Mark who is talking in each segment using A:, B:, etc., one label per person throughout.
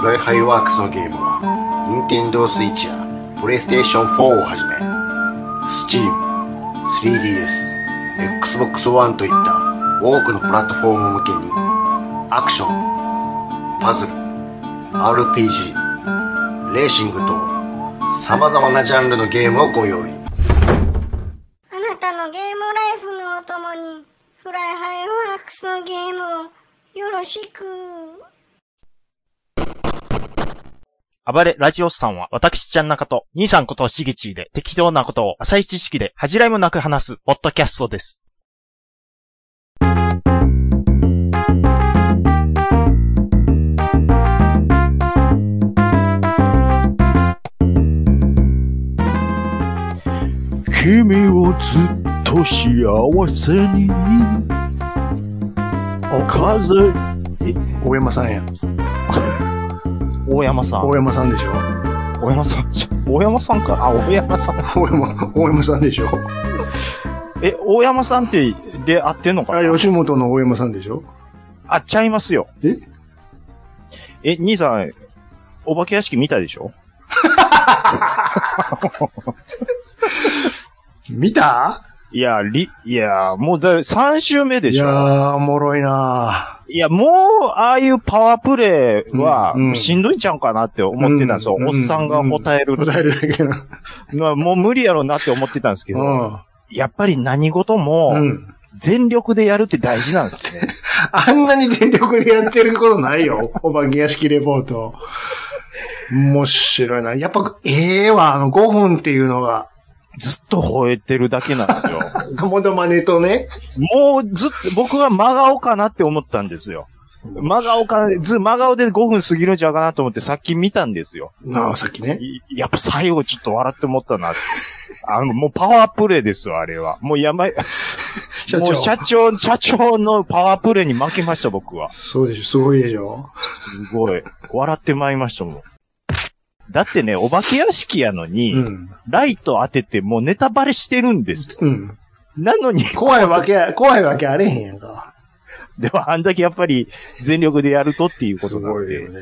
A: ブライハイワークスのゲームは、ニンテンドースイッチや、プレイステーション4をはじめ、Steam、3DS、Xbox One といった多くのプラットフォーム向けに、アクション、パズル、RPG、レーシングと、様々なジャンルのゲームをご用
B: あ
A: 意。
B: なたのゲームライフのお供に、フライハイワークスのゲームをよろしく。
C: 暴れラジオスさんは、私ちゃん中と、兄さんことしげちで、適当なことを浅い知識で恥じらいもなく話す、ポッドキャストです。
D: 君をずっと幸せに風
A: 大山さんや。
C: 大山さん。
A: 大山さんでしょ
C: 大山さん、ちょ大山さんか。あ、大山さん。
A: 大山、大山さんでしょ
C: え、大山さんって、で会ってんのか
A: あ、
C: な
A: 吉本の大山さんでしょ
C: あっちゃいますよ。
A: え
C: え、兄さん、お化け屋敷見たでしょ
A: 見た
C: いや、り、いや、もうだ、3週目で
A: い
C: しょ
A: やー、おもろいなー
C: いや、もう、ああいうパワープレイは
A: うんう、ん
C: しんどいんちゃうかなって思ってたんですよ。
A: うん
C: おっさんが答える
A: 答えるだけな。
C: のはもう無理やろうなって思ってたんですけど、やっぱり何事
A: う
C: も、
A: ん。うん。
C: 全力でやるって大事なんです ね。
A: あんなに全力でやってることないよ。 お化け屋敷レポート。面白いな。やっぱ、ええわ、あの5分っていうのが。
C: ずっと吠えてるだけなんですよ。
A: もどまねとね。
C: もうずっと、僕は真顔かなって思ったんですよ。真顔か、ず、真顔で5分過ぎるんちゃうかなと思ってさっき見たんですよ。
A: なあ、さっきね。
C: いやっぱ最後ちょっと笑って思ったなって。あの、もうパワープレイですよ、あれは。もうやばい、
A: 社
C: も
A: 長。
C: う社長、社長のパワープレイに負けました、僕は。
A: そうでしょ、すごいでしょ。
C: すごい。笑ってまいりましたもん。だってね、お化け屋敷やのに、
A: うん。
C: ライト当ててもうネタバレしてるんですよ。
A: うん。
C: なのに、
A: 怖いわけ、怖いわけあれへんやんか。
C: ではあんだけやっぱり全力でやるとっていうこ
A: す
C: となん
A: ごい
C: で
A: よ、ね。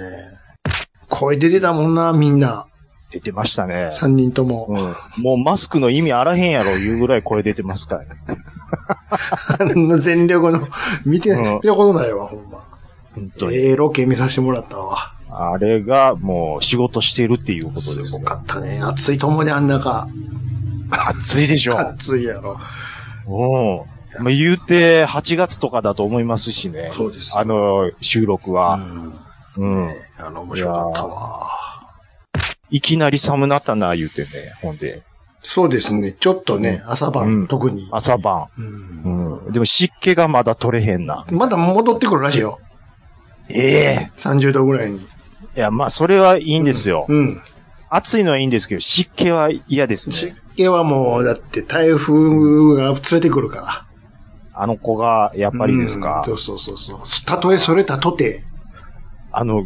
A: 声出てたもんな、みんな。
C: 出てましたね。
A: 3人とも。
C: うん、もうマスクの意味あらへんやろいうぐらい声出てますからね。
A: あの 全力の、見て、
C: うん
A: 見たことないわ、ほんま。
C: 本当に。
A: ええロケ見させてもらったわ。
C: あれがもう仕事してるっていうことですす
A: ご
C: よ。
A: かったね。暑いと思うで、あん中。
C: 暑いでしょ。
A: 暑いやろ。
C: うん。まあ、言うて、8月とかだと思いますしね。
A: そうです
C: あの、収録
A: う
C: は。
A: ん。
C: うん。
A: あの、面白かったわ。
C: いきなり寒なったな、言うてね。ほんで、
A: そうですね。ちょっとね、朝晩、
C: うん
A: 特に、
C: 朝晩。
A: うん
C: うん。でも湿気がまだ取れへんな。
A: まだ戻ってくるらしいよ。
C: ええ
A: 30度ぐらいに。
C: いや、まあ、それはいいんですよ。
A: うん。
C: 暑いのはいいんですけど、湿気は嫌です
A: 湿
C: ね。
A: 気はもう、だって台風が連れてくるから。
C: あの子が、やっぱりです
A: う
C: か
A: ん。そうそうそうそう。たとえそれたとて。
C: あの、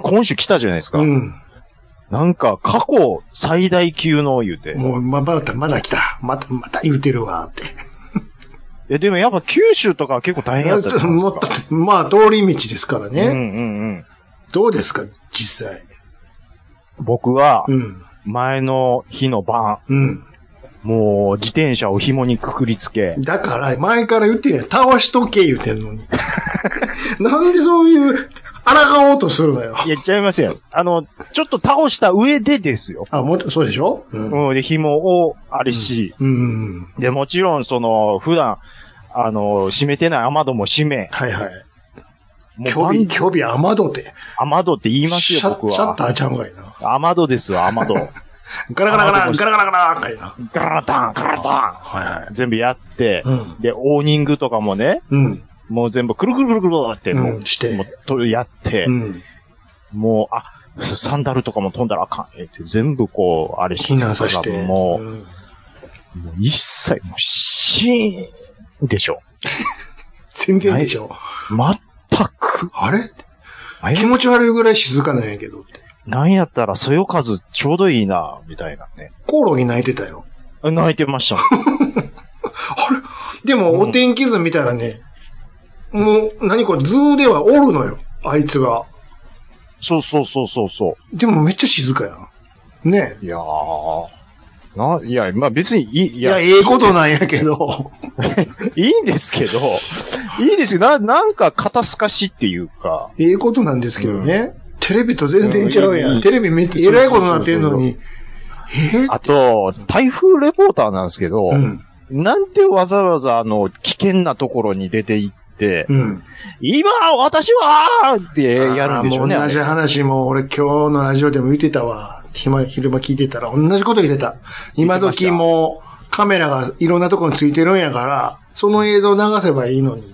C: 今週来たじゃないですか。
A: うん。
C: なんか、過去最大級の言うて。
A: もう、ま、まだ、まだ来た。また、また言うてるわ、って。
C: え、でもやっぱ九州とかは結構大変やったじゃないです
A: も
C: か
A: っ。と、まあ、通り道ですから
C: う
A: ね。
C: んうんうん。
A: どうですか、実際。
C: 僕は、
A: うん。
C: 前の日の晩、
A: うん。
C: もう自転車を紐にくくりつけ、
A: だから、前から言ってんやん。倒しとけ言うてんのに。 なんでそういう、抗おうとするのよ。
C: いやっちゃいますよ。あの、ちょっと倒した上でですよ。
A: あ、もっと、そうでしょうん。うん
C: うん、で、紐をあれし、
A: うん。
C: で、もちろん、その、普段、あの、閉めてない雨戸も閉め、
A: はいはい。
C: も
A: 虚
C: う
A: 備、虚備、雨戸って。
C: 雨戸って言います
A: シ
C: よ、
A: ャ
C: 僕
A: ッシャッ
C: は。
A: ターちゃうんかいな。
C: 雨戸ですよ、雨戸。
A: ガラガラガラ、
C: 雨戸
A: ガラガラガラ、かいな。
C: ガラタン、ガラタ
A: はいはい。
C: ン。全部やって、
A: うん。
C: で、オーニングとかもね、
A: うん。
C: もう全部くるくるくるくるって、
A: う
C: も
A: ん。して
C: う、。もうとやって
A: う、ん。
C: もう、あ、サンダルとかも飛んだらあかん。えって全部こう、あれ
A: 避難させて。
C: も
A: うん
C: う、もう一切、もう、シーンでしょ。
A: 全然でしょ。
C: まったく。
A: あれ
C: あれ
A: 気持ち悪いぐらい静かなんやけどって。
C: なんやったら、そよ風ちょうどいいな、みたいなね。
A: コオロギ泣いてたよ。
C: 泣いてましたもん。
A: でも、
C: うん
A: お天気図見たらね、もう、何これ、ズーではおるのよ。あいつが。
C: そうそうそうそうそ
A: でもめっちゃ静かやん。ね
C: う。いやー。な、いや、まあ別にいい、い
A: え。いや、
C: や、い
A: ええことなんやけど。
C: いんですけど、いいですけど、な、なんか肩透かしっていうか、
A: ええことなんですけどね。テレビと全然ちゃうや
C: うん
A: ん。テレビめっちゃえらいことなってんのに。え
C: あと、台風レポーターなんですけど、
A: えうん。
C: なんてわざわざあの、危険なところに出て行って、
A: うん。
C: 今、私はってやるんでしょうね。
A: あーもう同じ
C: あれ
A: 話も俺今日のラジオでも見てたわ。暇、昼間聞いてたら同じこと言ってた。今時もうカメラがいろんなところについてるんやから、その映像流せばいいのにっ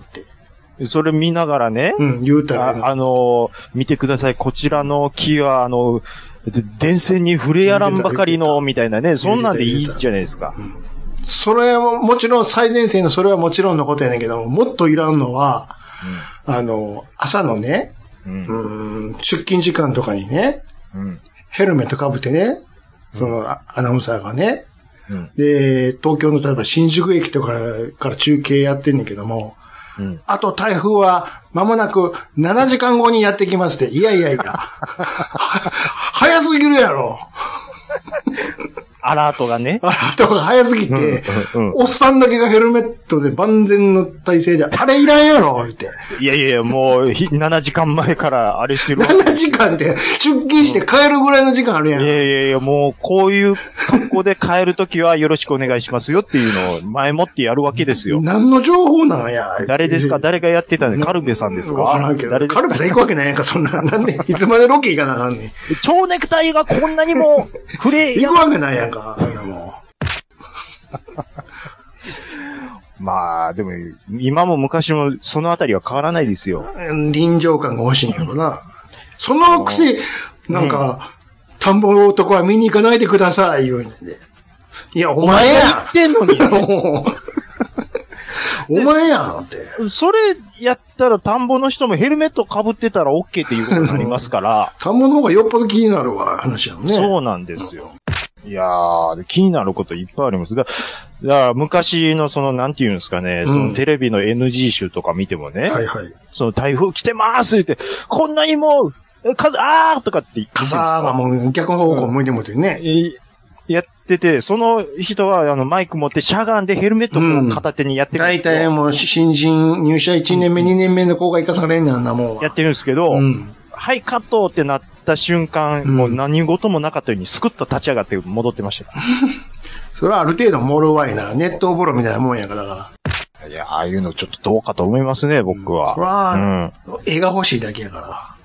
A: て。
C: それ見ながらね、
A: うん、言うたらいいのに
C: ああのー見てください、こちらの木は、あの、で電線に触れやらんばかりの、みたいなね、そんなんでいいじゃないですか。
A: それも、もちろん最前線のそれはもちろんのことやねんけども、もっといらんのは、あの、朝のね、
C: うん
A: うーん出勤時間とかにね、
C: うん
A: ヘルメットかぶってね、そのあアナウンサーがね、
C: うん
A: で、東京の例えば新宿駅とかから中継やってんねんけども、
C: うん
A: あと台風は間もなく7時間後にやってきますって、いやい やいや、早すぎるやろ。
C: アラートがね。
A: あら、とか早すぎて、
C: うんうん
A: おっさんだけがヘルメットで万全の体勢で、あれいらんやろって。
C: いやいやいや、もう、ひ7時間前からあれしてるわ。い
A: 7時間で出勤して帰るぐらいの時間あるや
C: や
A: ん。
C: いやいや、もう、こういう格好で帰るときはよろしくお願いしますよっていうのを前もってやるわけですよ。
A: 何の情報なんや。
C: 誰ですか誰がやってたんでカルベさんですか
A: わからんけど。
C: 誰です
A: カルビさん行くわけないやんか、そんな。なんで、いつまでロケ行かなあかんねん。
C: 蝶ネクタイがこんなにも、触れ
A: 行
C: や
A: く、わけないやんか、あんなも
C: まあ、でも、今も昔もそのあたりは変わらないですよ。
A: ん。臨場感が欲しいんやろな。そのくせ、なんか、田んぼの男は見に行かないでください、言うんで。いや、お前やん
C: 言ってんの
A: もう お前やんって。
C: に。 それやったら田んぼの人もヘルメット被ってたら OK っていうことになりますから。
A: 田んぼの方がよっぽど気になるわ、話やんね。
C: そうなんですよ。いやー、で気になることいっぱいあります。だだから昔のその、なんていうんですかね、
A: うん
C: そのテレビの NG 集とか見てもね、
A: はいはい。
C: その台風来てますって、こんなにもう、え風、あーとかって言って
A: 傘がもう逆方向向いてもってね。
C: えやってて、その人はあのマイク持ってしゃがんでヘルメット
A: う
C: を
A: ん
C: こう片手にやってるんで
A: 大
C: すよ
A: 体もう新人入社1年目、2年目の子が生かされんねんあんなもんは。
C: やってるんですけど、
A: うん。
C: はい、カットってなった瞬間、
A: うん
C: もう何事もなかったようにスクッと立ち上がって戻ってましたか。
A: それはある程度もろわいな。ネットおぼろみたいなもんやから。だから
C: いや、ああいうのちょっとどうかと思いますね、僕
A: らそ
C: は。う
A: ら、
C: ん。
A: 絵が欲しいだけやか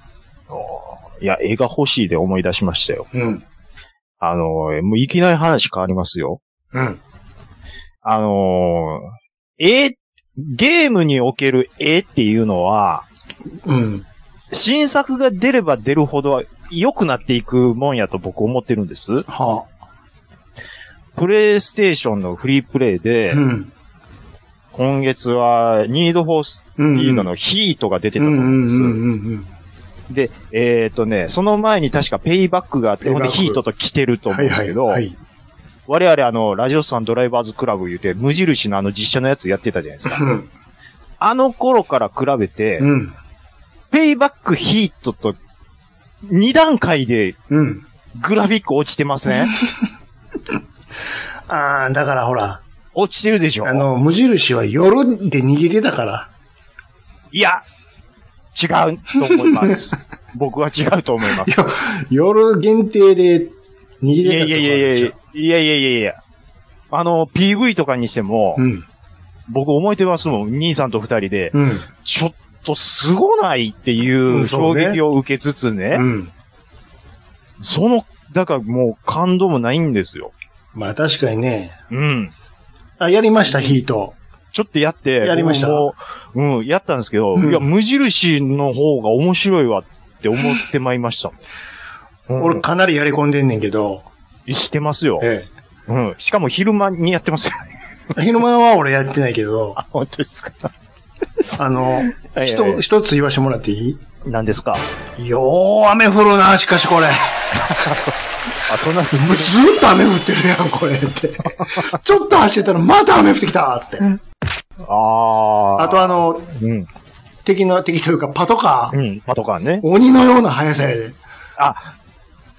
C: いや、絵が欲しいで思い出しましたよ。
A: ら。うん。
C: あの、もういきなり話変わりますよ。
A: うん。
C: あの、絵、ゲームにおける絵っていうのは、
A: うん。
C: 新作が出れば出るほど良くなっていくもんやと僕思ってるんです。
A: は
C: プレイステーションのフリープレイ
A: あ。
C: で、
A: うん。
C: 今月は、ニードフォース
A: うん。
C: ピードのヒートが出て
A: う
C: たと
A: ん
C: 思
A: う
C: うん
A: ん
C: で
A: う
C: す。
A: んうん
C: で、えっ、とね、その前に確かペイバックがあって、
A: ペイ
C: ほん
A: バッ
C: で
A: ク
C: ヒートと来てると
A: うん。
C: 思
A: は
C: うんです
A: いはい。
C: けど、
A: はい。
C: 我々あの、ラジオさんドライバーズクラブ言うて、無印のあの実写のやつやってたじゃないですか。
A: うん。
C: あの頃から比べて、
A: うん。
C: ペイバックヒートと2段階で
A: うん。
C: グラフィック落ちてます ね。
A: ああ、だからほら、
C: 落ちてるでしょ
A: あの、無印は夜で逃げてたから。
C: いや、違うと思い ます。僕は違うと思います。
A: よ夜限定で逃
C: い
A: げ
C: や
A: れたとかある
C: いやいやいやいや、いやいやいやいや。あの、PV とかにしても、
A: うん。
C: 僕覚えてますもん、兄さんと二人で、
A: うん。
C: ちょっとすごないっていううん衝
A: そうね
C: 撃を受けつつね、
A: うん。
C: その、だからもう感動もないんですよ。
A: まあ確かにね。
C: うん。
A: あ、やりました、ヒート。
C: ちょっとやって、
A: やりました
C: もう、うん、やったんですけど、
A: うん
C: いや、無印の方が面白いわって思ってまいりました。
A: 俺かなりやり込んでんねんけど。
C: 俺、してますよ。
A: え
C: うん。しかも昼間にやってますよ。
A: え。昼間は俺やってないけど、
C: あ本当ですか
A: あの、
C: い
A: ひと一つ言わしてもらってい
C: 何ですか
A: いよー雨降るな、しかしこれ。
C: あ、そんなふうに
A: もうずっと雨降ってるやん、これ って。ちょっと走ってたらまた雨降ってきたっつって。
C: ああ。
A: あとあ、の、
C: うん。
A: 敵の、敵というか、パトカー、
C: うん、パトカーね。
A: 鬼のような速さやで。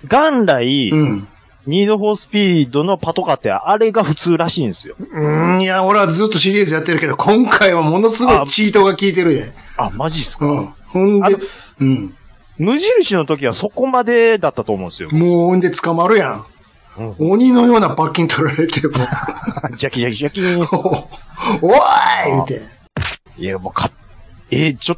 C: 元来、
A: うん。
C: ニードフォースピードのパトカーって、あれが普通らしいんですよ。
A: うん、いや、俺はずっとシリーズやってるけど、今回はものすごいチートが効いてるで。
C: あ、マジっすか、
A: うん。ほん
C: あ
A: で
C: の、
A: うん。
C: 無印の時はそこまでだったと思うんですよ。
A: もうほんで捕まるやん。鬼のような罰金取られて、も う
C: ジャキジャキジャキーン
A: おおーい言うて。
C: いや、もうか、えーちょ、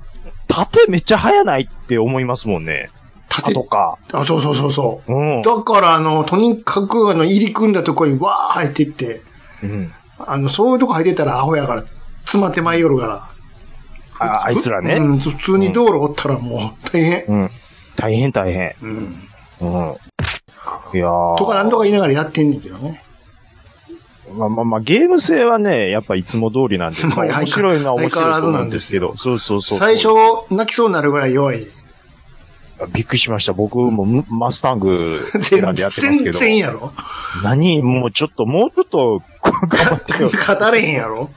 C: 縦めっちゃ速ないって思いますもんね。パ
A: 縦
C: トカ
A: あ、そうそうそうそう。
C: ー。うん。
A: だから、あの、とにかく、あの、入り組んだとこにわー入っていって、
C: うん
A: あの、そういうとこ入ってたらアホやから、詰まってまいよるか
C: ああいつら
A: ら。
C: ね。
A: うん、普通に道路おったらもう、大変。
C: うん。大変大変。
A: うん。
C: うん。いやー
A: とか、なんとか言いながらやってんねんけどね。
C: まあまあまあ、ゲーム性はね、やっぱいつも通りなんで、
A: まあ
C: まあ面白いのは面白いと
A: 相変わらず
C: 思
A: な
C: うん
A: ん
C: で
A: ですす
C: け
A: け
C: ど。そうそうそう。
A: 最初、泣きそうになるぐらい弱い。
C: びっくりしました。僕もむマスタング選ん
A: 全
C: でやってますけ
A: 然
C: ど。
A: 全然やろ
C: 何もうちょっと、もうちょっと、頑張ってよ。
A: 語れへんやろ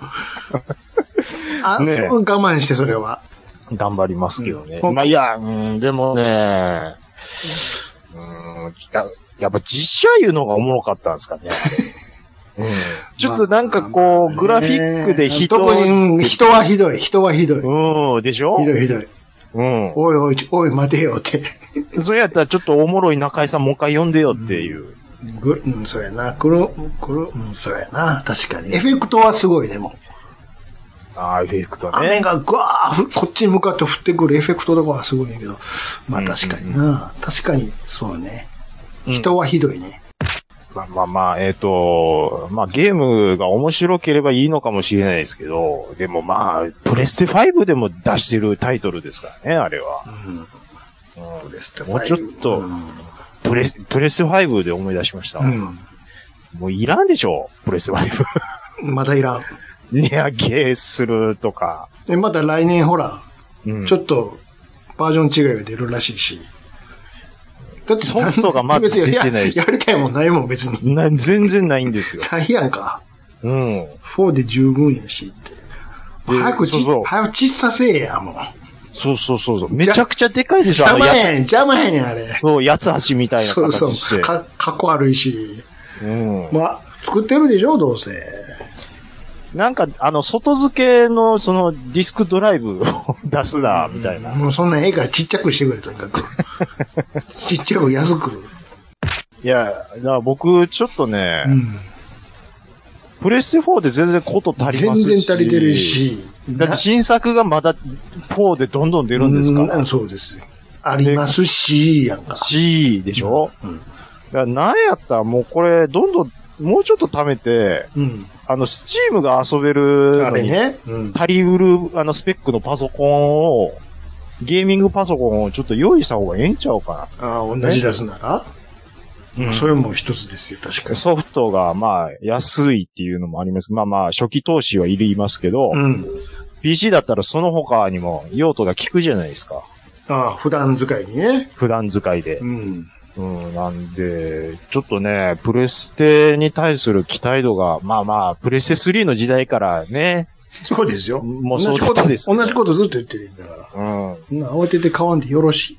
A: あ、
C: ねえ
A: そう我慢して、それは。
C: 頑張りますけどね。
A: うん
C: まあいや、うん、でもね、うん、ややっぱ実写言うのがおもろかったんです かね。うん、ちょっとなんかこう、グラフィックで人
A: 特に、うん人はひどい、人はひどい。
C: うん、でしょ
A: ひどいひどい。
C: うん。
A: おいおい、おい、待てよって。
C: それやったらちょっとおもろい中井さんもう一回呼んでよっていう。
A: ぐうん、そうやな。くる、くる、うん、そうやな。確かに。エフェクトはすごい、でも。
C: ああ、エフェクト
A: 雨
C: ね。
A: がぐわーふこっちに向かって降ってくるエフェクトとかはすごいんやけど。まあ確かにな。確かに、そうね。人はひどいね。
C: まあまあまあ、えっ、と、まあゲームが面白ければいいのかもしれないですけど、でもまあ、プレステ5でも出してるタイトルですからね、あれは。
A: うん。
C: うん
A: レス
C: もうちょっと
A: う
C: プレス、プレステ5で思い出しました。
A: ん。
C: もういらんでしょプレステ5。
A: うん、まだいらん。
C: 値上げするとか。
A: で、また来年ほら、
C: うん、
A: ちょっと、バージョン違いが出るらしいし。だって
C: ソフトがまず出てない
A: 別にややりたいもんないもん、別に。
C: な全然ないんですよ。
A: 大変やんか。
C: うん。
A: 4で十分やしって。
C: で
A: 早く
C: そう
A: ち、
C: そう
A: 早くちっさせえや、もう。
C: そうそうそうそう。めちゃくちゃでかいでしょあ
A: 邪
C: の
A: 魔
C: やつ
A: やねん、邪魔やねん、あれ。
C: そう、八つ橋みたいな
A: そう
C: 形
A: そ
C: し
A: う。
C: て。
A: か、かっこ悪いし。
C: うん。
A: まあ、作ってるでしょ、どうせ。
C: なんか、あの、外付けの、その、ディスクドライブを出すな、みたいな。
A: もうそんなんええからちっちゃくしてくれ、とにか く。ちっちゃく安く。
C: いや、だから僕、ちょっとね、
A: うん。
C: プレステ4で全然こと足り
A: 全
C: ますし。
A: 然足りてる。し。
C: だって新作がまだ4でどんどん出
A: い
C: るんですから。
A: そうですよ。ありますし、やんか。
C: C でしょ、
A: うん
C: だからなんやったらもうこれ、どんどん、もうちょっと貯めて、
A: うん。
C: あの、スチームが遊べる
A: あ
C: の
A: れ
C: に、
A: ね。うん。
C: 足りうる、あの、スペックのパソコンを、ゲーミングパソコンをちょっと用意した方がええんちゃうか
A: ああ、同じ出すなら、
C: な。
A: それも一つですよ、確かに。
C: ソフトが、まあ、安いっていうのもあります。まあまあ、初期投資はいりますけど、
A: うん。
C: PC だったらその他にも用途が効くじゃないですか。
A: ああ、普段使いにね。
C: 普段使いで
A: う。ん。
C: うん、なんで、ちょっとね、プレステに対する期待度が、まあまあ、プレステ3の時代からね、
A: そうですよ。
C: もう
A: 同
C: そう
A: じ
C: だっ
A: こ
C: た
A: と
C: です。
A: 同じことずっと言ってるんだから。
C: と。うん。
A: そんな慌てて買わんでよろしい。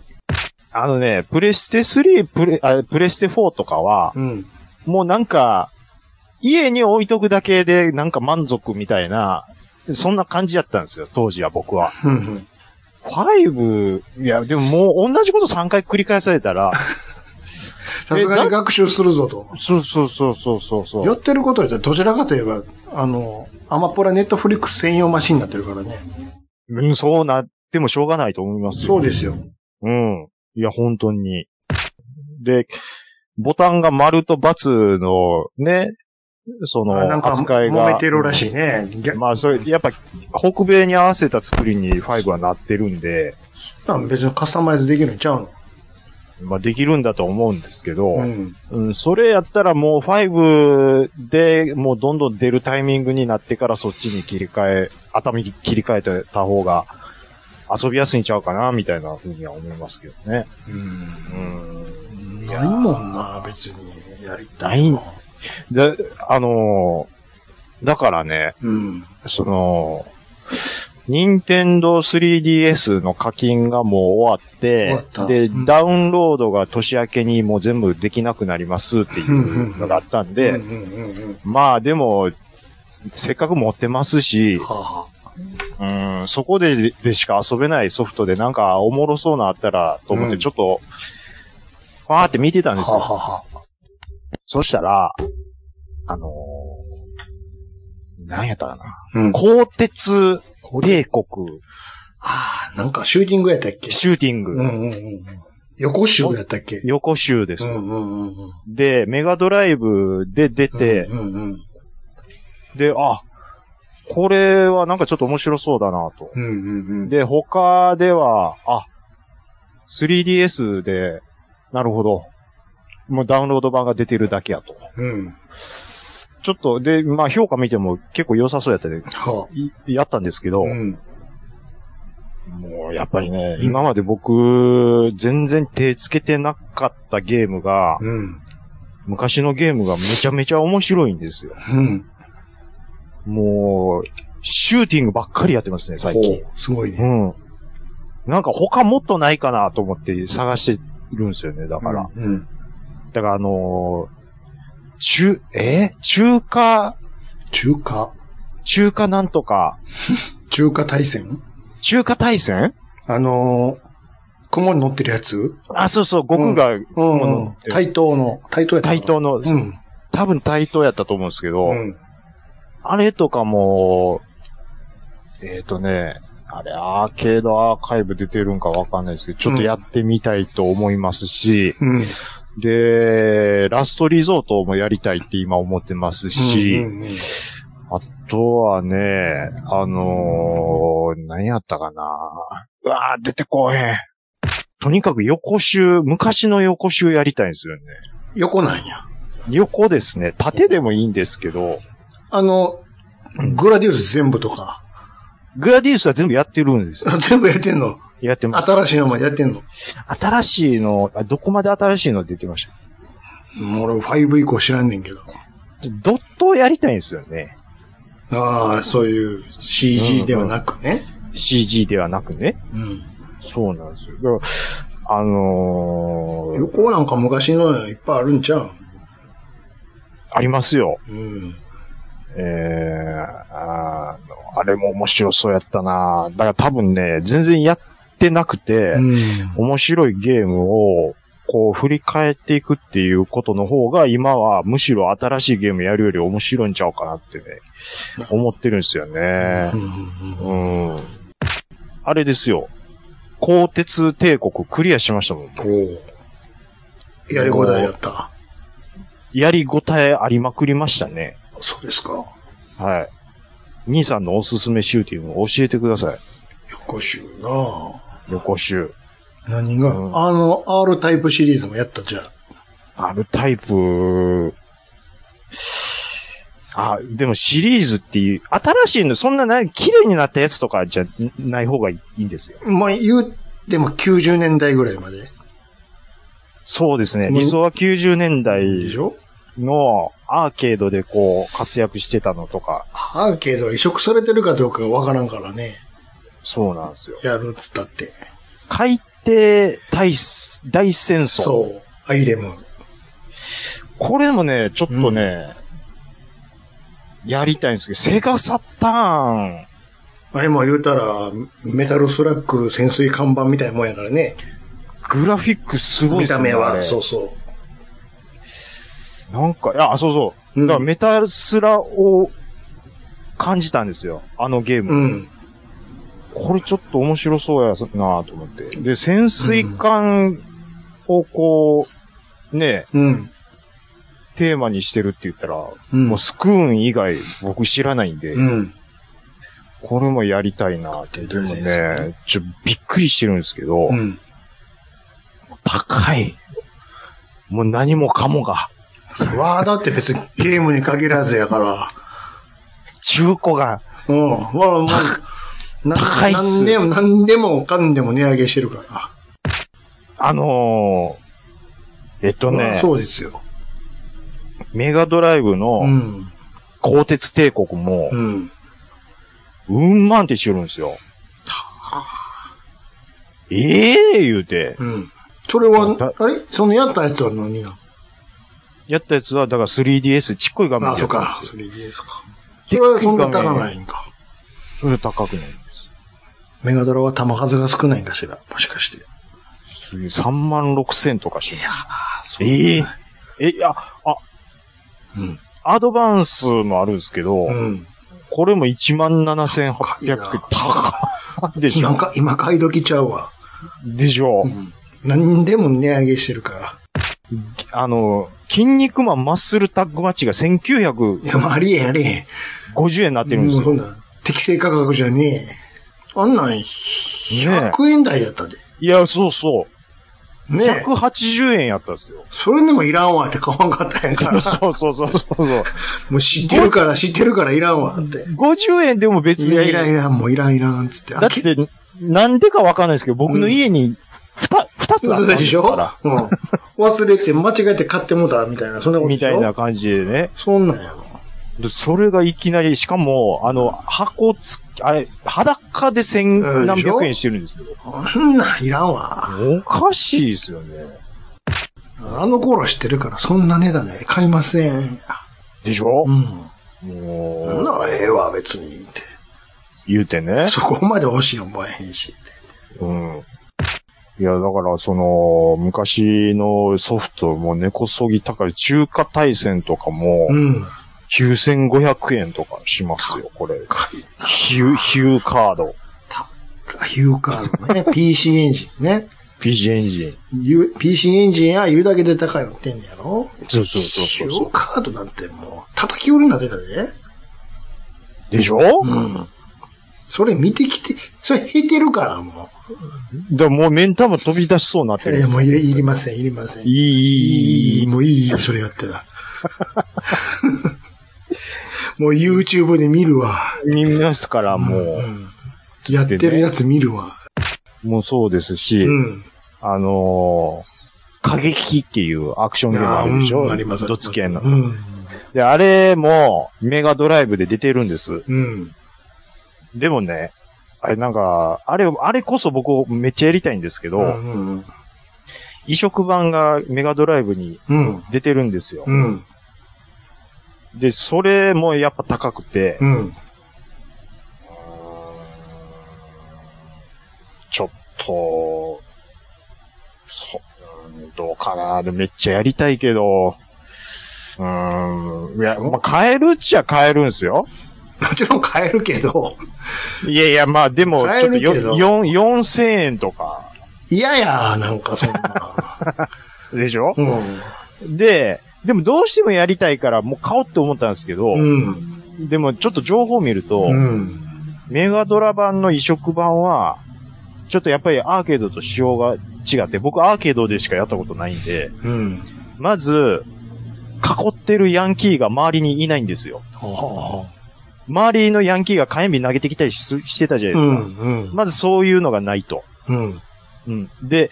C: あのね、プレステ3、プレ、あプレステ4とかは、
A: うん。
C: もうなんか、家に置いとくだけでなんか満足みたいな、そんな感じだったんですよ、当時は僕は。
A: うんうん。
C: 5、いや、でももう同じこと3回繰り返されたら、
A: さすがに学習するぞと。
C: そうそうそうそうそうそ
A: や
C: う。
A: ってることはどちらかといえば、あの、アマポラネットフリックス専用マシンになってるからね。
C: うん、そうなってもしょうがないと思いますよ。
A: そうですよ。
C: うん。いや、本当に。で、ボタンが丸と×のね、そ
A: なん
C: の
A: か、
C: 扱いが。
A: 揉めてるらしいね。逆
C: まあ、それ、やっぱ、北米に合わせた作りに5はなってるんで、
A: なん別にカスタマイズできるんちゃう
C: まあ、できるんだと思うんですけど、
A: の。
C: う、
A: うんん。
C: それやったらもう5で、もうどんどん出るタイミングになってからそっちに切り替え、頭に切り替えてた方が、遊びやすいんちゃうかな、みたいなふうには思いますけどね。うん。
A: ないもんな、別に。やりた
C: ない
A: い
C: の
A: の。
C: で、あのーだからね、
A: うん。
C: その、任天堂 3DS の課金がもう終わって
A: 終わった、
C: で、
A: うん
C: ダウンロードが年明けにもう全部できなくなりますっていうのがあったんで、
A: うんうんうんうん
C: まあでも、せっかく持ってますし、
A: はあは
C: うん、そこででしか遊べないソフトでなんかおもろそうなあったらと思っ
A: う
C: て
A: ん
C: ちょっと、ファーって見てたん
A: あ
C: です
A: はあ
C: よ。
A: はあは
C: そしたら、あのー、なんやったかな。
A: あ。うん。
C: 鋼鉄帝国
A: ああ、なんかシューティングやったっけ
C: シューティング、
A: うんうんうんうん。横集やったっけ
C: 横集です、
A: うんうんうんうん。
C: で、メガドライブで出て
A: う、んうん
C: で、あ、これはなんかちょっと面白そうだなと。
A: うん。うんうんうん。
C: で、他では、あ、3DS で、なるほど。もうダウンロード版が出てるだけやと。
A: うん。
C: ちょっと、で、まあ評価見ても結構良さそうやったで、
A: はい
C: やったんですけ
A: あ。
C: ど、
A: ん。
C: もうやっぱりね、
A: うん
C: 今まで僕、全然手つけてなかったゲームが、
A: うん。
C: 昔のゲームがめちゃめちゃ面白いんですよ。
A: うん。
C: もう、シューティングばっかりやってますね、最近。
A: ほうすごいね。
C: うん。なんか他もっとないかなと思って探してるんですよね、だから。
A: うん。
C: だからあのー中、えー中華、
A: 中華
C: 中華なんとか、
A: 中華大戦
C: 中華大戦
A: あのー、雲に乗ってるやつ
C: あ、そうそう、悟空が、
A: うん
C: 雲
A: う
C: 乗
A: ん
C: っ。てる
A: 対等の、対等やったかな
C: 対等の、
A: うん。
C: 多分対等やったと思うんですけど、
A: うん。
C: あれとかも、えっ、とね、あれ、アーケードアーカイブ出てるんかわかんないですけど、ちょっとやってみたいと思いますし、
A: うん。
C: で、ラストリゾートもやりたいって今思ってますし、
A: うんうん
C: あとはね、あのー、何やったかな。うわー、出てこへん。とにかく横集、昔の横集やりたいんですよね。
A: 横なんや。
C: 横ですね。縦でもいいんですけど、
A: あの、グラディウス全部とか。
C: グラディウスは全部やってるんですよ。
A: あ全部やってんの
C: やってます。
A: 新しいのまでやってんの
C: 新しいの、あどこまで新しいの出てました
A: うん俺5以降知らんねんけど。
C: ドットをやりたいんですよね。
A: ああ、そういう CG ではなくね。
C: CG ではなくね。
A: うん。
C: そうなんですよ。だからあのー、
A: 横なんか昔のいっぱいあるんちゃう
C: ありますよ。
A: うん。
C: えー、あーあれも面白そうやったなだから多分ね、全然やってなくて、
A: うん。
C: 面白いゲームを、こう振り返っていくっていうことの方が、今はむしろ新しいゲームやるより面白いんちゃうかなってね、思ってるんですよね
A: う。ん
C: うん。あれですよ。鋼鉄帝国クリアしましたもん。
A: おうやりごだやった。
C: やりごたえありまくりましたね。
A: そうですか。
C: はい。兄さんのおすすめシューティング教えてください。
A: 横集なあ
C: 横集。
A: 何が、
C: うん
A: あの、R タイプシリーズもやったじゃん。
C: あるタイプ、あ、でもシリーズっていう、新しいの、そんなない、綺麗になったやつとかじゃない方がいいんですよ。
A: まあ、言うても90年代ぐらいまで。
C: そうですね。
A: うん
C: 理想は90年代
A: でしょ
C: のアーケードでこう、活躍してたのとか、
A: アーケードが移植されてるかどうかがわからんからね。
C: そうなんですよ。
A: やるっつったって。
C: 海底大す、大戦争。
A: そう。アイレム。
C: これもね、ちょっとね、やりたいんですけど、セガサターン、
A: あれも言うたら、メタルスラック潜水看板みたいなもんやからね。
C: グラフィックすごい
A: 見
C: ですね。
A: た目
C: あ
A: は。
C: れ
A: そうそう。
C: なんか、いや、あそうそう。
A: うん
C: だからメタスラを感じたんですよ。あのゲーム。
A: うん。
C: これちょっと面白そうやなと思って。で、潜水艦をこう、ね、
A: うん。
C: テーマにしてるって言ったら、
A: うん
C: もうスクーン以外僕知らないんで、
A: うん。
C: これもやりたいなって。でも
A: そうです
C: ね、ちょ、びっくりしてるんですけど、
A: うん。
C: 高い。もう何もかもが、
A: わあ、だって別にゲームに限らずやから。
C: 中古が、
A: うん。まあまあ、な
C: 高いっす
A: なんでも、なんでもかんでも値上げしてるから。
C: あのー、えっと
A: まあ
C: ね、
A: そうですよ。
C: メガドライブの、
A: うん。
C: 鋼鉄帝国も
A: う、ん。
C: うんまんってしよるんですよ。ええ言うて。
A: うん。それは
C: あだ、
A: あれそのやったやつは何なの
C: やったやつは、だから 3DS、ちっこい画面
A: あ、
C: で
A: そ
C: や
A: う
C: ったん
A: か。
C: ですよ
A: それいいですか。それはそんな高ないんか。
C: それ高くないんです。
A: メガドラは弾数が少ないんかしら。もしかして。
C: すげえ3万6千とかします。
A: いやー
C: えええ、いや、あ、
A: うん。
C: アドバンスもあるんですけど、
A: うん。
C: これも1万7千
A: 高いな
C: 800高いでし
A: 今
C: ょ
A: か、今買い時ちゃうわ。
C: でしょ、
A: うん。何でも値上げしてるから。
C: あの、筋肉マンマッスルタッグマッチが1950
A: いや、まあ、ありえへん、ありえ
C: 円になって
A: へ
C: る
A: ん。
C: んです
A: もうそ
C: よ
A: ん。な、適正価格じゃねえ。あんなん、100円台やったで。
C: いや、そうそう。
A: ねえ。
C: 180円やったんですよ。
A: それでもいらんわって買わんかったんや から。
C: そうそうそうそうそう。
A: もう知ってるから、知ってるからいらんわって。
C: 50円でも別に。
A: いや、いらんいらん、もういらんいらん、つって。
C: だって、なんでかわかんないですけど、僕の家に二、二つあ
A: そう
C: ったん
A: で
C: で
A: し
C: す
A: ょ
C: か
A: うん。忘れて、間違えて買ってもうた、みたいな、そんな
C: ら。
A: ことで
C: み
A: しょ
C: たいな。感じでね。
A: そんなんやろ。
C: でそれがいきなり、しかも、あの、箱つ、あれ、裸で千
A: うん
C: 何
A: でしょ
C: 百円してるんですけど。
A: あんなんいらんわ。
C: おかしいですよね。
A: あの頃知ってるから、そんな値段で買いません。
C: でしょ
A: うん。
C: も
A: ならええわ、別に。って。
C: う、言うてね。
A: そこまで欲しい思えへんし。
C: うん。いや、だから、その、昔のソフトも根こそぎ高い、中華大戦とかも、
A: うん。
C: 9500円とかしますよ、これ。
A: 買い、
C: ヒュー、ヒューカード。
A: ヒューカー ドね。PC エンジンね。
C: PG エンジン。
A: ゆ PC エンジンや言うだけで高いの売ってんねやろ
C: そうそうそう
A: 使
C: そう
A: 用カードなんてもう、叩き売りになってたで。
C: でしょ、
A: うん。それ見てきて、それ減ってるから、も
C: だからもうメンタも飛び出しそうになって
A: う。
C: る。
A: いや、もういりいりません、いりません。
C: いい、
A: い
C: いい、いい、いい。
A: もういいよ、それやったら。もう YouTube で見るわ。
C: 見ますから、も
A: う
C: う、
A: んやってるやつ見るわ。
C: もうそうですし、
A: うん。
C: あのー、過激っていうアクションゲームあるでし
A: う
C: ょ
A: んあります。
C: ドッツ系の
A: う。ん。
C: で、あれも、メガドライブで出てるんです。
A: うん。
C: でもね、あれなんか、あれ、あれこそ僕めっちゃやりたいんですけど、
A: うんうん
C: 移植版がメガドライブに
A: うん。
C: 出てるんですよ
A: う。ん。
C: で、それもやっぱ高くて、
A: うん。
C: ちょっと、そ、うんどうかなでめっちゃやりたいけど、うーん、いや、まあ、買えるっちゃ買えるんですよ。
A: もちろん買えるけど、
C: いやいや、まあ、でも、
A: 買
C: ち
A: え
C: ょっと
A: るけど
C: よ、4、4000円とか、
A: 嫌や、なんかそんな。
C: でしょ、
A: うん。
C: で、でもどうしてもやりたいから、もう買おうって思ったんですけど、
A: うん。
C: でもちょっと情報を見ると、
A: うん。
C: メガドラ版の移植版は、ちょっとやっぱりアーケードと仕様が違って、僕アーケードでしかやったことないんで、
A: うん。
C: まず、囲ってるヤンキーが周りにいないんですよ。周りのヤンキーが火炎瓶投げてきたりししてたじゃ
A: う
C: ないですか。
A: ん。うん。
C: まずそういうのがないと。
A: うん。
C: うん、で、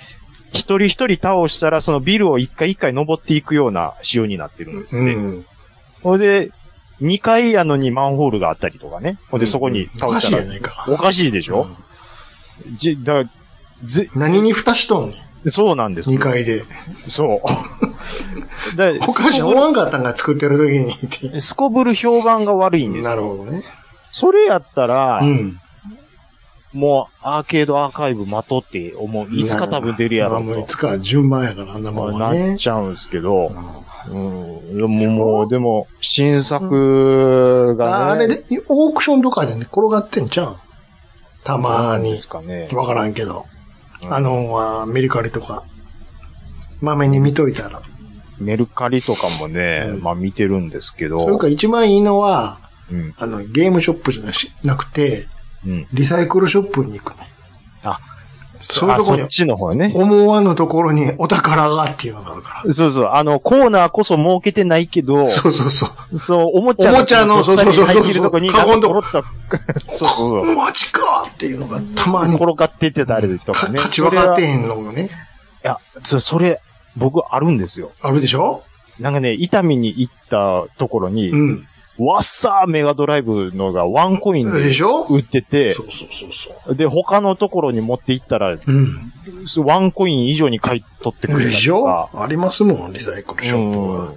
C: 一人一人倒したら、そのビルを一回一回登っていくような仕様になってるんです
A: う
C: ね。
A: ん。
C: ほ、れで、二階やのにマンホールがあったりとかね。ほんで、そこに
A: お
C: 倒
A: か
C: し
A: しい
C: た
A: や
C: ら。
A: ないか。
C: おかしいでしょ、じ、だ、ず、
A: 何に蓋しとんね
C: そうなんです
A: ん ?2。階で。
C: そう。だ
A: おかしい、おわんかったんか、作ってる時にって。
C: すこぶる評判が悪いんですよ。
A: なるほどね。
C: それやったら、
A: うん。
C: もうアーケードアーカイブまとって思う。いつか多分出るやろ
A: まあもういうつか順番やから、あんな
C: と。
A: もん
C: ま
A: は
C: あなっ
A: ね。
C: ちゃうんですけど
A: う、ん
C: うん。でももう、でも、新作
A: あ
C: が
A: あ
C: ね、
A: れで、オークションとかでね、転がってんじゃん。たまー
C: なん
A: に
C: で。すかね。
A: わからんけど。
C: うん
A: あの、あーメリカリとか。まめに見といたら。
C: メルカリとかもね、
A: うん
C: まあ見てるんですけ
A: それ
C: ど
A: か、一番いいのは、
C: うん。
A: あの、ゲームショップじゃなしなくて、
C: うん。
A: リサイクルショップに行くね。
C: あ、
A: そういうとこ
C: あ
A: に
C: そっちの方ね。
A: 思わぬところにお宝がっていうのがあるか
C: そうそう。あの、コーナーこそ設けてないけど
A: ら。、そうそうそう。
C: そう、おもちゃ
A: おもちゃの
C: そう
A: そうそうそう
C: 入ってるとこに、
A: カゴのとこ
C: なんかポロッ とそうそうそう。
A: マジかっていうのがたま に、
C: 転がってってたりと
A: か
C: かね。
A: 勝ち分かって
C: い
A: へんのがね、
C: や、そそれ、僕あるんですよ。
A: あるでしょ
C: なんかね、痛みに行ったところに、
A: うん。
C: わっさーメガドライブのがワンコインで
A: でしょ
C: 売ってて
A: そ、うそうそうそう。
C: で、他のところに持って行ったら、
A: うん。
C: ワンコイン以上に買い取ってくれた
A: で
C: り
A: し
C: と
A: ょ
C: か。
A: ありますもん、リサイクルショップ
C: う
A: は
C: ん。
A: オ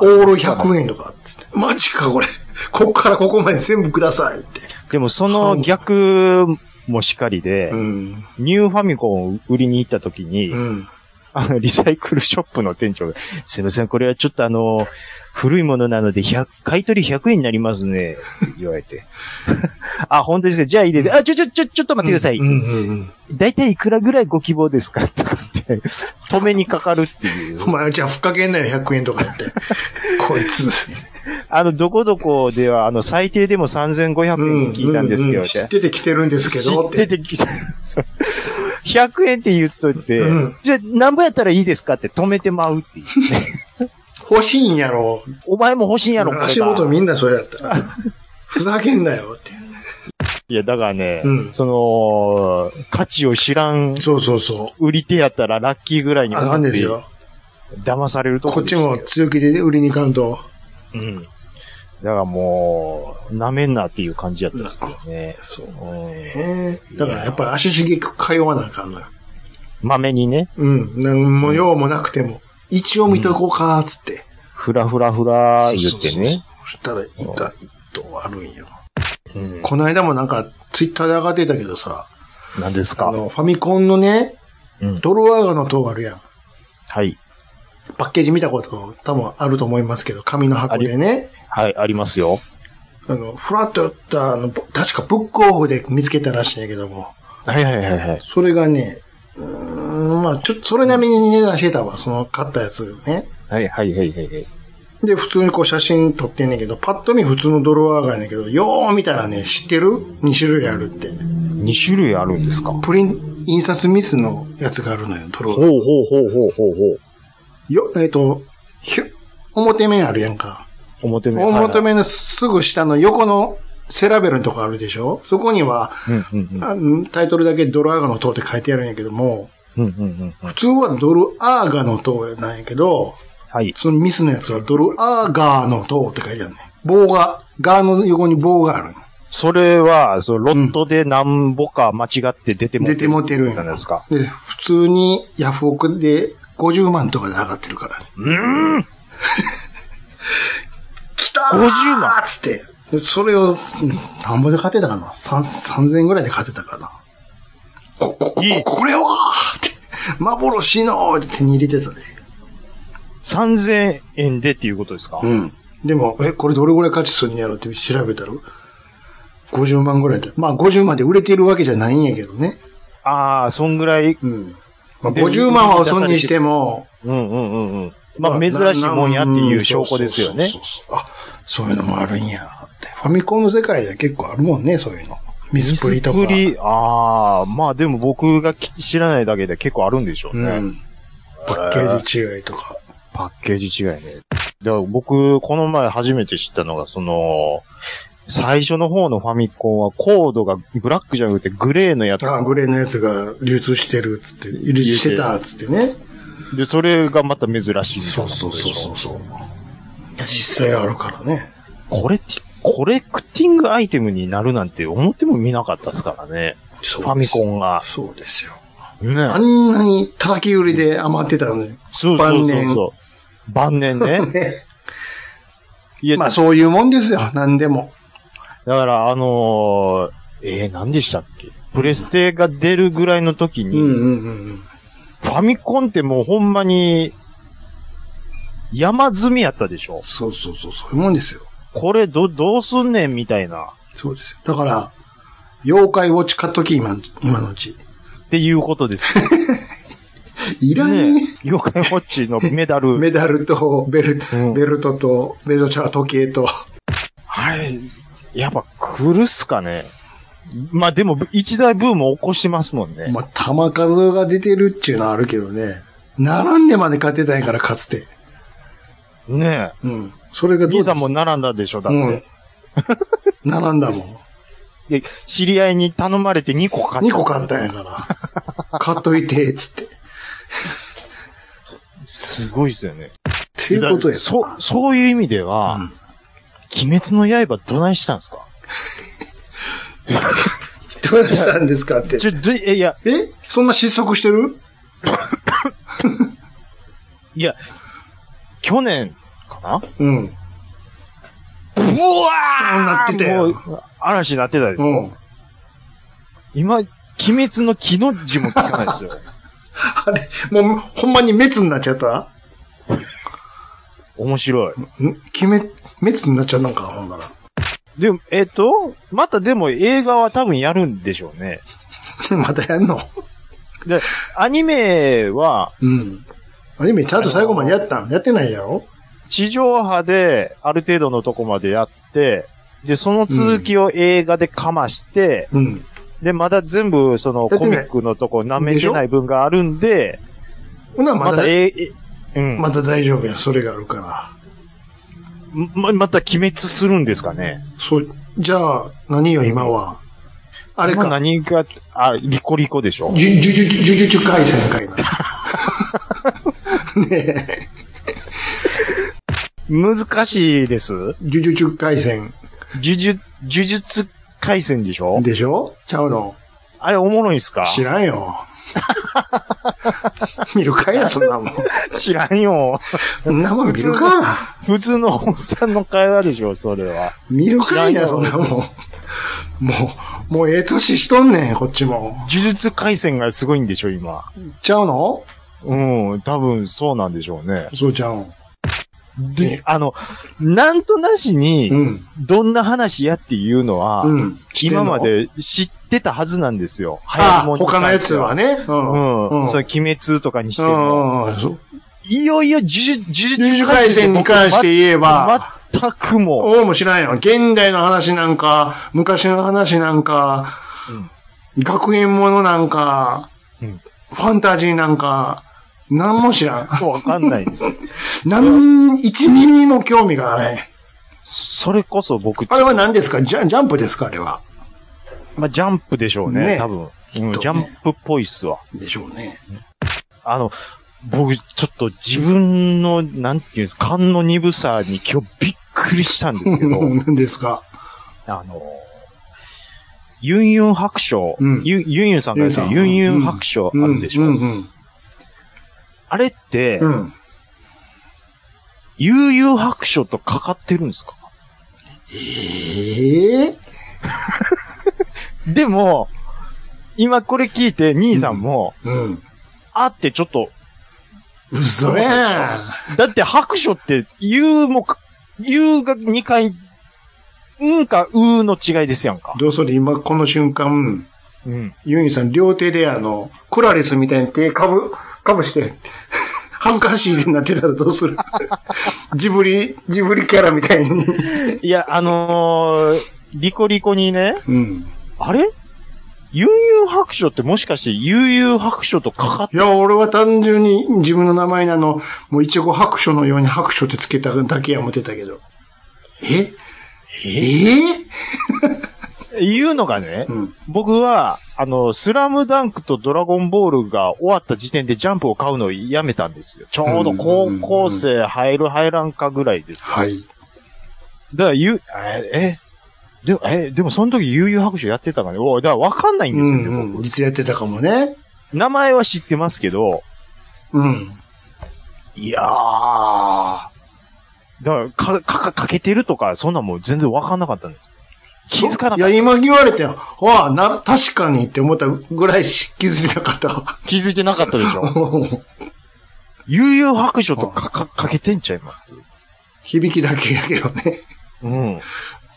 A: ール100円とかっつって。マジか、これ。ここからここまで全部くださいって。
C: でもその逆もしかりで、
A: うん。
C: ニューファミコンを売りに行った時に、
A: うん。
C: あ の、リサイクルショップの店長が、すいません、これはちょっとあの、古いものなので、100買い取り100円になります ね、って言われて。 あ、本当ですかじゃあいいです。あ、ちょ、ちょ、ちょ、ちょっと待ってください。
A: うんうんうん。
C: だいたいいくらぐらいご希望ですかとかって、 止めにかかるっていう
A: お。前、じゃあ、ふっかけんなよ、100円と かって。こいつ。
C: あの、どこどこでは、あの、最低でも3500円に聞いたんですけど、
A: ううう知ってて来てるんですけ
C: 知
A: どっ
C: って
A: て。
C: てきた。100円って言っといて、
A: うん
C: じゃあ、なんぼやったらいいですかって止めてまうっていう。
A: 欲しいんやろ。
C: お前も欲しいんやろ、これが
A: 足元みんなそれやったら。ふざけんなよって。
C: いや、だからね、
A: うん
C: その、価値を知らん
A: そうそうそ。
C: 売り手やったらラッキーぐらいうに
A: あかんですよ。
C: 騙されると
A: こっち
C: でした
A: も強気で売りに行かんと。
C: けど。うん。だからもう、舐めんなっていう感じやったんですけどね。
A: そう
C: うん
A: ね。だからやっぱり足しげく通わなあかんのよ。
C: まめにね、
A: うん。なんも用もなくても。一応見とこうか、つって。
C: ふらふらふら言ってね。
A: そしたら、いた、一頭あるんよ。
C: うん
A: この間もなんか、ツイッターで上がってたけどさ、
C: 何です
A: あ
C: か
A: の、ファミコンのね、
C: うん
A: ドロワーガの塔あるやん。
C: はい。
A: パッケージ見たこと多分あると思いますけど、紙の箱でね、
C: はい、ありますよ。
A: あの、フラッとやった、あの、ぼ確かブックオフで見つけたらしいんやけども、
C: はいはいはいはい。
A: それがね、うーん、まあちょっとそれなりに値段してたわ、その買ったやつね。
C: はいはいはいはいはい。
A: で、普通にこう写真撮ってんねんけど、パッと見普通のドロワーガーやねんけど、よー見たらね、知ってる ?2 種類あるって。
C: 2種類あるんですかほ
A: プリン、印刷ミスのやつがあるのよ、ドロワ
C: う
A: ーガー
C: ほうほうほうほうほう。
A: よ、えっ、と、ひゅ、表面あるやんか。
C: 表面。
A: 表面のすぐ下の横のセラベルのとこあるでしょそこには、
C: はいはい。うんうん
A: あんタイトルだけドルアーガの塔って書いてあるんやけども、
C: うん。うんうんうん。
A: 普通はドルアーガの塔なんやけど、
C: はい。
A: そのミスのやつはドルアーガーの塔って書いてあるね。棒が、ガーの横に棒がある。
C: それは、そのロットで何ぼか間違って出ても
A: 出てもてるん
C: なん
A: や。
C: ですか。
A: で、普通にヤフオクで50万とかで上がってるから。
C: うーん
A: 来たー
C: 50万
A: つって。でそれを、なんぼで勝てたかな三3000円ぐらいで勝てたかなこ、こ、こ、これはーって、幻のーって手に入れてたで。
C: !3000 円でっていうことですか、
A: うん。でも、え、これどれぐらい価値するんやろって調べたら、50万ぐらいで。まあ50万で売れてるわけじゃないんやけどね。
C: ああ、そんぐらい。
A: うん。まあ50万は嘘にしても、
C: うんうんうんうん。まあ、珍しいもんやっていう証拠ですよね
A: そ。うそうそうそうあ、そういうのもあるんやって。ファミコンの世界では結構あるもんね、そういうの。ミスプリとか。
C: ミスプリああ、まあでも僕がき知らないだけで結構あるんでしょう
A: う
C: ね。
A: ん。パッケージ違いとか。
C: パッケージ違いね。だから僕、この前初めて知ったのが、その、最初の方のファミコンはコードがブラックじゃなくてグレーのやつ。
A: あ、グレーのやつが流通してるっつって、流通してたっつってね。
C: で、それがまた珍しいみたい
A: そう
C: な
A: そ
C: こと
A: う
C: でし
A: そ
C: ょ
A: うそうそう。実際あるからね。
C: コレティ、コレクティングアイテムになるなんて思っても見なかったですからね。
A: フ
C: ファミコ。ンが。
A: そうですよ。
C: ね。
A: あんなに叩き売りで余ってたのに。
C: そうそうそうそう。晩年ね。
A: ね
C: いや、
A: まあそういうもんですよ、何でも。
C: だからあのー、えー、何でしたっけプレステが出るぐらいの時
A: うん
C: に、
A: うんうん
C: ファミコンってもうほんまに、山積みやったでしょ
A: そうそうそう、そういうもんですよ。
C: これど、どうすんねんみたいな、
A: そうですよ。だから、妖怪ウォッチ買っとき、今、今のうち。
C: っていうことですよ。
A: いらんね
C: ね。妖怪ウォッチのメダ ル。
A: メダルとベルト、
C: うん
A: ベルトと、ベルトちゃう時計と。
C: はい。やっぱ来るっすかね。まあでも、一大ブームを起こしてますもんね。
A: まあ、玉数が出てるっちゅうのはあるけどね。並んでまで勝てたんやから、かつて。
C: ね
A: うん。それが
C: え。
A: どうで
C: 兄
A: す
C: さんも並んだでしょだっ
A: う
C: て、
A: ん。並んだもん。
C: で、知り合いに頼まれて2個買っ
A: 2
C: た。
A: 個買ったんやから。買っといて、つって。っ
C: すごいですよね。
A: ていうことや。
C: そう、そういう意味では、
A: うん
C: 鬼滅の刃どないしたんですか
A: どうしたんですかって。
C: ちょ、どえいや、
A: えそんな失速してる
C: いや、去年かな
A: うん。
C: ブワー
A: なってたよ
C: もう嵐なってたでしょ
A: うん。
C: 今、鬼滅の木の字も聞かないですよ。
A: あれ、もう、ほんまに滅になっちゃった
C: 面白い。
A: ん決め、滅になっちゃったんか、ほんなら。
C: でも、えっ、と、またでも映画は多分やるんでしょうね。
A: またやんの
C: で、アニメは
A: うん。アニメちゃんと最後までやったんやってないやろ
C: 地上波である程度のとこまでやって、で、その続きを映画でかまして、
A: うん。
C: で、まだ全部その
A: やって
C: コ
A: み
C: ミ
A: ない
C: ックのとこ舐めてない分があるんで、
A: ほな、ま
C: ま
A: だ
C: た、え、えうん。ま、
A: また大丈夫や。それがあるから。
C: ままた鬼滅するんですかね。
A: そう、じゃあ、何よ、今は。あ
C: あ
A: れか。
C: 何が、あ、リコリコでしょ。
A: じゅ、じゅ、じゅ、じゅ、じゅ、じゅ、回線かいな。ねえ。
C: 難しいです。
A: じゅ、じゅ、じゅ、回線
C: 呪術、呪術回戦でしょ
A: でしょちゃうの
C: あれおもろいんすか
A: 知らんよ。 見るかいな、そんなもん。
C: 知らんよ。
A: そんなもん見るか。
C: 普通のおっさんの会話でしょ、それは。
A: 見るかいな、
C: 知ら
A: そん
C: んよ
A: なもん。もう、もうええ年しとんねん、こっちも。
C: 呪術回戦がすごいんでしょ、今。
A: ちゃうの
C: うん、多分そうなんでしょうね。
A: そうちゃうん。ね
C: で、あの、なんとなし
A: う
C: に、
A: ん。
C: どんな話やっていうのは、
A: うん。
C: 今まで知ってたはずなんですよ。
A: あ、
C: もんに
A: 他のやつはね。
C: 関
A: う
C: して
A: ん。
C: は。
A: う
C: うんん。それ、鬼滅とかにして
A: う
C: も。
A: んうんうん。そう
C: いよいよ、呪術、呪術
A: 呪術回戦に関して言えば、
C: 僕は全くも
A: おうも知らんよ。現代の話なんか、昔の話なんか、学園ものなんか、
C: うん
A: ファンタジーなんか、なんも知らん。
C: う、わかんないんですよ。
A: なん、1ミリも興味がない。
C: それこそ僕、
A: あれは何ですかジャジャンプですかあれは。
C: まあ、ジャンプでしょう
A: ね
C: ね、多分。うん
A: とね
C: ジャンプっぽいっすわ。
A: でしょうね。
C: あの、僕、ちょっと自分の、なんていうんですか、勘の鈍さに今日びっくりしたんですけど、
A: 何ですか
C: あの、ユンユン白書、
A: うん
C: ユンユンユンさんが言ってる
A: ユ
C: ユ
A: ン
C: ン
A: ユ
C: ユ
A: ン
C: ン
A: さん
C: 白書あるでしょ、
A: うんうん
C: あれって、
A: うん。うん。
C: 悠々白書とかかってるんですか
A: ええ
C: でも、今これ聞いて、兄さんも、
A: うん。
C: あってちょっと、
A: 嘘やん。
C: だって白書って、言うもか、言うが2回、うんかうーの違いですやんか。
A: どうそれ今この瞬間、
C: うん。
A: ユンユさん両手であの、クラリスみたいに手かぶ、かぶして、 恥ずかしいなってたらどうする ジブリ、ジブリキャラみたいに。
C: いや、あのー、リコリコにね、
A: うん。
C: あれ悠々白書ってもしかして悠々白書とかかっ
A: いや、俺は単純に自分の名前なの、もう一応白書のように白書ってつけただけや思ってたけど。ええ
C: ていうのがね
A: う、ん。
C: 僕は、あの、スラムダンクとドラゴンボールが終わった時点でジャンプを買うのをやめたんですよ。ちょうど高校生入る入らんかぐらいですよ。
A: はい。
C: だから、ゆ、え、え、でも、え、でもその時悠々白書やってたからね。おいだからわかんないん
A: う
C: ですよね、
A: んうん。
C: 僕。
A: いつやってたかもね。
C: 名前は知ってますけど、
A: うん。
C: いやー。だから、か、か、か、かけてるとか、そんなんもう全然わかんなかったんです。気づかないかっ
A: や、今言われて、わあ、な、確かにって思ったぐらいし気づいてなかったわ。
C: た。気づいてなかったでしょ。悠々白書とか、か、かけてんちゃいます
A: 響きだけやけどね。
C: うん。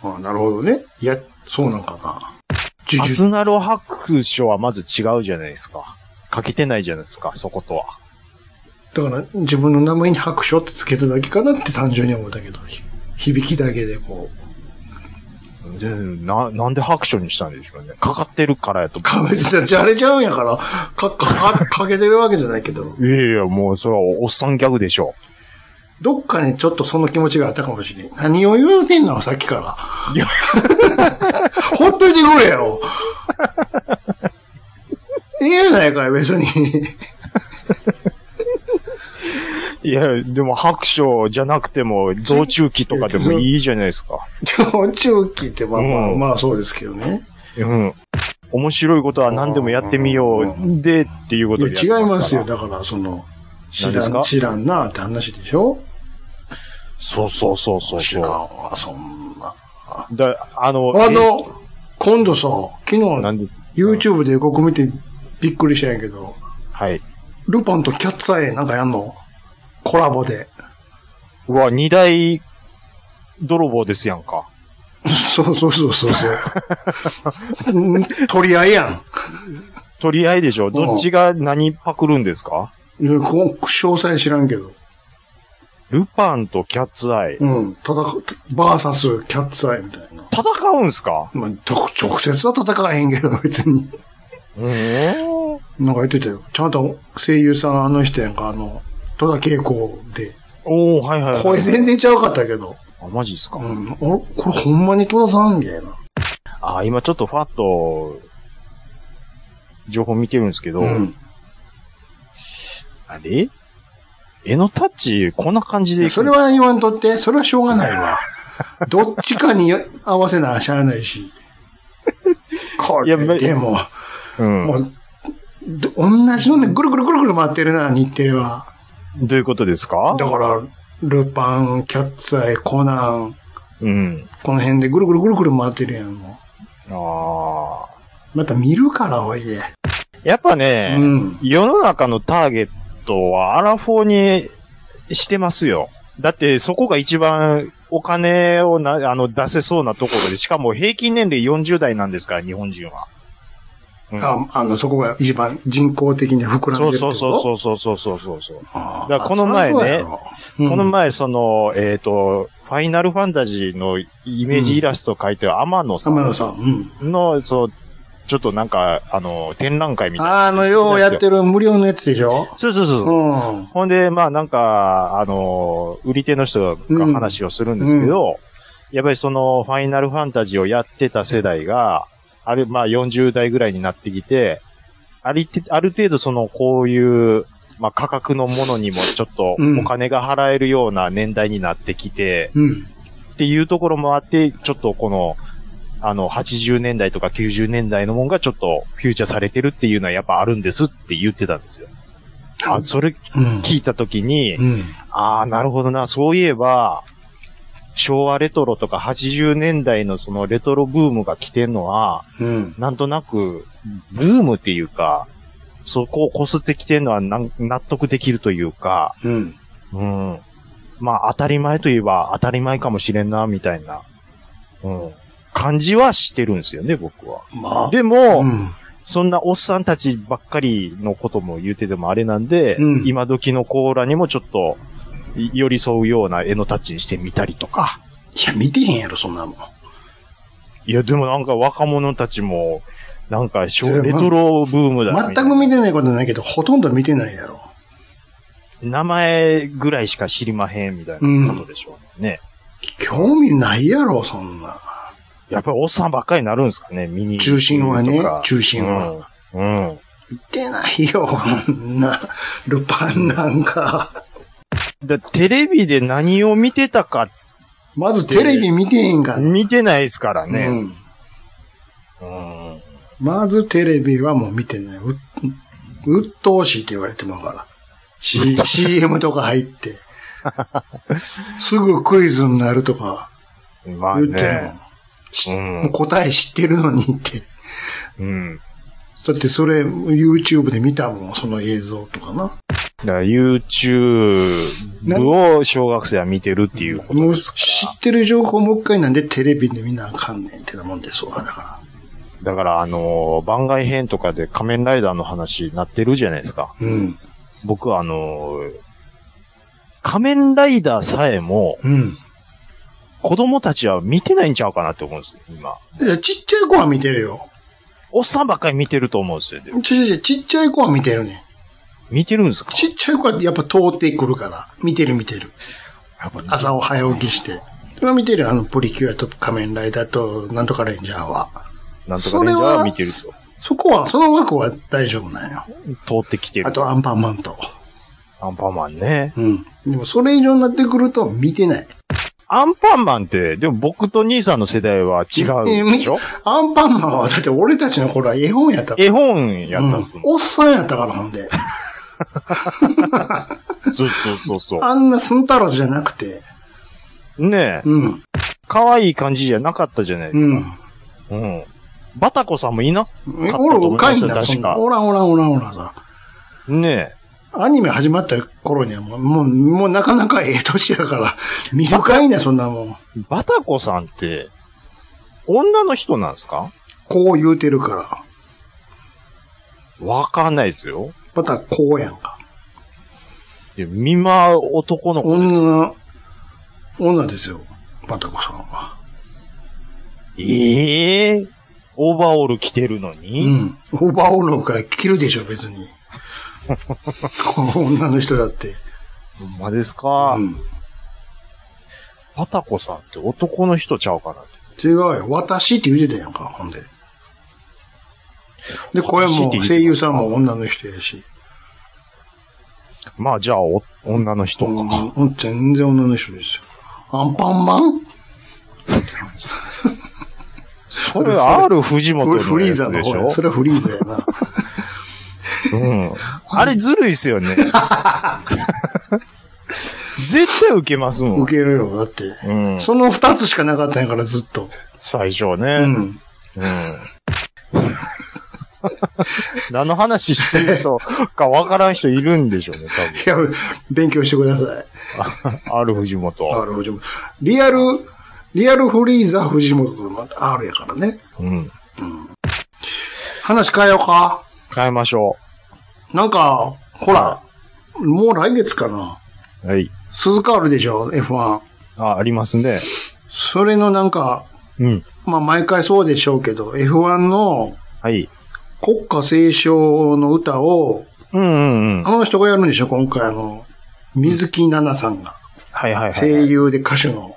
A: あなるほどね。いや、そうなんかな。ジュ
C: ア
A: ジュ
C: スナロ白書はまず違うじゃないですか。かけてないじゃないですか、そことは。
A: だから、自分の名前に白書ってつけただけかなって単純に思ったけど、ひ響きだけでこう。
C: でな、なんで白書にしたんでしょうね。かかってるからやと。
A: か別にじゃれちゃうんやから、か、か、かかけてるわけじゃないけど、
C: いやいや、もうそれはおっさんギャグでしょ。
A: どっかにちょっとその気持ちがあったかもしれん。何を言うてんのさっ きから。
C: いや
A: ほっといてくれよ。いいやないかい、別に。
C: いや、でも白書じゃなくても、道中記とかでもいいじゃないですか。
A: もちろん聞いて、まあまあ、
C: うん
A: まあそうですけどね。
C: うん。面白いことは何でもやってみよ
A: う
C: う。で、っていうこ
A: い
C: と
A: や、
C: で
A: 違いますよ。
C: やってから
A: だから、その、知
C: 何で
A: ら
C: す
A: ん、
C: か
A: 知らんなって話でしょ
C: そうそうそうそう
A: 知らん
C: そ
A: わ、そんな。
C: う。だ、あの、
A: あの、今度さ、昨
C: え、な
A: 日、
C: んです。
A: YouTube で予告見てびっくりしたんやけど、
C: はい。
A: ルパンとキャッツアイなんかやんのコラボで。
C: うわ、二大泥棒ですやんか。
A: そうそうそうそう そう。ん取り合いや
C: 取り合いでしょどっちが何パクるんですか
A: ん。いやこ詳細知らんけど。
C: ルパンとキャッツアイ。
A: うん。戦う、バーサスキャッツアイみたいな。
C: 戦うんすか
A: まあ、と直接は戦わへんけど、別に。
C: うん。
A: なんか言ってたよ。ちゃんと声優さんあの人やんか、あの、戸田恵子で。
C: おー、はいはい、はい。
A: 声全然ちゃうかったけど。
C: あ、マジっすか、
A: うん。あこれほんまに戸田さんみたいな。
C: あ、今ちょっとファッと、情報見てるんですけど、
A: うん。
C: あれ絵のタッチ、こんな感じでいく
A: それは言わんとって、それはしょうがない わ。どっちかによ合わせなあしゃあないし。これ、
C: いやま
A: でも、
C: うん。
A: もう、ど同じのね、ぐるぐるぐるぐる回ってるな、日テレは。
C: どういうことですか
A: だから、ルパン、キャッツアイ、コナン、
C: うん。
A: この辺でぐるぐるぐるぐる回ってるやん、も
C: ああ。
A: う。また見るから、おいで。
C: やっぱ
A: う
C: ね、
A: ん。
C: 世の中のターゲットはアラフォーにしてますよ。だってそこが一番お金をな、あの、出せそうなところで、しかも平均年齢40代なんですから、日本人は。うん
A: ああの、そこが一番人工的に膨らんで
C: そ
A: るっ
C: う
A: て
C: そう
A: こと
C: そうそうそうそうそうそう。
A: あー
C: だからこの前ね
A: そうやろうん
C: この前、その、えっ、と、ファイナルファンタジーのイメージイラスト描いてる天野さ
A: 天野
C: ん
A: さん、うん。
C: の、そう、ちょっとなんか、あの、展覧会みたいな。
A: あの、ようやってる無料のやつでしょ
C: そうそうそうそ
A: う
C: う。
A: ん。
C: ほんで、まあなんか、あの、売り手の人が話をするんですけど、やっぱりその、ファイナルファンタジーをやってた世代が、あれ、まあ40代ぐらいになってきて、ありて、ある程度その、こういう、まあ価格のものにもちょっと
A: うん
C: お金が払えるような年代になってきて、
A: うん。
C: っていうところもあって、ちょっとこの、あの、80年代とか90年代のもんがちょっとフューチャーされてるっていうのはやっぱあるんですって言ってたんですよ。あ、それ
A: うん。
C: 聞いたときに、
A: うん。
C: ああ、なるほどな、そういえば、昭和レトロとか80年代のそのレトロブームが来てんのは、
A: うん。
C: なんとなく、ブームっていうか、そこを擦ってきてんのはなん納得できるというか、
A: うん。
C: うん。まあ、当たり前といえば当たり前かもしれんな、みたいな、うん。感じはしてるんですよね、僕は。
A: まあ。
C: でも、
A: うん。
C: そんなおっさんたちばっかりのことも言うててもあれなんで、
A: うん
C: 今時のコーラにもちょっと、い寄り添うような絵のタッチにしてみたりとか。
A: いや、見てへんやろ、そんなもん。
C: いや、でもなんか若者たちも、なんかしょ、
A: いやま
C: レトロブームだみたいな
A: 全く見てないことないけど、ほとんど見てないやろ。
C: 名前ぐらいしか知りまへんみたいなことでしょうね。
A: 興味ないやろ、そんな。
C: やっぱりおっさんばっかりになるんですかね、ミニ。
A: 中心はね
C: とか
A: 中心は。
C: うん。うん
A: 見てないよ、こんな。ルパンなんか。
C: だテレビで何を見てたか
A: まずテレビ見てへんから。
C: 見てないですから
A: う
C: ね。
A: ん。
C: うん
A: まずテレビはもう見てない。う、う鬱陶しいって言われてもうから。C、CM とか入って。すぐクイズになるとか
C: まあ
A: 言ってるもん
C: ね。
A: し
C: うん
A: もう答え知ってるのにって。
C: うん。
A: だってそれ YouTube で見たもん、その映像とかな。
C: だから YouTube を小学生は見てるっていうこと
A: もう
C: ですか。
A: 知ってる情報もう一回なんでテレビで見なあかんねんってなもんですわ、だから
C: だから、あのー番外編とかで仮面ライダーの話なってるじゃないですか。
A: ら。うん。
C: 僕はあのー仮面ライダーさえも
A: うん。
C: 子供たちは見てないんちゃうかなって思うんですよ、今。
A: いやちっちゃい子は見てるよ。
C: おっさんばっかり見てると思うんですよ。でも
A: ちょちょちょちっちゃい子は見てるねん。
C: 見てるんですか
A: ちっちゃい子はやっぱ通ってくるから、見てる見てる。
C: やっぱね
A: 朝を早起きして。それは見てるよあの、プリキュアと仮面ライダーと、なんとかレンジャーは。
C: なんとかレンジャーは見てると。
A: そこは、その枠は大丈夫なんよ。
C: 通ってきてる。
A: あと、アンパンマンと。
C: アンパンマンね。
A: うん。でも、それ以上になってくると、見てない。
C: アンパンマンって、でも僕と兄さんの世代は違うでしょ
A: アンパンマンは、だって俺たちの頃は絵本やったから
C: 絵本やったっす
A: う
C: も
A: んおっさんやったから、ほんで。
C: ん。そうそうそうそ
A: あんなスンタロスじゃなくて。
C: う。ねえ、
A: うん。
C: 可愛い感じじゃなかったじゃないで
A: う
C: す
A: ん。
C: か。うん。バタコさんもいな、
A: え
C: ったと
A: お
C: 思いま
A: ら、
C: すよ
A: おかいんだ、
C: 確か
A: そんなおらんおらんおらんおらんさ。
C: ね
A: アニメ始まった頃にはもう、もう、もうなかなかええ年やから、見るかいな、そんなもん。
C: え、バタコさんって、女の人なんですか
A: こう言うてるから。
C: わかんないですよ。
A: また、こうやんか。
C: いや見ま男の子です。
A: 女、女ですよ。バタコさんは。
C: ええオーバーオール着てるの
A: う
C: に、
A: ん。オーバーオールから着るでしょ、別に。女の人だって。
C: ほんまですか、
A: うん。
C: バタコさんって男の人ちゃうかなって。
A: 違うよ。私って言うてたやんか、ほんで。で、声
C: 私って
A: も
C: 言うて、た
A: 声優さんも女の人やし。
C: まあじゃあお、女の人か。
A: うん、全然女の人ですよ。アンパンマン
C: それ、R 藤本の
A: 俺
C: やつ
A: フリーザの
C: でし
A: 方
C: ょ
A: や。それはフリーザやな。
C: うん。あれずるいっす よね。絶対受けますもん。
A: 受けるよ、だって。
C: うん。
A: その二つしかなかったんやから、ずっと。
C: 最初
A: う
C: ね。
A: ん。
C: うん。 何の話してる人かわからん人いるんでしょうね、
A: いや、勉強してください。
C: 多分。R 藤
A: あ
C: 本。
A: る藤本。リアル、リアルフリーザ藤本の R やからね。
C: うん。
A: 話変えようか。
C: 変えましょ
A: なんか、ほら、もう来月かな。
C: う。はい。
A: 鈴鹿あるでしょ、F1。
C: あ、ありますね。
A: それのなんか、
C: うん。
A: まあ毎回そうでしょうけど、F1 の
C: はい。
A: 国歌斉唱の歌を、
C: うんうんうん。
A: あの人がやるんでしょ今回あの、水木奈々さんが。
C: はいはいはい、
A: 声優で歌手の、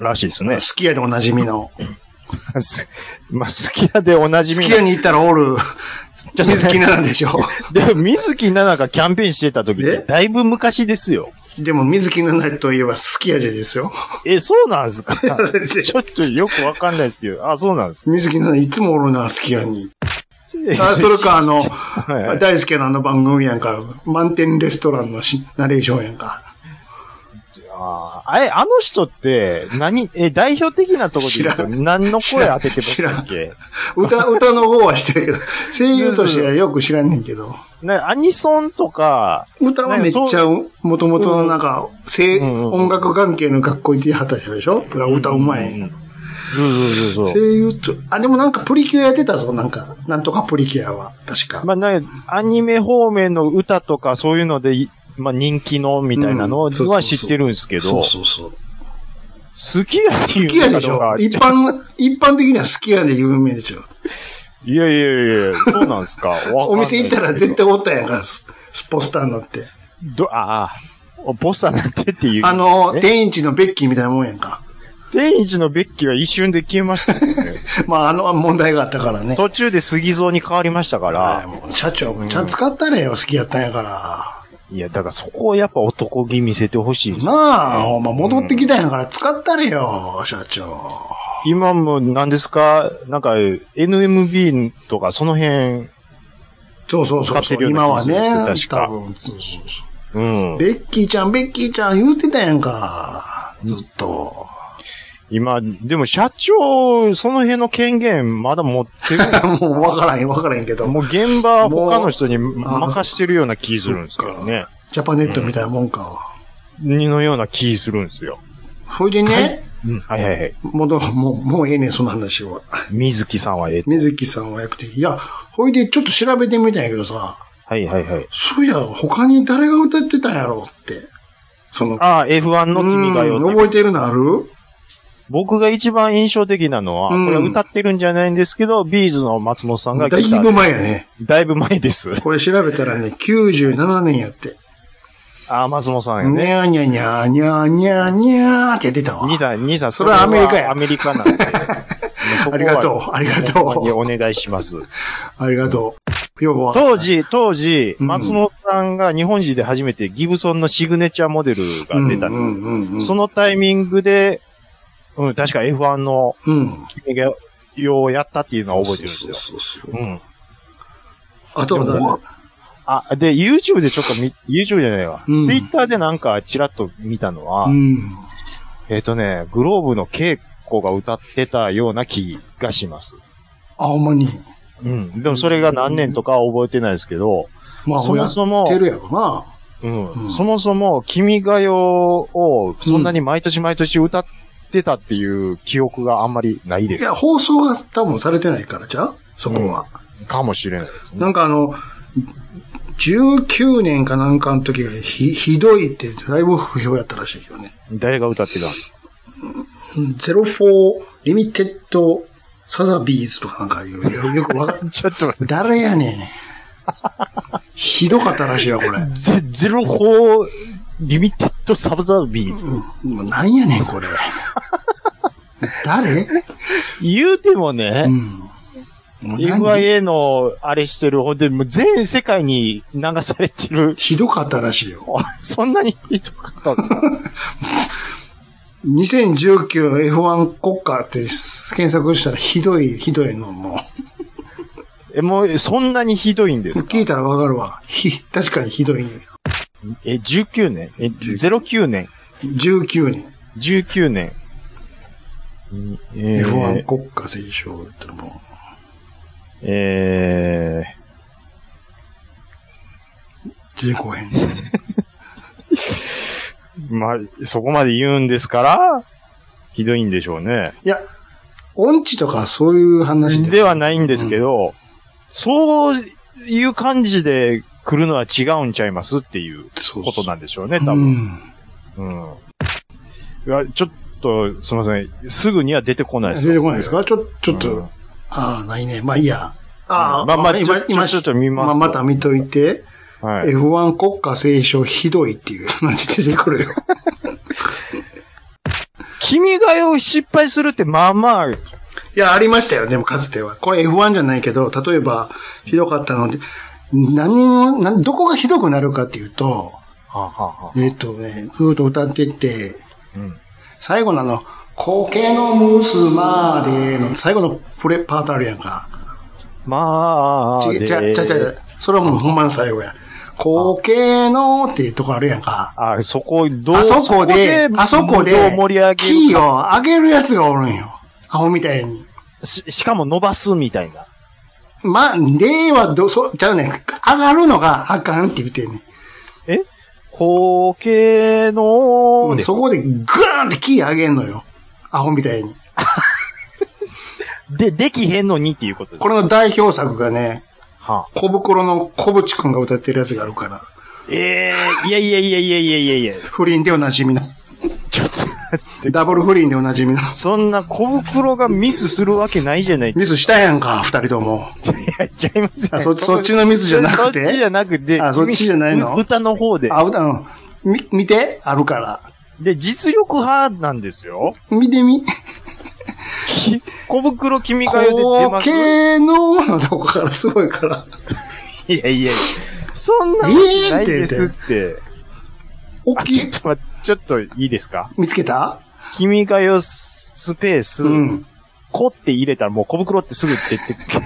C: らしいです
A: 好
C: ね。
A: き家でおなじみの。
C: すまあ、好き屋でおなじ
A: 好
C: み
A: き
C: の
A: 家に行ったらお る、
C: ちょっと待って
A: 水木奈々でしょ
C: でも、水木奈々がキャンペーンしてた時って、
A: え
C: だいぶ昔ですよ。
A: でも水木奈々といえば好き家でです よ。
C: え、そうなんで すかち
A: だって
C: ょっとよくわかんないですけど、あ、そうなんです。
A: 水木奈々いつもおるな、好き家に。
C: え
A: あ、それかあの、
C: い はい
A: 大好きなあの番組やんか、満点レストランのしナレーションやんか。
C: あーあれ、あの人って、何、え、代表的なところで言うと
A: 知ら
C: 何の声当ててましたっけ
A: 歌、歌の方はしてるけど、声優としてはよく知らんねんけど、
C: なアニソンとか、
A: 歌はめっちゃ、もともとのなんか、声、
C: うんうん
A: 音楽関係の学校行ってはった人でしょ歌うまい。
C: そうそうそう
A: 声
C: そう。
A: 優と、あ、でもなんかプリキュアやってたぞ、なんか。なんとかプリキュアは、確か。
C: まあ、なんかアニメ方面の歌とかそういうのでい、まあ、人気のみたいなの
A: うんそうそうそう
C: は知ってるんですけど、
A: そう
C: 好
A: そうそう。好
C: きやって
A: き
C: い
A: や
C: うの
A: で
C: か
A: し
C: どう
A: ょ
C: か
A: 一般、一般的には好きやで有名でしょ。
C: いやいやいや、そうなん ですか。わかんない
A: お店行ったら絶対おったやんか、ススポスターになって。
C: ど、ああ、ボスターなんてっていう。
A: あの、
C: え
A: 天一のベッキーみたいなもんやんか。
C: 天一のベッキーは一瞬で消えましたもん ね。
A: まあ、あの問題があったからね。
C: 途中で杉蔵に変わりましたか
A: はい
C: ら。
A: もう社長、ちゃんと使ったらよ、好きやったんやから。
C: いや、だからそこをやっぱ男気見せてほしいです。
A: なあ、ほんま戻ってきたんやから、使ったれよ、社長。
C: 今も何ですかなんか NMB とかその辺、
A: そうそうそう
C: 使
A: そ
C: って
A: う、
C: る
A: 今
C: ような
A: は
C: 気が
A: ね、
C: する確か
A: 多分そうそうそ
C: うん
A: う。。ベッキーちゃん、ベッキーちゃん言うてたやんか、ずっ と。
C: 今、でも社長、その辺の権限まだ持 ってる。
A: もう分からへん、分からへんけど。
C: もう現場は
A: もう
C: 他の人に
A: あ
C: 任してるような気するんですけどね。
A: ジャパネットみたいなもんか。
C: にのような気するんですよ。
A: ほいでね、
C: うん。はいはいはい。
A: 戻ろう、もう、もうええねん、その話は。
C: 水木さんはええ。
A: 水木さんは役的。いや、ほいでちょっと調べてみたんやけどさ、
C: はいはいはい。
A: そういや、他に誰が歌ってたんやろうって。その、
C: ああ、F1 の君が
A: う
C: よ
A: ん
C: って
A: 覚えてるのある
C: 僕が一番印象的なのは、
A: うん
C: これは歌ってるんじゃないんですけど、ビーズの松本さんが
A: だ
C: ギタ
A: い
C: ー
A: ぶ前やね。
C: だいぶ前です。
A: これ調べたらね、97年やって。
C: ああ、松本さんやね。
A: にゃーにゃーにゃーにゃーにゃーにゃーって出たわ。
C: 兄さん、兄さん、
A: それはアメリカや
C: アメリカなんで。そこは
A: ありがとう、ありがと
C: ほんまに
A: う、
C: お願いします。
A: ありがとう。要は、
C: 当時、当時、
A: うん
C: 松本さんが日本人で初めてギブソンのシグネチャーモデルが出たんです。
A: うんうんうんうん
C: そのタイミングで、うん、確か F1 の
A: うん。
C: 君がようやったっていうのは覚えてるんですよ。
E: そうそうそうそう
C: うん。
A: あとは
C: でも
A: だ、
C: あ、で、YouTube でちょっと見、YouTube じゃないわ。
A: うん
C: Twitter でなんかちらっと見たのは、
A: うん。
C: えっ、とね、グローブの稽古が歌ってたような気がします。
A: あ、ほんまに。
C: うん。でもそれが何年とかは覚えてないですけど、
A: まあ、
C: そ
A: ほや
C: も
A: っ
C: そも、
A: てるやろな。
C: うん
A: うん
C: そもそも、君が代をそんなに毎年毎年歌ってたっていう記憶があんまりないで
A: い
C: す。
A: や、放送が多分されてないからじゃうそこは。
C: かもしれないです
A: な
C: ね。
A: んかあの、19年かなんかの時がひひどいって、だいぶ不評やったらしいけどね。
C: 誰が歌ってたんですか
A: 04リミテッドサザビーズとかなんかいう、よく わか
C: ちょっと待って、
A: 誰やねん。ひどかったらしいよ、これ。
C: ゼゼロフォーリミテッドサブザビーズ。
A: もうなんやねん、 これ。誰
C: 言うても
A: う
C: ね、
A: ん。もう何
C: FIA のあれしてる、ほんで、もう全世界に流されてる。
A: ひどかったらしいよ。
C: あそんなにひどかったん ですか
A: 2019F1 国家って検索したらひどい、ひどいのも
C: え、もう、そんなにひどいんで
A: う。
C: すか
A: 聞いたらわかるわ。ひ、確かにひどいんや。
C: え、19年え、09年
A: 19年。
C: 19年。うんえ
A: F1
C: ー、
A: 国家斉唱ってのも
C: え
A: 前後編。
C: ー、まあ、そこまで言うんですから、ひどいんでしょうね。
A: いや、音痴とかそういう話
C: ではないんですけど、そういう感じで来るのは違うんちゃいますっていう
A: そう
C: ことなんでしょうね、
A: う
C: 多分。
A: ん。
C: うん。いや、ちょっと、すみません。すぐには出てこないです
A: 出
C: よ
A: てこないですかちょ、ちょっと、
C: うん
A: ああ、ないね。まあいいや。ああ、
C: まあまあち
A: 今
C: ょちょっと見ます
A: まあまた見といて、
C: はい。
A: F1 国家斉唱ひどいっていう話出てくるよ。
C: 君が代を失敗するって、まあまあ、
A: いや、ありましたよ、でもかつては。これ F1 じゃないけど、例えば、ひどかったので、何を、何どこがひどくなるかっていうと、
C: はあはあはあ
A: えっ、とね、ふーっと歌ってって、
C: うん
A: 最後のあの、苔のムスまでの、最後のプレパートあるやんか。
C: まあ、
A: 違う、
C: で
A: 違う、違う、違う。それはもうほんまの最後や。苔のっていうとこあるやんか。
C: あ、そこ、どう
A: あそこで、あそこで、
C: どう盛り上げ
A: キ
C: る
A: ー
C: か
A: を上げるやつがおるんよ。アホみたいに。
C: し、しかも伸ばすみたいな。
A: まあ、例はど、そう、ちゃうねん。上がるのがあかんって言ってんねん。
C: え後継の
A: うん
C: で
A: そこでグーンってキー上げんのよ。アホみたいに。
C: で、できへんのにっていうことです。
A: これの代表作がね、
C: はあ、
A: 小袋の小渕くんが歌ってるやつがあるから。
C: ええいやいやいやいやいやいやいや
A: 不倫でおなじみの。
C: ちょっと、
A: ダブル不倫でおなじみの。
C: そんな小袋がミスするわけないじゃない。
A: ミスしたやんか、二人とも。
C: やっちゃいますよ、
A: あそそっちのミスじゃなくて
C: そっちじゃなくて。
A: あそっちじゃないの
C: う歌の方で。
A: あ、歌の、み、見てあるから。
C: で、実力派なんです よ。
A: 見てみ。
C: き小袋君が代で出
A: 後
C: ます。い
A: 継ののとこからすごいから。
C: やいやいや。そんなわけないですって。
A: おっ
C: あ、
A: き
C: ち
A: い
C: ょっ。と待って、ちょっといいですか
A: 見つけた
C: 君が代スペース、
A: うん。
C: こって入れたらもう小袋ってすぐって言って、ちょ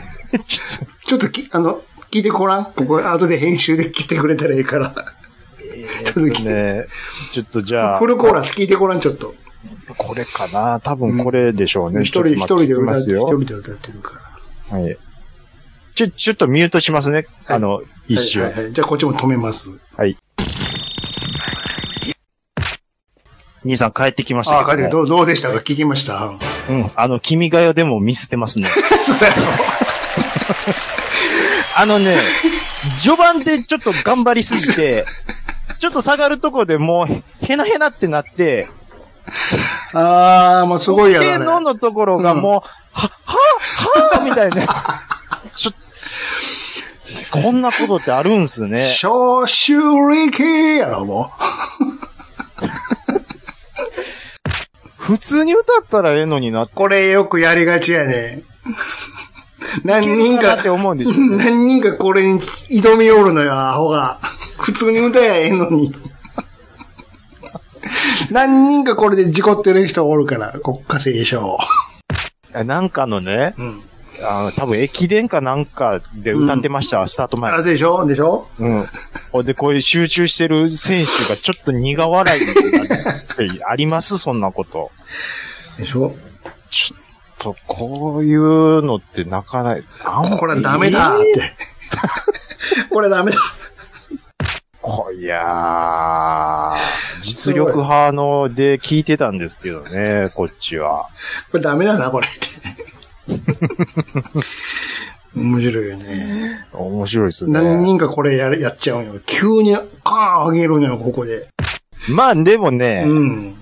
C: っ
A: ちょっとき、あの、聞いてごらん。ここ、後で編集で聞いてくれたらいいから。ちょっと聞い
C: と
A: て
C: ね、ちょっとじゃあ
A: フ、ルコーラス聞いてごらん、ちょっと。
C: これかな多分これでしょうね。
A: 一人、一
C: ちょっと待
A: 人
C: っ
A: で
C: て
A: 歌
C: ま
A: って、
C: す
A: 一
C: よ。
A: 人で歌ってるから。
C: はい。ちょ、ちょっとミュートしますね。あの、一瞬。
A: はいはいはい。じゃあこっちも止めます。
C: 兄さん帰ってきました
A: あ
C: けど
A: あ、かり
C: も。
A: どう、どうでしたか聞きました。うん
C: うん。あの、君が代でも見捨てますね。あのね、序盤でちょっと頑張りすぎて、ちょっと下がるとこでもう、へなへなってなって、
A: ああ、もうすごいや
C: 系の
A: ろ、ね。
C: のところがもう、は、は、はみた いな。ちょこんなことってあるんすね。
A: 消臭力やろ、も
C: 普通に歌ったらええのになって
A: う。。これよくやりがち やね。何人
C: いけるか
A: か
C: なって思うんでしょうね
A: 何人かこれに 挑みおるのよ、アホが。普通に歌やええのに。何人かこれで事故ってる人おるから、国家斉唱。
C: えなんかのね、
A: うん。
C: あの、多分駅伝かなんかで歌ってました、スタート前
A: あ、。でしょでしょ
C: うん。ほんで、こういう集中してる選手がちょっと苦笑いになるってありますそんなこと。
A: でしょ
C: ちょっと、こういうのってなかなか、なん
A: これはダメだって。 これダメだ。
C: こいやー、実力派ので聞いてたんですけどね、こっちは。
A: これダメだな、こ れって。面白いよね。
C: 面白いです
A: 何
C: ね。
A: 人かこれやるやっちゃうんよ。急に、カーン上げるのよ、ここで。
C: まあ、でもね、
A: うん。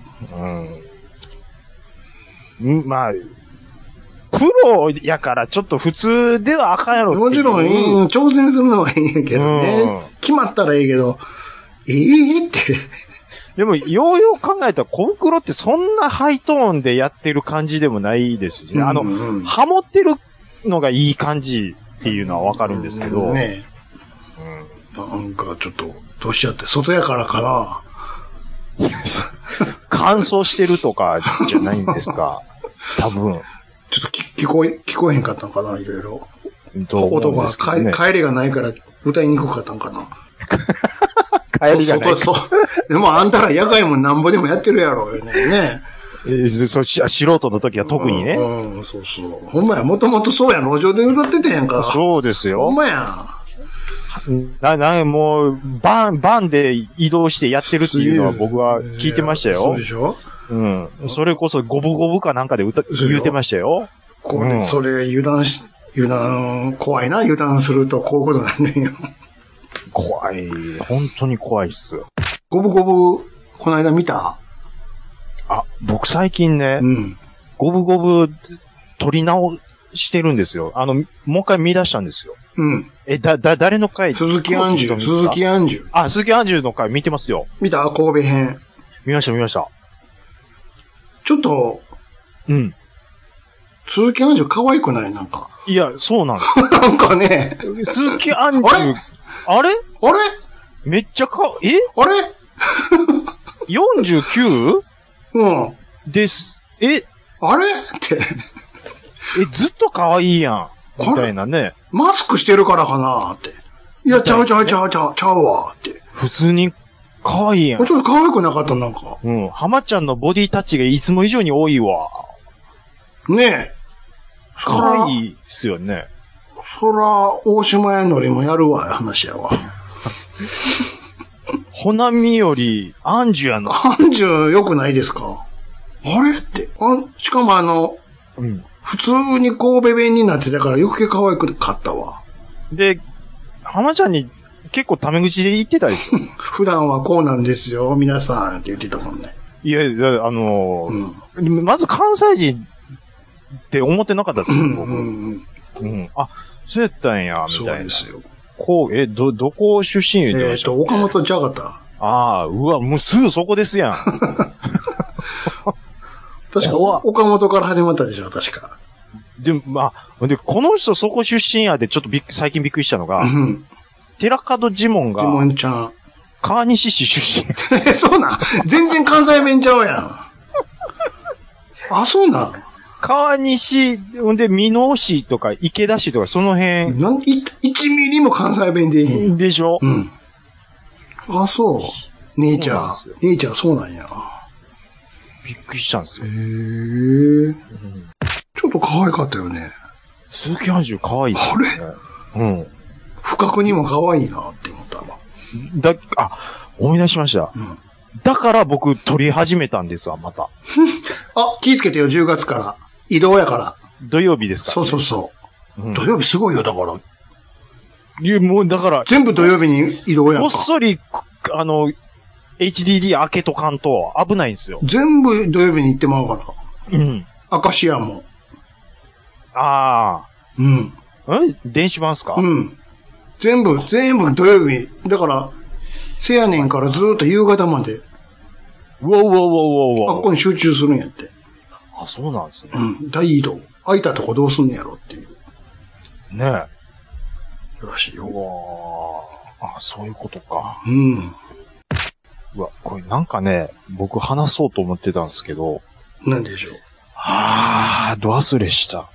C: うん。んまあ、プロやからちょっと普通ではあかんやろっていう
A: もちろんいい、挑戦するのはいいんやけどね
C: う。
A: 決まったらいいけど、ええって。
C: でも、ようよう考えたら、コンクロってそんなハイトーンでやってる感じでもないですしね。あ
A: う
C: の、
A: ん
C: ハモってるのがいい感じっていうのはわかるんですけど。
A: ね
C: うん
A: なんかちょっと、どうしちゃって、外やからかな。
C: 乾燥してるとかじゃないんですか。 多分。
A: ちょっと聞聞こえ、聞こえへんかったんかな、いろいろ。
C: と思う
A: 音
C: んで
A: が、
C: すけ
A: か
C: どね、
A: 帰りがないから歌いにくかったんかな。
C: 帰りがない。
A: そうそうそう。でもあんたら野外もなんぼでもやってるやろ、ね。
C: えーそそうし素人の時は特にね。
A: うん、うんそうそう。ほんまや、もともとそうやん、路上で歌ってたやんか。
C: そうです
A: ほ
C: よ。
A: んまやん。
C: な、な、もう、バン、バンで移動してやってるっていうのは僕は聞いてました
A: そう
C: よ
A: で。しょ
C: うん。それこそ五分五分かなんかで歌、
A: そうよ
C: 言ってましたよ。
A: これ、
C: うん
A: それ、油断し、油断、怖いな、油断すると、こういうことになるんよ。
C: 怖い。本当に怖いっすよ。
A: ごぶごぶ、この間見た
C: あ、僕最近ね
A: う、ん。
C: 五分五分取り直してるんですよ。あの、もう一回見出したんですよ。
A: うん。
C: え、だ、だ、誰の回
A: 鈴木安住、鈴。木安住。
C: あ、鈴木安住の回見てますよ。
A: 見た神戸編。
C: 見ました、見ました。
A: ちょっと、
C: うん。
A: 鈴木安住可愛くないなんか。
C: いや、そうなんで
A: なんかね、
C: す。鈴木安
A: あれ
C: 住、あれ
A: あれ
C: めっちゃか、え
A: あれ
C: 49?
A: うん。
C: です。え、え、
A: あれって、
C: ずっと可愛いやん。みたいなね。
A: マスクしてるからかなって。いや、ちゃうちゃうちゃうちゃう、ちゃうわって。
C: 普通に可愛いや
A: もうんち。ょっと可愛くなかった、なんか。
C: うん。浜ちゃんのボディタッチがいつも以上に多いわ。
A: ねえ。
C: 可愛
A: い。
C: いっすよね。
A: そら、大島屋のりもやるわ、話やわ。
C: ほなみより、アンジュやの。
A: 感情良くないですかあれって。あんしかもあの、
C: うん。
A: 普通に神戸弁になってたから余計可愛くかったわ。
C: で、浜ちゃんに結構タメ口で言ってたでしょ。
A: 普段はこうなんですよ、皆さんって言ってたもんね。
C: いや、いやあの
A: う
C: ー
A: ん。
C: まず関西人って思ってなかったです
A: う
C: よ、
A: ん、
C: 僕。
A: う
C: うん
A: んうん。
C: あ、そうやったんや、み
A: そう
C: たい
A: で
C: な。
A: すよ。
C: こう、え、ど、どこ出身
A: えっ
C: 言ってま、した
A: と、岡本ジャガタ。
C: ああ、うわ、もうすぐそこです やん。
A: 確か、
C: 怖っ
A: 岡本から始まったでしょ、確か。
C: で、まあ、で、この人そこ出身やで、ちょっとびっく最近びっくりしたの
A: う
C: が、
A: ん。
C: 寺門ジモン
A: ジモ
C: が、
A: ンち ゃん。
C: 川西市出身。
A: え、そうなん全然関西弁ちゃうやん。あ、そうなん
C: 川西、ほんで、美濃市とか池田市とか、その辺
A: なんい1ミリも関西弁でいいんや。
C: でしょ、
A: うん。あ、そう。姉ちゃん
C: そうなん。
A: 姉ちゃんそうなんや。
C: びっくりしたんですよ
A: へ。え。ちょっと可愛かったよね。
C: 鈴木安住可愛いですね。う
A: 不覚にも可愛いなって思ったわ。
C: ん。だ、あ、思い出しました。
A: うん
C: だから僕撮り始めたんですわ、また。
A: あ、気ぃつけてよ、10月から。移動やから。
C: 土曜日ですから、
A: そうそうそうう。
C: ん
A: 土曜日すごいよ、だから。
C: いや、もうだから、
A: 全部土曜日に移動や
C: こ
A: ん
C: っ
A: か。
C: そり、くあの、HDD 開けとかんと危ないんですよ。
A: 全部土曜日に行ってまうか
C: う
A: ら。
C: ん。
A: アシアも。
C: あ
A: うん。
C: あ。ん電子版っすか、
A: うん。全部、全部土曜日。だから、せやねんからずーっと夕方まで、
C: うわうわう
A: あ
C: わうわ
A: こ
C: うわ。
A: こに集中するんやって。
C: あ、そうなんですね
A: う。ん。大移動。空いたとこどうすんのやろっていう。
C: ねえ。うわ
A: らしいよ。
C: あ、そういうことか。
A: うん。
C: うわ、こごい、なんかね、僕話そうと思ってたんですけど、
A: なんでしょう。
C: あー、ド忘れした。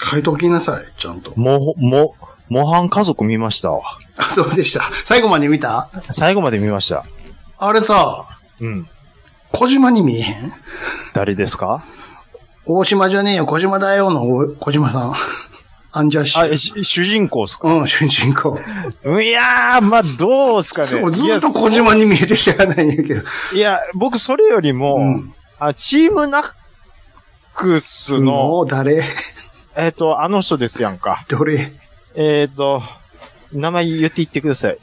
A: 書いときなさい、ちゃんと。
C: も、も、模範家族見ましたわ。
A: あ、どうでした最後まで見た
C: 最後まで見ました。
A: あれさ、
C: うん。
A: 小島に見えへん
C: 誰ですか
A: 大島じゃねえよ、小島だよのお小島さん。 アンジャッシ
C: あ、
A: ュ。
C: えし主人公っすか
A: うん、主人公。
C: うんいやー、まあ、どうっすかね。
A: そう、ず
C: い
A: っ
C: や
A: と小島に見えてしゃあないんやけど。
C: いや、僕それよりも、
A: うん。
C: あチームナックスの、
A: もう誰
C: えっ、と、あの人ですやんか。
A: どれ
C: えっ、と、名前言っていってください。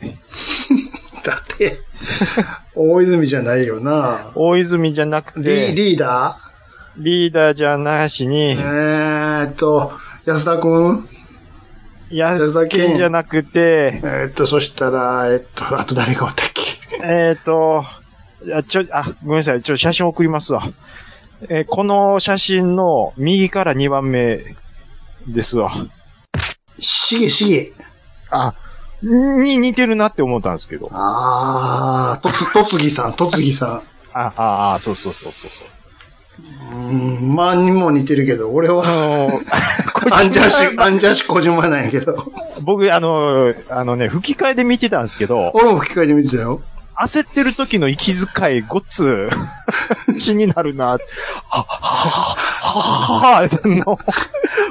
A: だって、大泉じゃないよな。
C: 大泉じゃなく
A: リ
C: て、
A: リーダ
C: リーダーじゃなしに
A: ー、えーっと、安田くん
C: や
A: 安
C: す
A: 田
C: け
A: 健
C: んじゃなくて、
A: えーっと、そしたら、えーっと、 あと誰がおったっけ
C: えっ、と、あ、ちょ、あ、ごめんなさい。ちょ、写真送りますわ。えーこの写真の右から2番目ですわ。
A: しげしげ。
C: あ、に似てるなって思ったんですけど。
A: あー、とつ、とつぎさん、とつぎさ
C: あ、あ、あ、そうそうそうそうそう。
A: ん。うん、まあ、にも似てるけど、俺
C: あ
A: は、
C: の ーこ
A: アンジャッシ
C: れ
A: ュ、アンジャッシュ小島なんやけど。
C: 僕、あのーあのね、吹き替えで見てたんですけど、
A: 俺も吹き替えで見てたよ。
C: 焦ってる時の息遣いごっつ、気になるな。は、は、は、は、の、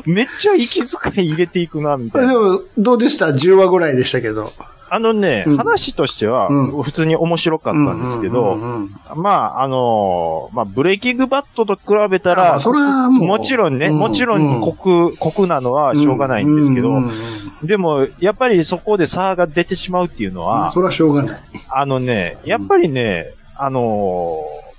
C: めっちゃ息遣い入れていくな、み
A: で
C: たいな。
A: も、どうでした ?10 話ぐらいでしたけど。
C: あのね、
A: うん
C: 話としては
A: う、
C: 普通に面白かったんですけ
A: うんう
C: ど、
A: んうんうん
C: まあ、あのーまあ、ブレイキングバットと比べた
A: あ
C: ら、
A: それはもう
C: もちろんね、
A: うん
C: もちろん酷、酷なのはしょうがないんですけど、
A: うううん
C: でも、やっぱりそこで差が出てしまうっていうのは、
A: それはしょうがない。
C: あのね、やっぱりね、あのー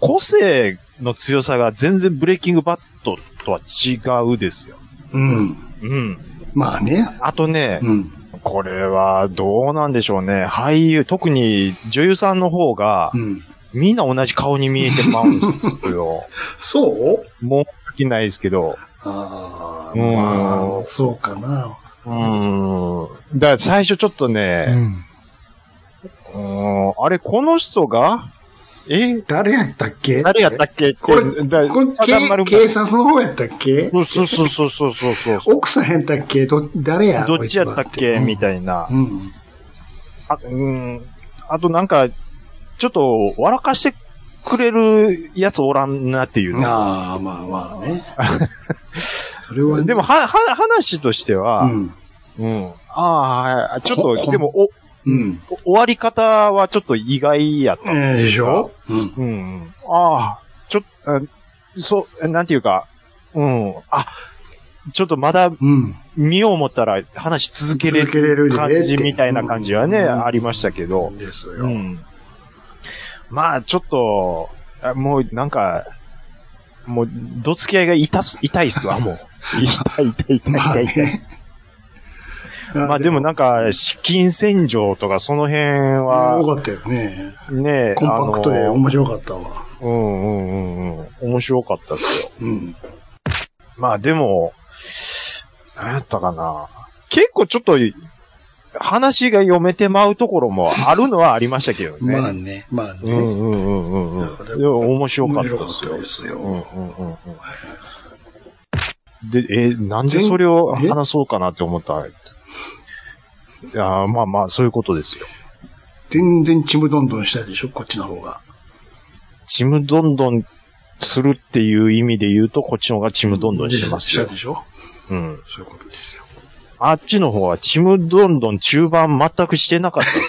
C: 個性の強さが全然ブレイキングバットとは違うですよ。
A: うん。
C: うん。
A: まあね。
C: あとね、
A: うん。
C: これはどうなんでしょうね。俳優、特に女優さんの方が
A: う、ん。
C: みんな同じ顔に見えてまうんです よ。
A: そう
C: もう飽きないですけど。
A: ああ、
C: うん
A: まあ、そうかな。
C: うーん。だから最初ちょっとね、
A: ん。
C: うーん、あれ、この人が、え
A: 誰やったっけ
C: 誰やったっけ
A: これ
C: だ
A: これ、
C: 定まる
A: け警察の方やったっけ
C: そうそうそうそうそうそうそう。
A: 奥さんやったっけど、誰や
C: どっちやったっけみたいな。
A: な。うん。
C: あ、うん。あとなんか、ちょっと、笑かしてくれるやつおらんなっていうね。
A: ああ、まあま あね。それはね
C: でも、、は、は、話として
A: う
C: は、
A: ん。
C: うん。ああ、ちょっ、
A: ことこ
C: でも、お、
A: うん。
C: お終わり方はちょっと意外やった。
A: ええでしょうん。
C: うん。ああ、ちょっと、あそう、なんていうか、うん。あ、ちょっとまだ
A: うん。
C: 見よう思ったら話続けれ
A: 続けれ
C: る
A: るでって
C: 感じみたいな感じはね、
A: うん
C: ありましたけど。
A: ですよ。
C: うん。まあ、ちょっと、あもうなんか、もう、どつき合いが痛す、痛いっすわ、もう。 痛い、痛い、痛い、
A: ま
C: 痛
A: あ
C: い、痛い。
A: ね。
C: まあでもなんか、資金洗浄とかその辺
A: よ
C: は、
A: かったよね。
C: ね、
A: コンパクト
C: あ
A: で
C: の
A: 面白かったわ。
C: うんうんうんうん。面白かったっすよ。
A: うん。
C: まあでも、なんやったかな。結構ちょっと、話が読めてまうところもあるのはありましたけどね。
A: まあね、まあ
C: う
A: ね。
C: んうんうんうんうん。でも面白かったっすよ。
A: 面白かったですよ
C: うんうんうんうん。で、えーなんでそれを
A: え
C: 話そうかなって思ったいやーまあまあ、そういうことですよ。
A: 全然ちむどんどんしたでしょ、こっちの方が。
C: ちむどんどんするっていう意味で言うと、こっちの方がちむどんどんしてます
A: した
C: よ。
A: でしょ
C: うん。
A: そういうことですよ。
C: あっちの方はちむどんどん中盤全くしてなかったです。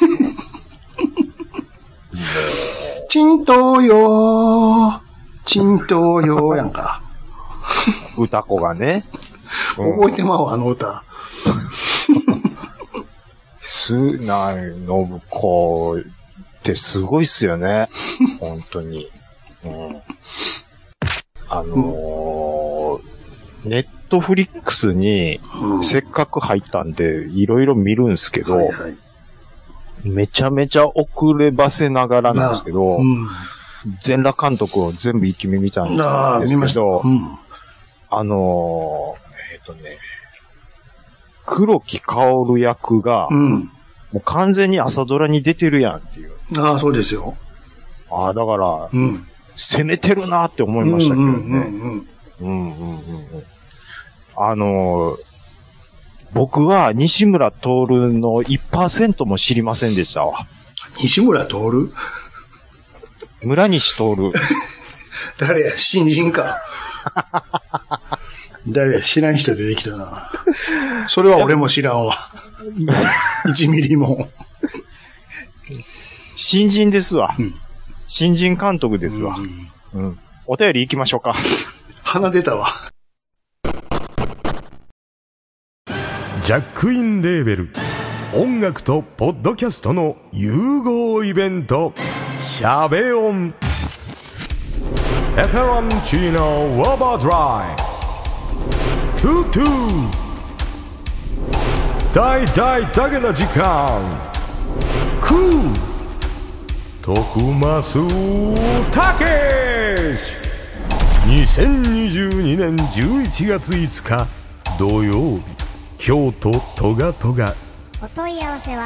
A: ちんとうよー。ちんとうよーやんか。
C: 歌子が ね。
A: 覚えてまうわ、あの歌。
C: す、な、信子ってすごいっすよね。 本当に。うん、あのー、ネットフリックスに
A: うん。
C: せっかく入ったんで、いろいろ見るんすけど、
A: はいはい。
C: めちゃめちゃ遅ればせながらなんですけど、
A: う
C: 全裸監督を全部一気見見たん
A: ん。ああ、
C: で
A: 見
C: す
A: ま
C: け
A: した。
C: ど、
A: うん。
C: あのー、えっ、とね、黒木薫役が、
A: うん。
C: もう完全に朝ドラに出てるやんっていう。
A: ああ、そうですよ。
C: ああ、だから、
A: うん。
C: 攻めてるなって思いましたけど
A: うんうん
C: ね。うんう
A: うんうん
C: んうんうんあのー僕は西村徹の1%も知りませんでしたわ。
A: 西村徹
C: 村西徹。
A: 誰や新 人か。誰や知らん人出てきたな。それは俺も知ら んわ。1ミリも。
C: 新人ですわ。
A: うん
C: 新人監督ですわ
A: う。ん
C: うんお便り行きましょうか。
A: 鼻出たわ。
E: ジャックインレーベル音楽とポッドキャストの融合イベント「シャベオン」「エフェロンチーノウォーバードライ」「トゥトゥ」「大大だけな時間」「クー」「徳マスたけし」2022年11月5日土曜日京都トガトガ
B: お問い合わせは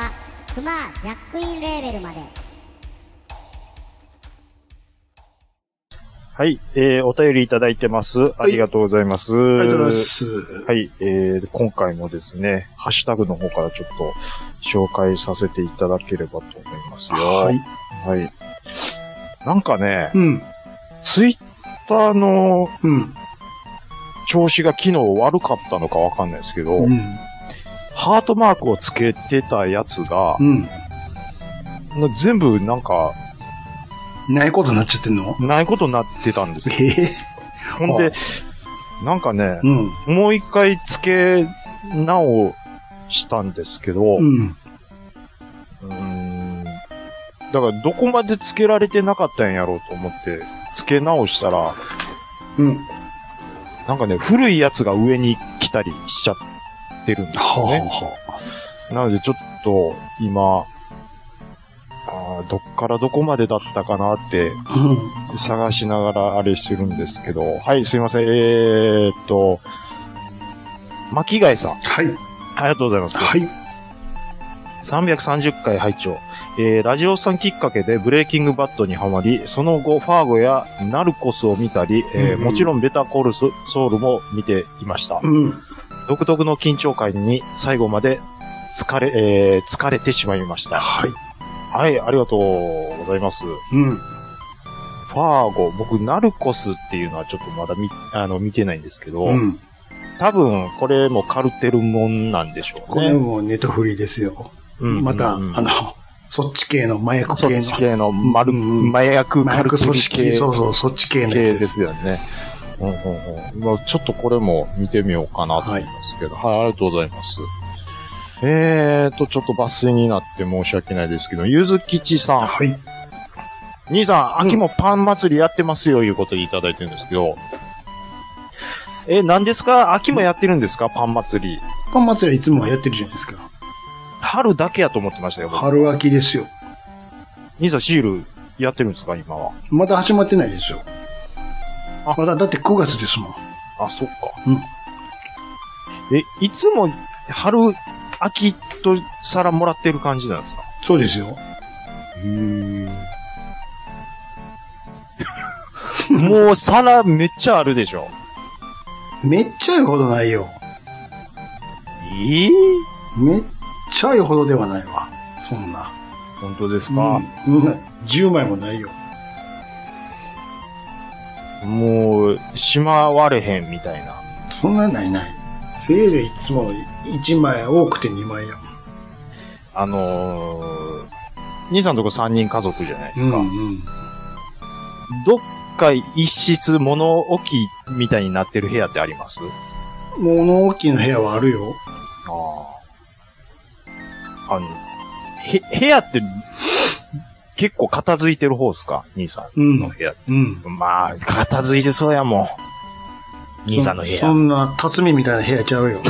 B: クマジャックインレーベルまで
C: はい、えー、お便りいただいてます。ありがとうございます。
A: あ
C: あ
A: りがとうございま。す。
C: はい、えー、今回もですね、ハッシュタグの方からちょっと紹介させていただければと思いますよ。
A: はい。
C: はい。なんかね、
A: うん。
C: ツイッターの
A: うん。
C: 調子が昨日悪かったのかわかんないですけど、
A: うん。
C: ハートマークをつけてたやつが
A: う、ん。
C: な全部なんか、
A: ないことになっちゃってんの
C: ないことになってたんです
A: え
C: よ。
A: え
C: ほん
A: あ
C: で、なんかね、
A: うん。
C: もう一回付け直したんですけど、
A: うん。
C: うーんだからどこまで付けられてなかったんやろうと思って、付け直したら、
A: うん。
C: なんかね、古いやつが上に来たりしちゃってるんですよ
A: はあ、
C: ね。
A: はあ。
C: なのでちょっと今、あーどっからどこまでだったかなって
A: う
C: 探しながらあれしてるんですけど、はい、すいません、えー、っと、巻貝さん、
A: ん。はい。
C: ありがとうございます。
A: はい。
C: 330回拝聴。えー、ラジオさんきっかけでブレイキングバットにはまり、その後ファーゴやナルコスを見たり、えー
A: うんうん
C: もちろんベタコールソソウルも見ていました。
A: うん。
C: 独特の緊張感に最後まで疲れ、えー疲れてしまいました。
A: はい。
C: はい、ありがとうございます。フ
A: うん。
C: ァーゴ、僕、ナルコスっていうのはちょっとまだ見、あの、見てないんですけど、
A: うん。
C: 多分、これもカルテルもんなんでしょう
A: これ
C: ね。
A: もネトフリですよ。
C: うん
A: また、あ
C: うんうん
A: の、そっち系の麻薬
C: そ
A: 系
C: っ
A: の。
C: ち系の丸、
A: うんうん
C: 麻薬
A: 麻
C: カル
A: 薬
C: テル
A: 組織、
C: 系
A: そうそう、そっち系のや
C: 系
A: つ
C: ですよね。うんうんうん。まあちょっとこれも見てみようかなと思いますけど。はい、ありがとうございます。えーと、ちょっと抜粋になって申し訳ないですけど、ゆずきちさん。
A: はい。
C: 兄さん、
A: うん
C: 秋もパン祭りやってますよ、いうことでいただいてるんですけど。え、何ですか秋もやってるんですかパン祭り。
A: パン祭りはいつもはやってるじゃないですか。
C: 春だけやと思ってましたよ。僕
A: 春秋ですよ。
C: 兄さん、シールやってるんですか今は。
A: まだ始まってないですよ。
C: あ
A: まだ、だって9月ですもん。
C: あ、そっか。
A: うん
C: え、いつも春、秋と皿もらってる感じなん ですか
A: そうですよ。
C: もう皿めっちゃあるでしょ。
A: めっちゃ言うほどないよ。
C: ええ
A: めっちゃ言うほどではないわ。そんな。
C: 本当ですか、
A: うん。うん10枚もないよ。
C: もう、しまわれへんみたいな。
A: そんなないない。せいぜいいつも1枚多くて2枚やもん。
C: あのー、兄さんとこ3人家族じゃないですか。
A: うん
C: どっか一室物置みたいになってる部屋ってあります
A: うん。物置の部屋はあるよ。
C: ああ。あの、へ、部屋って、結構片付いてる方ですか兄さ
A: うん
C: んの部屋。
A: うん。
C: まあ、片付いてそうやもん。兄さんの部
A: そ そ
C: 屋。
A: んな、辰巳みたいな部屋ちゃうよ。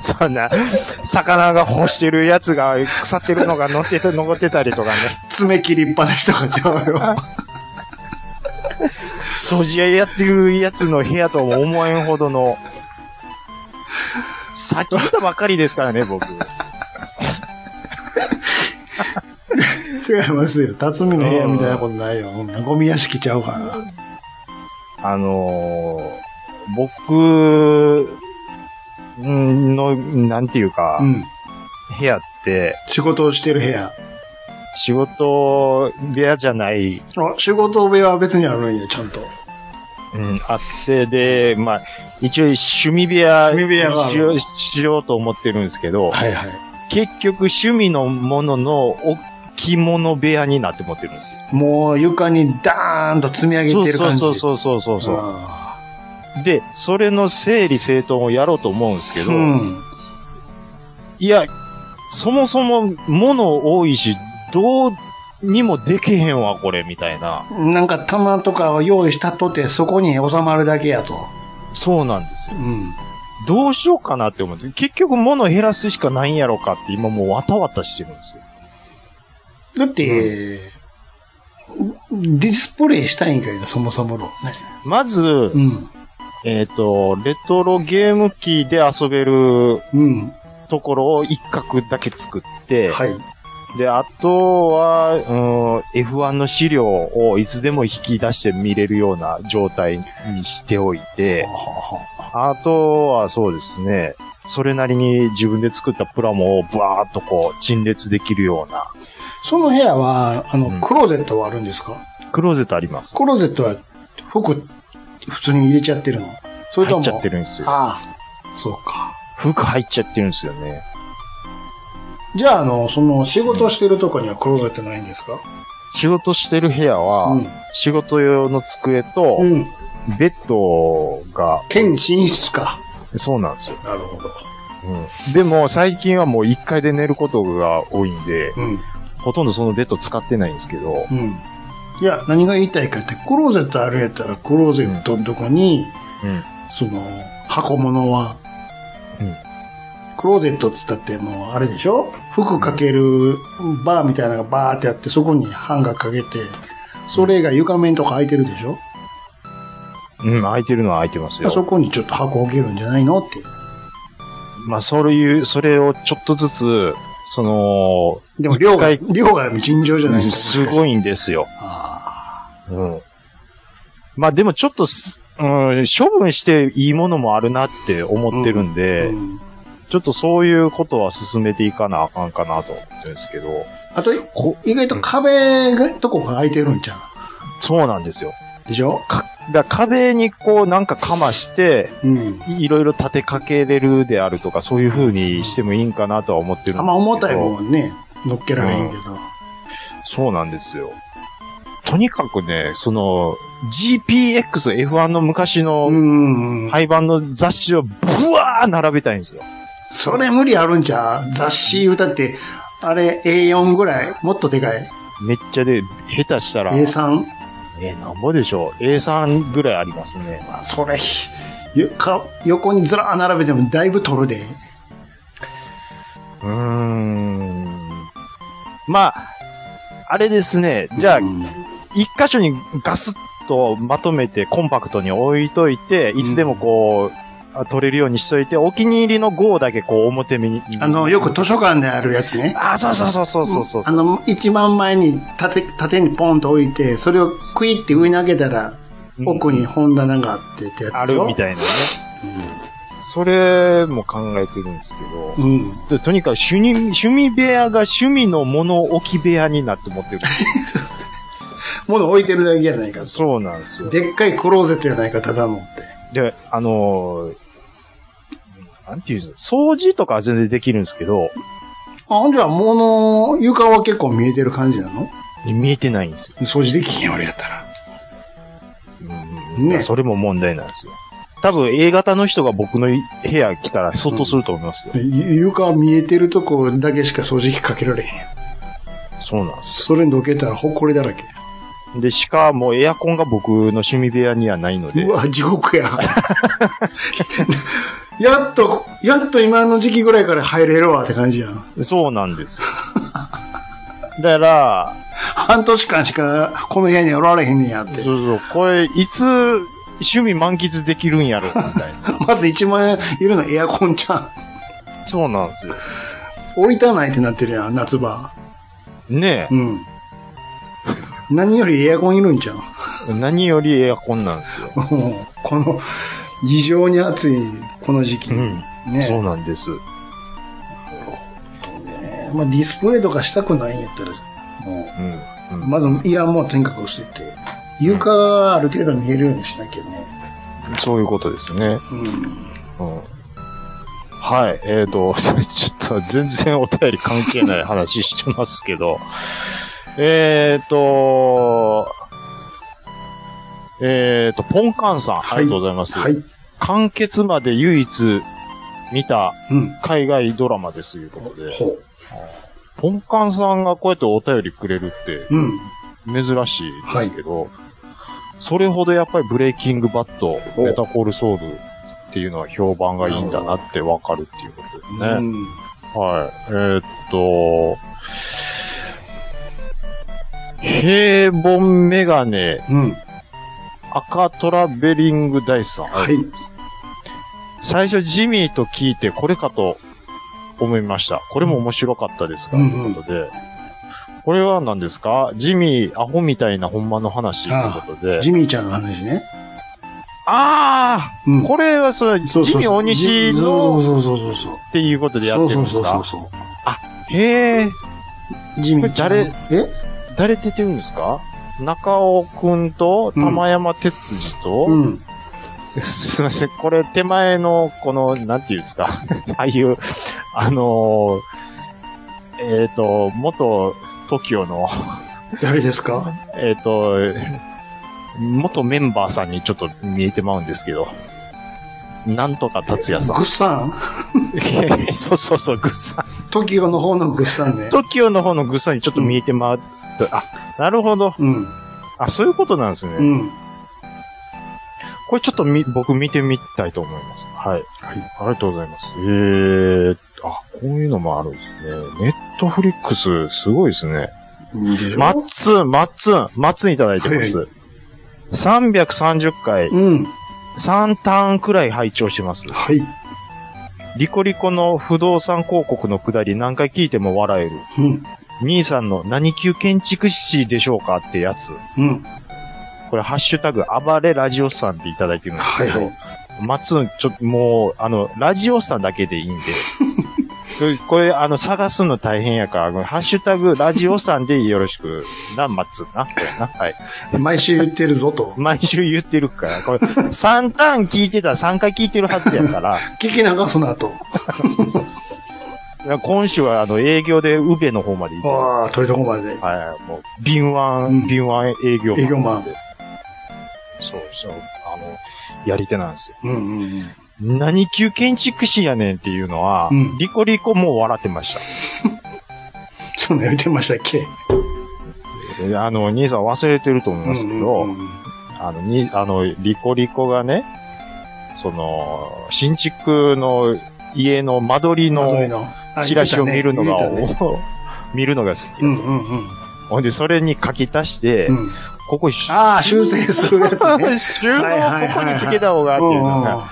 C: そんな、魚が干してるやつが腐ってるのが乗ってた、残ってたりとかね。
A: 爪切りっぱなしとかちゃう よ。
C: 掃除屋やってるやつの部屋とも思えんほどの、さっき見たばっかりですからね、僕。
A: 違いますよ。辰巳の部屋みたいなことないよ。こんなゴミ屋敷ちゃうから。
C: あのー僕んの、なんていうか、
A: うん。
C: 部屋って、
A: 仕事をしてる部屋。
C: 仕事部屋じゃない、
A: あ、仕事部屋は別にあるんや、ちゃんと。
C: うん、あって、で、まあ、一応趣味部屋
A: 趣味部屋がある
C: しようしようと思ってるんですけど、
A: はいはい。
C: 結局趣味のものの置物部屋になって思ってるんですよ。
A: もう床にダーンと積み上げてる
C: そ
A: 感
C: う
A: じ。
C: そうそうそうそうそう、
A: あ
C: で、それの整理整頓をやろうと思うんですけ
A: ー
C: ど、
A: うん。
C: いや、そもそも物多いし、どうにもでけへんわ、これ、みたいな。
A: なんか棚とかを用意したとて、そこに収まるだけやと。
C: そうなんです
A: う
C: よ。
A: ん。
C: どうしようかなって思って、結局物減らすしかないんやろかって今もうわたわたしてるんですよ。
A: だって、ディスプレイしたいんかいな、そもそもの。
C: まず、
A: うん。
C: えっ、と、レトロゲーム機で遊べる
A: うん。
C: ところを一角だけ作って、
A: はい。
C: で、あとは、うん、F1 の資料をいつでも引き出して見れるような状態にしておいて、あとはそうですね、それなりに自分で作ったプラモをブワーっとこう陳列できるような
A: その部屋は、あ
C: うん
A: の、クローゼットはあるんですか
C: クローゼットあります。
A: クローゼットは服、普通に入れちゃってるのそれ
C: 入
A: とも。
C: っちゃってるんですよ。
A: ああ、そうか。
C: 服入っちゃってるんですよね。
A: じゃあ、あの、その、仕事してるとこにはクローゼットないんですか
C: 仕事してる部屋は、仕事用の机と
A: う、ん。うん。
C: ベッドが、
A: 兼寝室か。
C: そうなんですよ。
A: なるほど。
C: うん、でも最近はもう1階で寝ることが多いんで、
A: うん。
C: ほとんどそのベッド使ってないんですけど、
A: うん。いや、何が言いたいかって、クローゼットあるんやったら、クローゼットのとこに、
C: うん
A: その、箱物は、
C: うん
A: クローゼットっつったってもう、あれでしょ服かけるバーみたいなのがバーってあって、そこにハンガーかけて、それが床面とか空いてるでしょ、
C: うん、空いてるのは空いてますよ。
A: そこにちょっと箱置けるんじゃないのって。
C: まあ、そういう、それをちょっとずつ、その、
A: でも量が、
C: 一
A: 量が尋常じゃないです
C: す
A: か。
C: ご
A: い。
C: いんですよ。
A: あ
C: うん。まあ、でもちょっとす、うん、処分していいものもあるなって思ってるん
A: あ、
C: で、
A: うん
C: ちょっとそういうことは進めていかなあかんかなと思ってるんですけど、
A: あと、意外と壁が、とこが空いてるんじゃん。
C: そうなんですよ。
A: でしょ
C: か、だから壁にこうなんかかまして、
A: うん。
C: いろいろ立てかけれるであるとか、そういう風にしてもいいんかなとは思ってるんですけど。
A: あんま重たいもんね、乗っけられへんけど。
C: そうなんですよ。とにかくね、その、GPX、F1 の昔
A: う
C: の
A: ん。はい。
C: 廃盤の雑誌をブワー並べたいんですよ。
A: それ無理あるんちゃう雑誌歌って、あれ A4 ぐらいもっとでかい
C: めっちゃで、下手したら、え
A: ?A3?
C: ーなんぼでしょう。A3 ぐらいありますね。
A: あそれ、よか横にずらー並べてもだいぶ取るで。
C: うーん。まあ、あれですね。じゃあ
A: う、ん
C: 一箇所にガスッとまとめてコンパクトに置いといて、いつでもこう、あ取れるようにしといて、お気に入りの号だけこう表目に。
A: あの、よく図書館であるやつね。
C: あ、そうそうそうそうそうそう。
A: あの、一番前に縦、縦にポンと置いて、それをクイって上に上げたら、奥に本棚があってってやつでしょ
C: あるみたいなね。それも考えてるんですけど、
A: うん。
C: でとにかく趣味趣味部屋が趣味の物置部屋になって思ってる。
A: 物置いてるだけじゃないかと。
C: そうなんですよ。で、
A: でっかいクローゼットじゃないか、ただのって。
C: あのーなんていうんですか、掃除とかは全然できるんですけど、
A: あ、ほんじゃ、物、床は結構見えてる感じなの
C: 見えてないんですよ。
A: 掃除できへん俺やったら。
C: うん
A: ね
C: それも問題なんですよ。多分 A 型の人が僕の部屋来たら相当すると思いますよ。
A: ゆ床見えてるとこだけしか掃除機かけられへん。
C: そうなんです
A: それにどけたらほこりだらけ。
C: よ。で、しかもエアコンが僕の趣味部屋にはないので
A: う、わ、地獄や。 やっと、やっと今の時期ぐらいから入れるわって感じやん。
C: そうなん ですよ。だから、
A: 半年間しかこの部屋におられへんねんやって。
C: そうそう、これ、いつ、趣味満喫できるんやろ、みたいな。
A: まず1万円いるのエアコンちゃ
C: そうなんですよ。
A: ん。降りたないってなってるやん、夏場。
C: ね
A: うん。何よりエアコンいるんじゃん。
C: 何よりエアコンなんですよ。
A: もう この、異常に暑い、この時期。
C: うん
A: ね。
C: そうなんです。
A: まあ、ディスプレイとかしたくないんやったら、も
C: うん。う
A: う、
C: ん
A: まずいらんもんとにかく捨てて、床がある程度見えるようにしなきゃね。
C: そういうことですね。
A: うん。
C: うん。はい。えっ、と、 ちょっと全然お便り関係ない話してますけど、えっと、えっ、と、ポンカンさん、
A: はい
C: ありがとうございます。
A: はい。
C: 完結まで唯一見た
A: うん。
C: 海外ドラマですということで、
A: ほう。
C: ポンカンさんがこうやってお便りくれるって
A: うん。
C: 珍しいですけど、それほどやっぱりブレイキングバット、
A: お
C: メタコールソウルっていうのは評判がいいんだなってわかるっていうことですね。
A: うん。
C: はい。えーっと、平凡メガネ、
A: うん。
C: 赤トラベリングダイスさん。
A: はい。
C: 最初ジミーと聞いてこれかと思いました。これも面白かったですから、
A: うん
C: ということで。これは何ですかジミー、アホみたいなほんまの話ということで。
A: ジミーちゃんの話ね。
C: あ
A: う
C: あ
A: ん。
C: これはそれ、
A: そうそう
C: ジ
A: そう
C: ミー大西
A: そう
C: の
A: そうそうそうそう。
C: っていうことでや
A: そ
C: っ
A: う
C: てる
A: そ
C: ん
A: う
C: です
A: そうそう
C: か
A: そ
C: へえ、
A: う。ジミーちゃん。
C: これ
A: え
C: 誰出てるんですか中尾くんと、玉山哲司と、
A: うん。
C: すいません、これ手前の、この、なんていうんですか、 ああいう、あのーえっ、と、元 TOKIO の、
A: 誰ですか
C: えっ、と、元メンバーさんにちょっと見えてまうんですけど、なんとか達也さ
A: グッサ
C: ん。
A: ン
C: そうそうそう、グッサン。
A: ?TOKIO の方のグッサ ンね。
C: TOKIO の方のグッサンにちょっと見えてまう。あ、なるほど。
A: うん。
C: あ、そういうことなんですね。
A: うん。
C: これちょっとみ、僕見てみたいと思います。はい。
A: はい。
C: ありがとうございます。えー、あ、こういうのもあるんですね。ネットフリックス、すごいですね。
A: いいでしょ
C: マッツン、マッツン、マッツンいただいてます。330回、
A: うん。
C: 3ターンくらい拝聴してます。
A: はい。
C: リコリコの不動産広告のくだり何回聞いても笑える。
A: うん。
C: 兄さんの何級建築士でしょうかってやつ。
A: うん。
C: これ、ハッシュタグ、暴れラジオスさんっていただいてるんですけど、
A: はい
C: マツン、ちょっともう、あの、ラジオスさんだけでいいん で、これこれ、あの、探すの大変やから、ハッシュタグ、ラジオスさんでよろしく、な、マツンな、これな、はい。
A: 毎週言ってるぞと。
C: 毎週言ってるから、これ、3ターン聞いてたら3回聞いてるはずやから、
A: 聞き流すなと。
C: 今週は、あの、営業で、宇部の方まで行って、
A: ああ、鳥の方まで。
C: はい、もう、敏腕、
A: うん
C: 敏腕営業マン。
A: 営業マン
C: そうそう、あの、やり手なんですよ。
A: うんうんうん。
C: 何級建築士やねんっていうのは、
A: うん
C: リコリコもう笑ってました。
A: そんな言ってましたっけ
C: えあの、兄さん忘れてると思いますけど、
A: うんうんうん
C: あの、に、あの、リコリコがね、その、新築の家の間取り
A: 窓辺
C: の
A: の、あ
C: チラシを見るのが、
A: 言ってたね
C: 見るのが好き。
A: うんうんうん
C: ほんで、それに書き足して、
A: うん。
C: ここ、し
A: ああ、修正 するやつね。
C: 収納をここにつけた方がっていうのが、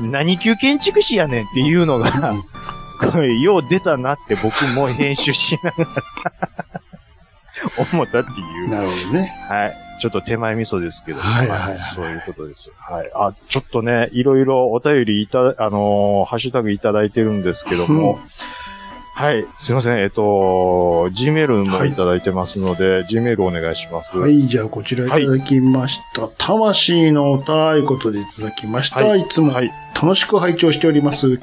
C: 何級建築士やねんっていうのが、これ、よう出たなって僕も編集しながら思ったって
A: う
C: い
A: ん
C: う。
A: なるほどね。
C: はい。ちょっと手前味噌ですけど、
A: はいはいはい
C: そういうことです。はい。あ、ちょっとね、いろいろお便りいた、あのーハッシュタグいただいてるんですけども、
A: うん
C: はい。すいません。えっと、Gmail もいただいてますので、Gmail お願いします。
A: はい、じゃあこちらいただきました。魂の歌、いうことでいただきました。
C: はい
A: い、つも
C: はい。
A: 楽しく拝聴しております。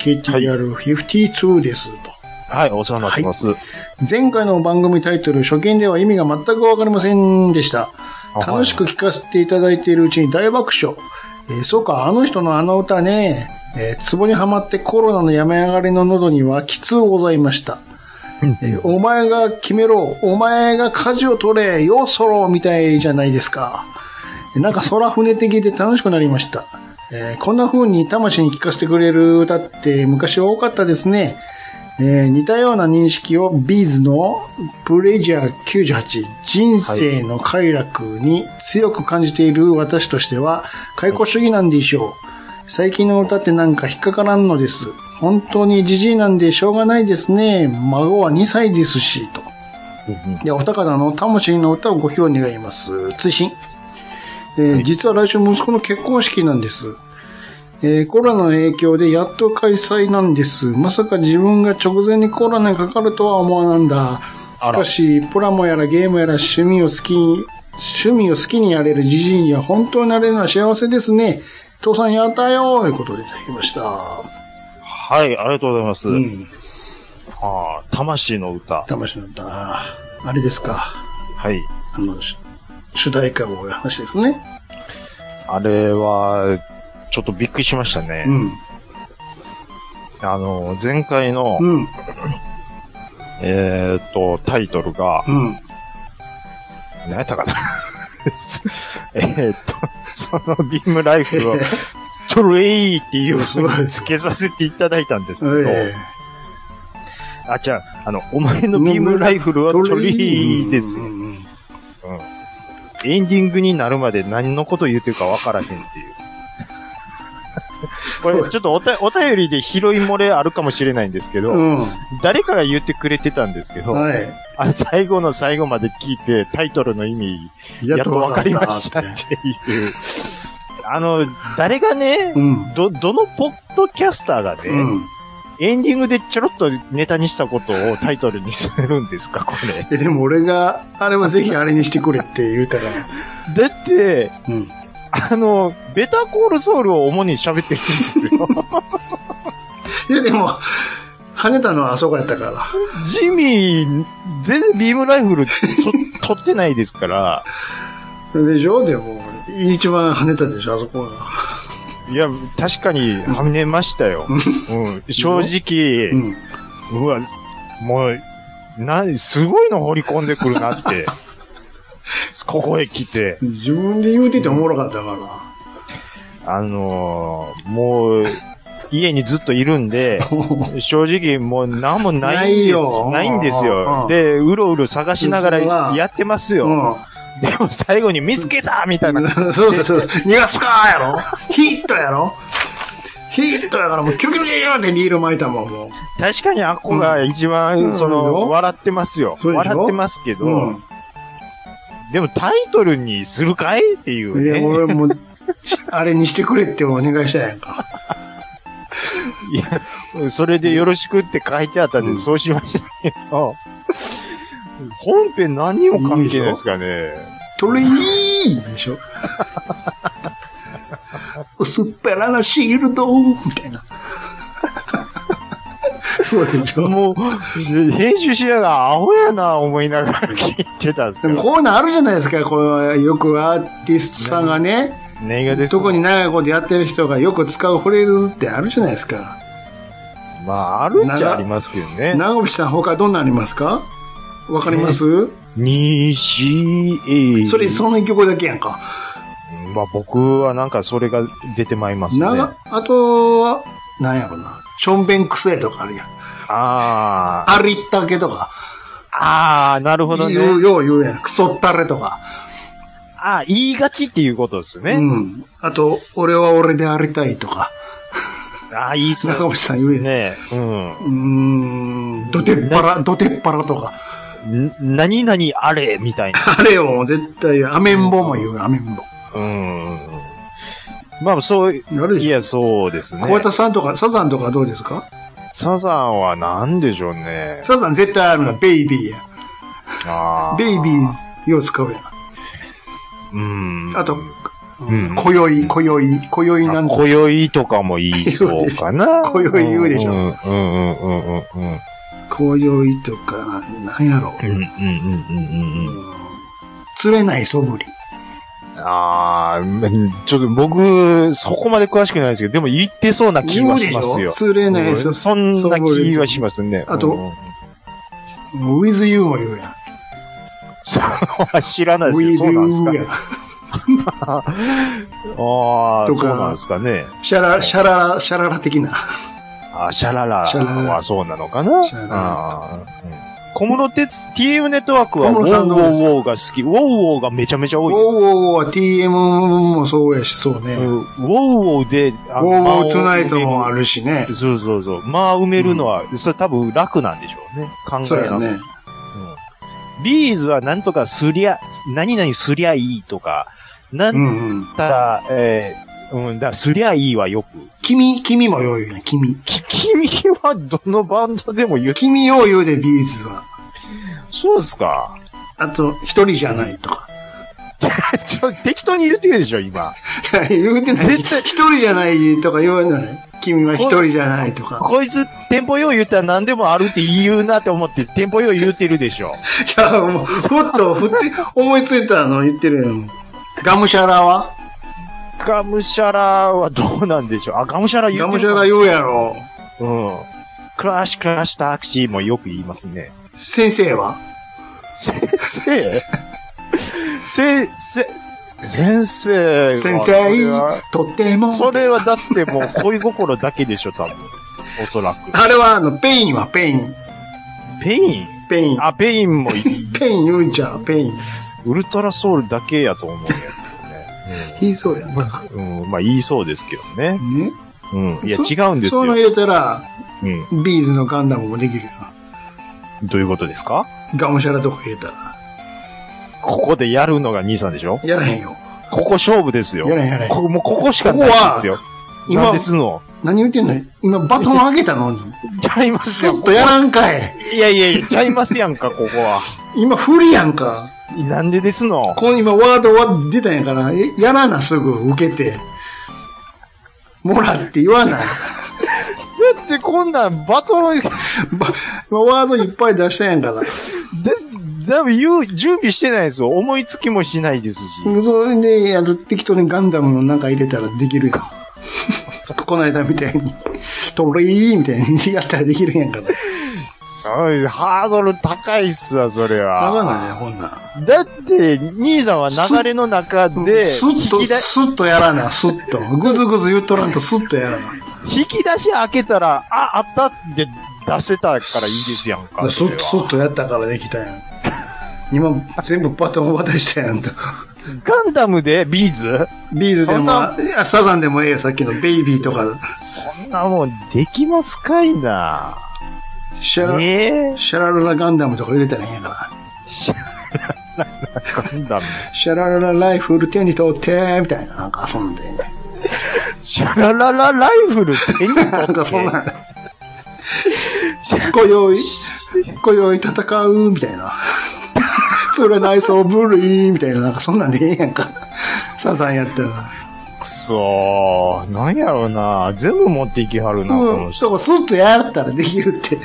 A: KTR52 です、と。
C: はい。お世話になってます。
A: 前回の番組タイトル、初見では意味が全くわかりませんでした。
C: はい
A: 楽しく聞かせていただいているうちに大爆笑。えーそうか、あの人のあの歌ね、えー、ツボにはまってコロナの病み上がりの喉にはきつうございました。えーお前が決めろ、お前が舵を取れ、よそろみたいじゃないですか。なんか空船的で楽しくなりました。えーこんな風に魂に聞かせてくれる歌って昔は多かったですね。えー似たような認識をビーズのプレジャー98人生の快楽に強く感じている私としては解雇主義なんでしょう。最近の歌ってなんか引っかからんのです。本当にじじいなんでしょうがないですね。孫は2歳ですし、と。で、お高菜の魂の歌をご披露願います。追伸。えー実は来週息子の結婚式なんです。えーコロナの影響でやっと開催なんです。まさか自分が直前にコロナにかかるとは思わなんだ。しかし、プラモやらゲームやら趣味を好きに、趣味を好きにやれるじじいには本当になれるのは幸せですね。父さんやったよということでいただきました。
C: はい、ありがとうございます。
A: うん。
C: はあ、魂の歌。
A: 魂の歌。あれですか。
C: はい。
A: あの、し主題歌の話ですね。
C: あれは、ちょっとびっくりしましたね
A: う。ん。
C: あの、前回の、
A: うん。
C: えーっと、タイトルが、
A: うん。
C: 何やったかな えーっと、そのビームライフルを、トレイっていう風に付けさせていただいたんですけど、
A: え
C: あ、じゃあ、あの、お前のビームライフル
A: え
C: はトレイです
A: う。んうん
C: エンディングになるまで何のこと言うてるかわからへ んっていう。これ、ちょっとおたお便りで拾い漏れあるかもしれないんですけど、
A: うん。
C: 誰かが言ってくれてたんですけど、
A: はい。
C: あ最後の最後まで聞いて、タイトルの意味、やっとわかりましたっていう。あの、誰がね、
A: うん。
C: ど、どのポッドキャスターがね、
A: うん。
C: エンディングでちょろっとネタにしたことをタイトルにするんですか、これ。
A: え、でも俺が、あれはぜひあれにしてくれって言うたら、
C: だって、
A: うん。
C: あの、ベターコールソウルを主に喋ってるんですよ。
A: いやでも、跳ねたのはあそこやったから。
C: ジミー、全然ビームライフルと、取ってないですから、
A: でしょでも、一番跳ねたでしょあそこが。
C: いや、確かに、はみ出ましたよ。うん、正直、
A: うん。
C: うわ、もう、な、すごいの掘り込んでくるな って。ここへ来て、
A: 自分で言うてておもろかったか
C: あのーもう、家にずっといるん で、
A: ら。
C: 正直もう何もないん
A: な
C: で
A: い
C: す
A: よ
C: ないんです
A: うんう
C: よ。
A: ん
C: で、うろうろ探しなが
A: う
C: ら
A: ん
C: やってますよ。
A: う
C: でも最後に見つけたみたいな。
A: ん。 そうだそうだ。逃がすかーやろヒットやろヒットやからもうキュキュキュキュってリール巻いたもん、もう。
C: 確かにあっこが一番、
A: うん
C: その、
A: うん
C: 笑ってますよ。
A: そうでしょ
C: 笑ってますけど、
A: うん。
C: でもタイトルにするかいっていう
A: いや、
C: ね。
A: 俺も、あれにしてくれってお願いしたやんか。
C: いや、それでよろしくって書いてあったんで、
A: うん
C: そうしましたけど、本編何にも関係ないですかね。
A: トレイでしょ。薄っぺらなシールドみたいな。 そうでしょ。
C: もう、編集しやがアホやな思いながら聞いてたんです
A: で
C: よ
A: も。こういうのあるじゃないですか、こうよくアーティストさんがね、
C: 何がです
A: 特に長いことやってる人がよく使うフレーズってあるじゃないですか。
C: まあ、あるっちゃありますけどね。
A: 長渕さん他どんなんありますかわかります、
C: 西へ。
A: それ、その一曲だけやんか。
C: まあ僕はなんかそれが出てまいりますね。
A: 長、あとは、なんやろな。ションベンクセとかあるやん。
C: ああ。
A: ありったけとか、
C: ああ、なるほどね。
A: 言うよう言うやん。クソったれとか。
C: ああ、言いがちっていうことですね。
A: うん。あと、俺は俺でありたいとか。
C: ああ、言いそうですね。
A: 中渕さん言う
C: ね。うん
A: うーん。どてっぱら、どてっぱらとか。
C: ん。何々あれ、みたいな。
A: あれよ、もう絶対言う、アメンボも言う、アメンボ。
C: うん。まあ、そう、い
A: なるでしょ。
C: や、そうですね。
A: 小畑さんとか、サザンとかどうですか
C: サザンは何でしょうね。
A: サザン絶対あるのはベイビーや。
C: あ
A: ベイビーよう使うやん。
C: ー。うん。
A: あと、
C: うん
A: 今宵、今宵、今宵なん
C: あ
A: か。
C: 今宵とかもいいそうかな。
A: 今宵言うでしょ
C: うんうんうんうんうん
A: 今宵とか、なんやろ
C: うん。うんうんうんうんうん。
A: 釣れない素振り。
C: あー、ちょっと僕、そこまで詳しくないですけど、でも言ってそうな気はしますよ。
A: 釣れない
C: うん
A: 素振り。
C: そんな気はしますね。
A: あと
C: うんうんうん
A: もう with you も言うやん。
C: それ は知らないですよ。
A: with
C: そうなんですか
A: you や
C: ね
A: ん。。
C: ああ、
A: と
C: そ
A: か
C: うなんですかね。
A: シャラ、シャラ、シャララ的な。
C: あーシャララ
A: シャララ
C: はそうなのかな
A: シャララ
C: あーうん小室哲、TM ネットワークは、ウ
A: 小
C: ォ
A: 室さ
C: ー
A: ん
C: ウ
A: ど
C: ォ
A: うです
C: ーウォーが好き。ウォーウォーがめちゃめちゃ
A: お
C: 多
A: ー
C: いです。
A: おーおー TM もそうやし、そうね。
C: う
A: ウォー
C: んウォーウォーで、あ
A: ウォートゥナイトもあ。るしね
C: 間を。そうそうそう。まあ埋めるのは、それ多分楽なんでしょうね。考
A: そう
C: え
A: や
C: なくて
A: ね。
C: ビーズはなんとかすりゃ、何々すりゃいいとか、な
A: うんんうん。
C: たら、えーうん、だからすりゃいいはよく。
A: 君、君もよう言うね、君。
C: き君はどのバンドでも言う。
A: 君よう言うで、ビーズは。
C: そうですか。
A: あと、一人じゃないとか。
C: ちょ、適当に言ってるでしょ、今。
A: 言うてない。
C: 絶対
A: 一人じゃないとか言わない。君は一人じゃないとか。
C: こいつ、テンポよう言ったら何でもあるって言うなって思って、テンポよう言うてるでしょ。
A: いや、もう、もっと振って、思いついたの言ってるよ。ガムシャラは
C: ガムシャラはどうなんでしょう。あ、ガムシャラ言う
A: ガ
C: て
A: ム
C: る
A: シャラ言うやろ。
C: うん。クラッシュクラッシュタクシーもよく言いますね。
A: 先生は
C: 先生先生先生
A: 先
C: は
A: 生、とっても。
C: それはだってもう恋心だけでしょ、多分。おそらく。
A: あれは、あの、ペインはペイン。
C: ペイン
A: ペイン。
C: あ、ペインもいい。
A: ペイン言うんちゃうペイン。
C: ウルトラソウルだけやと思うんや
A: 言いそうやんか。
C: けどね。うん、まあ言いそうですけどね。
A: ね
C: うん。いや、
A: そ
C: 違うんです
A: そういうの
C: よ。
A: 入れたら、
C: うん。
A: ビーズのガンダムもできるよな。
C: どういうことですか
A: ガムシャラとか入れたら。
C: ここでやるのが兄さんでしょ
A: やらへんよ。
C: ここ勝負ですよ。
A: やらへんやらへん
C: ここもうここしかないんですよ。
A: 今
C: 今ですの。
A: 何言ってんの今バトン上げたのに。
C: ちゃいます
A: ス
C: よ。
A: ッとやらんかい。
C: いやいやいや、ちゃいますやんか、ここは。
A: 今不利やんか。
C: なんでですの
A: この今ワードは出たんやから、えやらなすぐ受けて。もらって言わない。
C: だってこんなんバトン、で、
A: ば今ワードいっぱい出したんやから。
C: だいぶ言う、準備してないですよ。思いつきもしないですし。
A: それで、あの、適当にガンダムの中入れたらできるやん。 こないだみたいに、トレイみたいにやったらできるんやから。
C: そういう、ハードル高いっすわ、それ
A: わかん
C: は。
A: ないね、ほんなん。
C: だって、兄さんは流れの中で、
A: スッと、
C: 引き出し、
A: スッとやらな、スッと。ぐずぐず言っとらんとスッとやらな。
C: 引き出し開けたら、あ、あったって出せたからいいですやんか。
A: ス
C: そ
A: ッ
C: れ
A: と、ス
C: は
A: ッとやったからできたやん。今、全部バトン渡したや んと。
C: ガンダムでビーズ
A: ビーズで
C: そん
A: も、
C: な
A: あサザンでもええよ、さっきのベイビーとか。
C: そんなもん、できますかいな。
A: シャラ、
C: ええ
A: シャラララガンダムとか入れたらええんやから。
C: 知らないガンダム。
A: シャラララライフル手に取って、みたいな、なんか遊んで。
C: シャラララライフル手に取って
A: なんか そんな。今宵、今宵戦う、みたいな。それ内装部類、みたいな、なんかそんなんでええやんか。サザンやったら。
C: くそー。なんやろうな。全部持っていきはるな、こ
A: う
C: の
A: ん。
C: 人。
A: そこスッとやったらできるって。考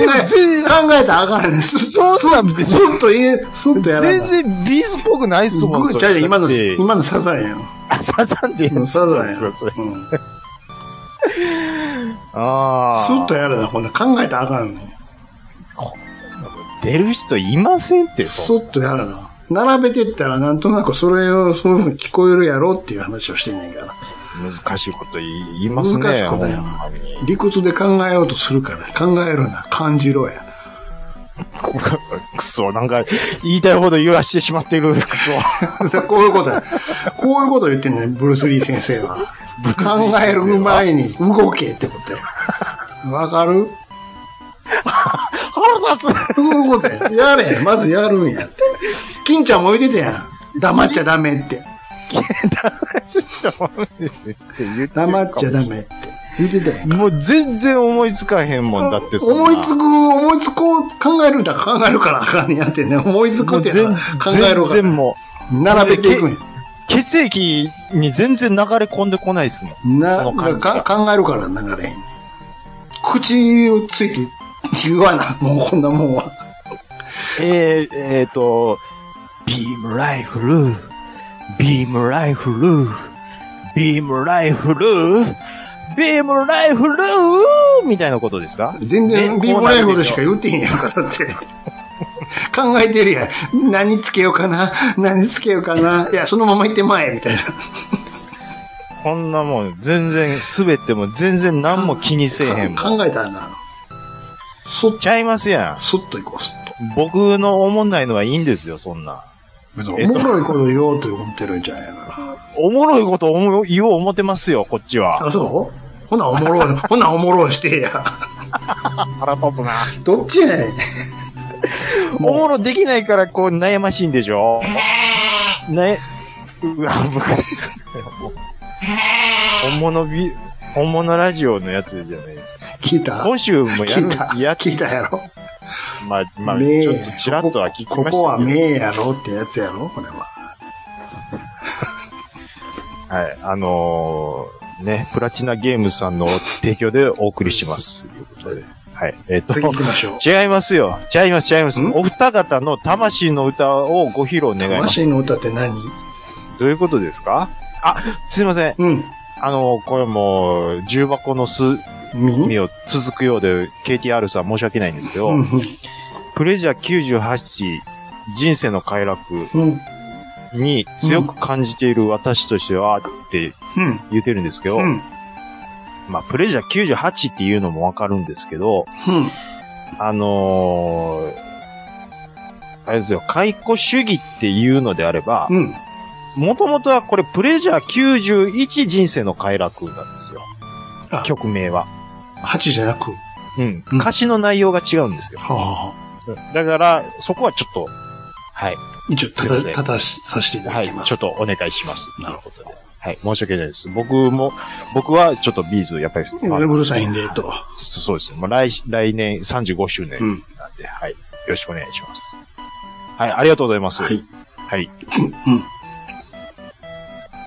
A: え、考えたらあかんねん。スッ ス
C: そうなん
A: ッ
C: です
A: スッと言え、スッとやらない。
C: 全然ビーズっぽくないっすも
A: グ
C: ん。
A: ー、ちゃうちゃう今の、
C: で
A: 今のサザンやん。
C: あ、サザンで
A: うんサザンやん。
C: そううんそ
A: ス
C: うそれああ。
A: ッとやるな、こんな考えたらあかんねん。
C: 出る人いませんって、
A: ス
C: そ
A: ッとやらな。並べてったらなんとなくそれをそういう風に聞こえるやろっていう話をしてんねんから。
C: う難しいこと言いますね。
A: 難しいことや
C: ほんまに
A: 理屈で考えようとするから、考えるな、感じろや。
C: くそ、なんか、言いたいほど言わしてしまってる。くそ。
A: こういうことや。こういうことを言ってんねん、ブルース・リー先生は。考える前に動けってことや。わかる
C: 腹立つ
A: そういうことや。やれ、まずやるんやって。金ちゃんも言ってたやん。黙っちゃダメって。
C: ちょっと待って言って
A: 黙っちゃダメって。言ってたやん。
C: もう全然思いつかへんもんだってそんな
A: 思いつく、思いつこう、考えるんだ考えるからあかんやってね。思いつ
C: も
A: く
C: う
A: って
C: 全
A: やん
C: 然
A: 考えるか
C: 全然
A: ら。
C: も
A: 並べていくんや。
C: う、血液に全然流れ込んでこないっすもん。そ
A: な、
C: の感じ
A: か
C: が
A: 考えるから流れへん。口をついて言わな、もうこんなもんは。
C: えー、えーと、ビームライフル、ビームライフル、ビームライフル、ビームライフルみたいなことですか
A: 全然
C: ね
A: ビームライフルし
C: こ
A: か言ってへんやんか、 だって。考えてるやん。何つけようかな何つけようかないや、そのまま行ってまえみたいな。
C: こんなもん、全然、すべても全然何も気にせえへんもん。
A: 考えたらな。そっ
C: ちゃいますや
A: そっと行こう、そっと。
C: ん。僕の思んないのはいいんですよ、そんな。
A: 別
C: え
A: に
C: っ
A: お
C: と
A: もろいこと言おうと思ってるんじゃないか
C: おもろいこと思う、言おう思ってますよ、こっち
A: な。
C: は。
A: あ、そうほなお もろい、ほなおもろいしてや。
C: 腹立つな。
A: どっちやねん。
C: おもろできないから、こう、悩ましいんでしょね、うわ、むかつくなよもう本物ビ、本物ラジオのやつじゃないですか。
A: 聞いた
C: 今週もや
A: 聞
C: る
A: いた、
C: や
A: 聞いたやろ。
C: まあ、まあ、
A: 名
C: ち
A: や
C: ょっとちらっとは聞きましたけど
A: こここは名やろってやつやろこれは。
C: はい、あのーね、プラチナゲームさんの提供でお送りします。ということで。はい、えっ、
A: 次行きまし ょう。
C: と、違いますよ。違います、違います。
A: ん
C: お二方の魂の歌をご披露願います。
A: 魂の歌って何
C: どういうことですかあ、すいません。
A: うん。
C: あの、これもう、重箱のす、
A: み
C: みを続くようで、KTR さん申し訳ないんですけど、
A: うん。
C: プレジャー98、人生の快楽
A: うん。うん。
C: に強く感じている私としては、って
A: うん。
C: 言ってるんですけど、
A: うん。
C: まあ、プレジャー98っていうのもわかるんですけど、
A: うん。
C: あのーあれですよ、解雇主義っていうのであれば、
A: うん。
C: もともとはこれプレジャー91人生の快楽なんですよ
A: あ。
C: 曲名は。
A: 8じゃなく。は
C: うん。
A: うん
C: 歌詞の内容が違うんですよ。
A: あはあ、
C: だから、そこはちょっと、はい。
A: 一応、
C: すい
A: た
C: ま
A: た、
C: せん
A: たたしさせていた
C: は
A: だ
C: い
A: き。ま
C: ち
A: す。
C: ょっとお願いします。
A: なる
C: ほど。はい。申し訳ないです。僕も、僕はちょっとビーズ、やっぱり、まあ
A: うるさいんで、と。
C: そそうですね。まあ、来、来年35周年
A: うん。
C: なんで、はい。よろしくお願いします。はい、ありがとうございます。
A: は
C: はいい。はい。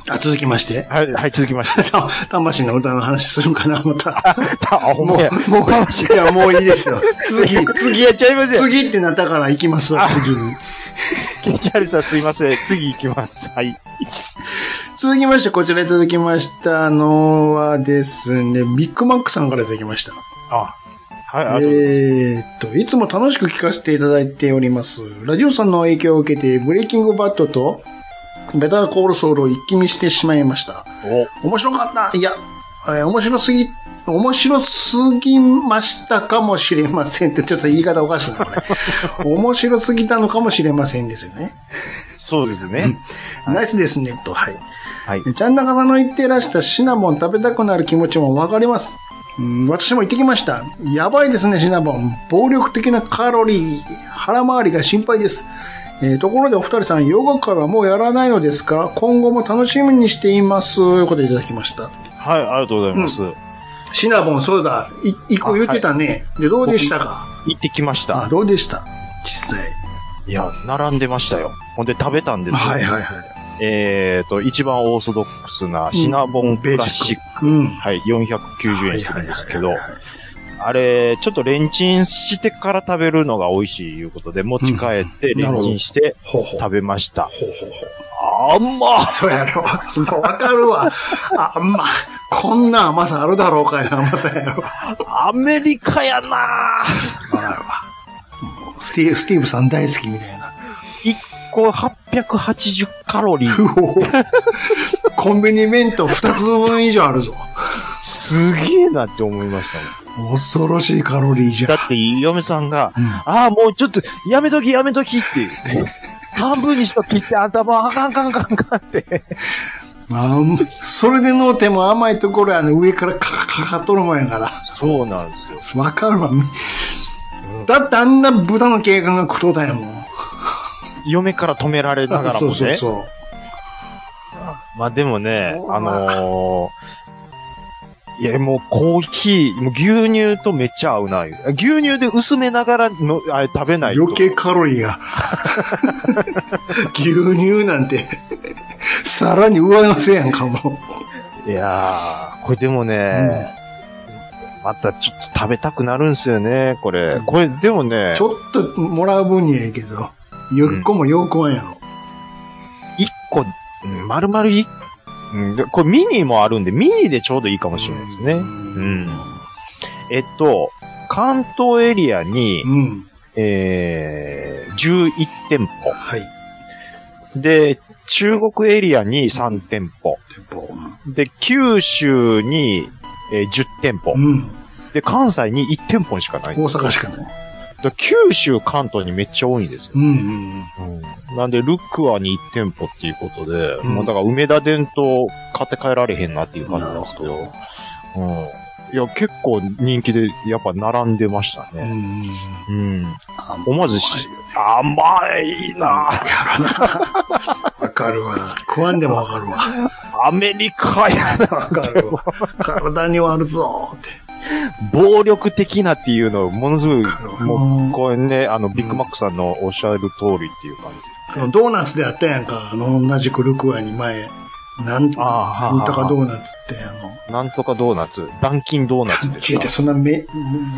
A: あ、続きまして。
C: はい、続きまして。
A: た魂の歌の話するんかな、また。
C: あ、 ほん
A: も
C: まや。
A: う、もう、いや、もういいですよ。 次、
C: 次やっちゃいますよ。
A: 次ってなったから行きますわ、次に。
C: ケンチャルさんすいません。次行きます。はい。
A: 続きまして、こちらいただきましたのはですね、ビッグマックさんからいただきました。
C: あ、はい、ありがとうございます。
A: えーっと、いつも楽しく聞かせていただいております。ラジオさんの影響を受けて、ブレイキングバットと、ベターコールソウルを一気見してしまいました。
C: お、
A: 面白かったいや、えー面白すぎ、面白すぎましたかもしれませんって、ちょっと言い方おかしいな、これ。面白すぎたのかもしれませんですよね。
C: そうですね。
A: ナイスですね、と、はい。
C: はい。
A: ちゃん中さんの言ってらしたシナボン食べたくなる気持ちもわかります。うん、私も行ってきました。やばいですね、シナボン。暴力的なカロリー。腹回りが心配です。えーところでお二人さん、ヨガ会はもうやらないのですか今後も楽しみにしています。ということでいただきました。
C: はい、ありがとうございます。
A: シナボン、そうだ。い行く言ってたね。で、どうでしたか
C: 行ってきまし
A: あ、
C: た。
A: どうでした実際。
C: いや、並んでましたよ。ほんで食べたんですよ。
A: はいはいはい。
C: えーと、一番オーソドックスなシナボンクラシック。
A: うん。
C: はい、490円するんですけど
A: はいはい、はいはい
C: あれ、ちょっとレンチンしてから食べるのが美味しいいうことで、持ち帰って
A: うん
C: レンチンして
A: ほうほう。
C: 食べました。
A: ほうほう
C: あ
A: ほう。
C: んま
A: そうやろ。もうわかるわ。あ、まあ、こんな甘さあるだろうかいな甘さやろ。わ
C: アメリカやな
A: かるわ。もうスティーブ、スティーブさん大好きみたいな。
C: 1個880カロリー。
A: コンビニ弁当2つ分以上あるぞ。
C: すげえなって思いましたもん
A: 恐ろしいカロリーじゃ
C: だ
A: ん。
C: って、嫁さんが、
A: うん
C: ああ、もうちょっと、やめとき、やめときって、もう半分にしときって、頭、あかんかんかんかんって。
A: あんそれでのうても甘いところはね、上からかかかっとるもんやから。
C: そうなんですよ。
A: わかるわ。だってあんな豚の警官が食うとったんやもん。
C: 嫁から止められながらもね。
A: そうそうそう。
C: まあでもね、
A: うわ
C: あのー、いや、もうコーヒー、もう牛乳とめっちゃ合うな。牛乳で薄めながらの、あれ食べないと。
A: 余計カロリーが。牛乳なんて、さらに上乗せやんかも。
C: いやー、これでもね、またちょっと食べたくなるんすよね、これ。これ、でもね
A: ち、ょっともらう分にはいいけど、よっこもよう食わんやろ。
C: 一個、うん丸々一、うんでこれミニもあるんで、ミニでちょうどいいかもしれないですね。
A: うん。
C: えっと、関東エリアに
A: う、ん。
C: えー、11店舗。
A: はい。
C: で、中国エリアに3店舗。
A: 店舗。
C: で、九州に、えー10店舗
A: う。ん。
C: で、関西に1店舗しかないん
A: 大
C: ですよ
A: 阪しかない。
C: で九州、関東にめっちゃ多いんですよ
A: う。んうん
C: なんで、ルックアに1店舗っていうことで、
A: ん
C: もうだから梅田伝と買って帰られへんなっていう感じなんですけど、
A: なる
C: うん。いや、結構人気で、やっぱ並んでました
A: う
C: ね。
A: ん。
C: うん。
A: あ
C: 思わずし、甘いなぁ
A: わかるわ。食わんでもわかるわ。
C: アメリカやな
A: わかるわ。体に悪ぞーって。
C: 暴力的なっていうのを、ものすごい、
A: う
C: も
A: ん
C: う、これね、あの、ビッグマックさんのおっしゃる通りっていう感じ。
A: あのドーナツであったやんか。あの、同じくルクアに前。なん、
C: あー
A: なんとかドーナツって、あ
C: な
A: の、
C: んとかドーナツ、ダンキンドーナツです
A: 違う
C: か
A: 違う、そんなメ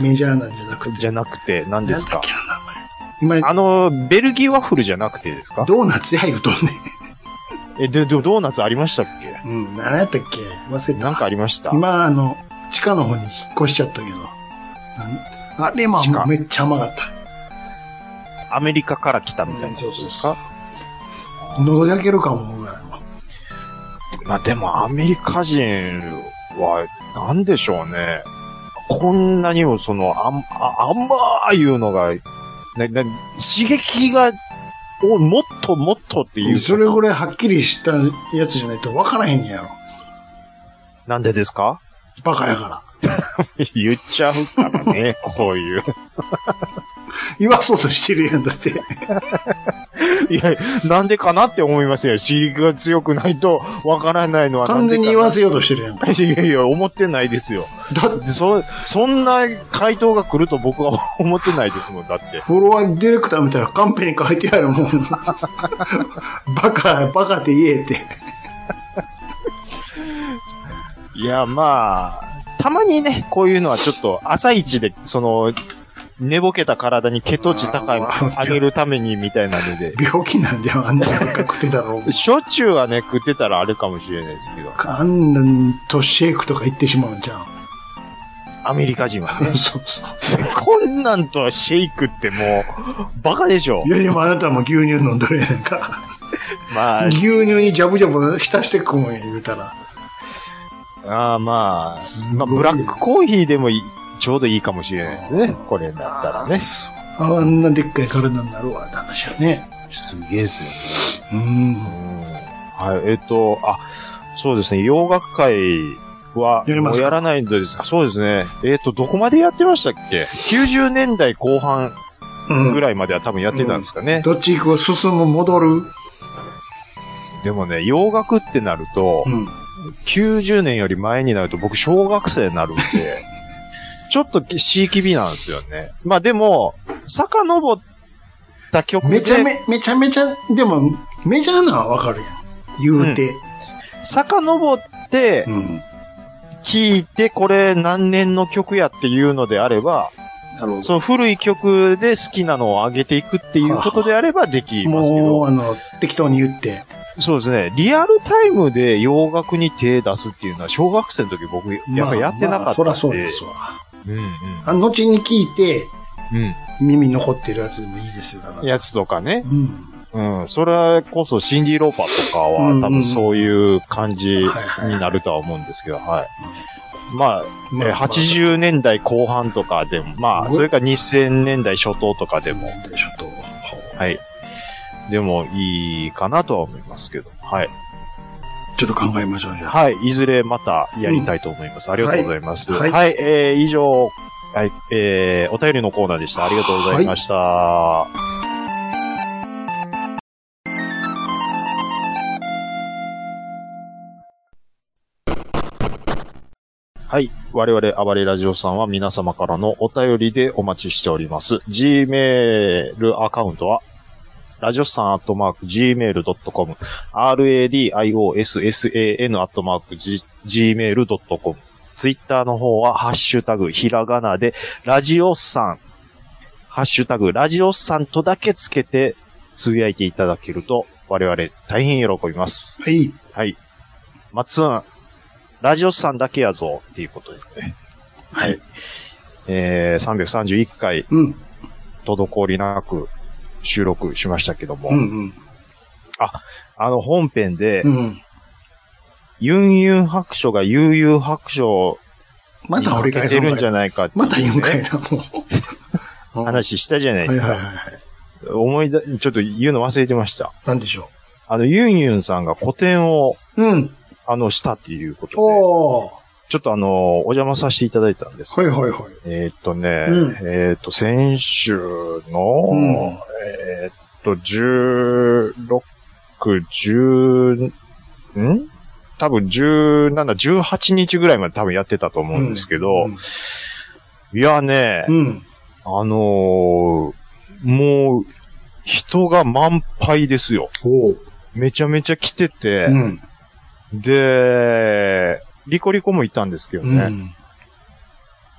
A: メジャーなんじゃなくて。
C: じゃなくて、何で
A: なん
C: す
A: だ
C: か
A: っけな、名前。
C: あの、ベルギーワッフルじゃなくてですか
A: 今、ドーナツや言うとんね。
C: え、で、でドーナツありましたっけ
A: うん、何やったっけ忘れた。
C: なんかありました
A: 今、あの、地下の方に引っ越しちゃったけど。なんあれも
C: 地下
A: めっちゃ甘かった。
C: アメリカから来たみたいなことですか
A: 喉焼けるかも思うぐらいの。
C: まあでもアメリカ人は、なんでしょうね。こんなにもその、あん、あ、あんまーいうのが、ね、ね、刺激が、をもっともっとっていう。
A: それぐらいはっきりしたやつじゃないと分からへんねやろ。
C: なんでですか
A: バカやから。
C: 言っちゃうから ね、こういう。
A: 言わそうとしてるやん、だって。
C: いや、なんでかなって思いますよ。刺激が強くないとわからないのはなん
A: 完
C: で
A: 全
C: か
A: に
C: な
A: 言わせようとしてるやん か。
C: いやいや、思ってないですよ。
A: だって、
C: そ、そんな回答が来ると僕は 思ってないですもん、だって。
A: フォロワーディレクターみたいなカンペに書いてあるもん。 バカ、バカって言えって。
C: いや、まあ、たまにね、こういうのはちょっと朝一で、その、寝ぼけた体に血糖値高い
A: あー
C: 上げるためにみたいなので、
A: 病気なんだよ、あんな若く てだろう。
C: しょっちゅうはね、食ってたらあれかもしれないですけど、
A: あんなんとシェイクとか言ってしまうんじゃん。。
C: アメリカ人は ね
A: そうそう。
C: こんなんとシェイクってもう、バカでしょ
A: い。やでもあなたも牛乳飲んどるやんか。
C: まあ、
A: 牛乳にジャブジャブ浸してくもんや言うたら。
C: あーま
A: す
C: あ、
A: ごい
C: まあ、ブラックコーヒーでもいいちょうどいいかもしれないですね。これだったらね。
A: そうあんなでっかい体になるわって話やね。
C: すげえですよね。
A: うん。
C: はい、えっ、と、あ、そうですね、洋楽会は、
A: やり
C: も
A: ますか
C: うやらないんですかそうですね。えっ、と、どこまでやってましたっけ ?90 年代後半
A: うん
C: ぐらいまでは多分やってたんですかね。
A: どっち行く進む戻る
C: でもね、洋楽ってなると、
A: うん。
C: 90年より前になると僕小学生にな るんで、ちょっとしいきびなんですよね。まあでも、遡った曲
A: めちゃ
C: で、
A: め、めちゃめちゃ、でも、メジャーなはわかるやん。言うて。
C: 遡って
A: うん。
C: 聴いてこれ何年の曲やっていうのであれば、
A: なるほ
C: その古い曲で好きなのを上げていくっていうことであればできますけ
A: も
C: ど、
A: う、あの、適当に言って。
C: そうですね、リアルタイムで洋楽に手出すっていうのは小学生の時僕、やっぱやってなかったんで。
A: まあそらそうですわ。
C: うんうん。
A: あの、後に聞いて、
C: う
A: 耳に残ってるやつでもいいですよ、だか
C: ん。
A: ら。
C: やつとかね。
A: うん。
C: うん。それこそシンディ・ローパーとかは
A: うんうん
C: 多分そういう感じに
A: はいはい
C: なるとは思うんですけど、はい。まあ、
A: まあ
C: えー80年代後半とかでも、まあ、それから2000年代初頭とかでも、
A: 年代初頭。
C: はい。でもいいかなとは思いますけど、はい。
A: ちょっと考えましょう、じゃあ。
C: はい、いずれまたやりたいと思います。ありがとうございます。
A: は
C: はいい、えー、以上、はい、えー、お便りのコーナーでした。ありがとうございました。はい。我々、暴れラジオさんは皆様からのお便りでお待ちしております。Gmail アカウントは、ラジオさんアットマーク gmail.com、radiossan アットマーク gmail.com。ツイッターの方は、ハッシュタグ、ひらがなで、ラジオさん、ハッシュタグ、ラジオさんとだけつけて、つぶやいていただけると、我々大変喜びます。
A: はい。
C: はい。まっつん、ラジオさんだけやぞ、っていうことですね。
A: はい。
C: えー、331回、
A: うん。
C: 滞りなく収録しましたけども、
A: うんうん。
C: あの本編で、
A: うん。
C: ユンユン白書が悠々白書
A: ま
C: に
A: た
C: か
A: 俺
C: け
A: が
C: てるんじゃないかっていう
A: また
C: ね
A: 言うんかいな、もう。うん
C: 話したじゃない
A: は
C: で
A: い
C: す
A: はいはい
C: か。
A: はい。
C: 思い出、ちょっと言うの忘れてました。
A: なんでしょ
C: あの、ユンユンさんが個展を、
A: う。うん。
C: あの、したっていうことで。
A: おー。
C: ちょっとあのー、お邪魔させていただいたんですけ
A: はい
C: ど。
A: はいはい。
C: えーっとね、
A: うん
C: えーっと、先週の、
A: うん
C: えーっと、16、10、ん多分17、18日ぐらいまで多分やってたと思うんですけど、
A: うん
C: いやね、
A: うん。
C: あのーもう、人が満杯ですよ。
A: おう。
C: めちゃめちゃ来てて、
A: うん。
C: で、リコリコもいたんですけど
A: う
C: ね、
A: ん。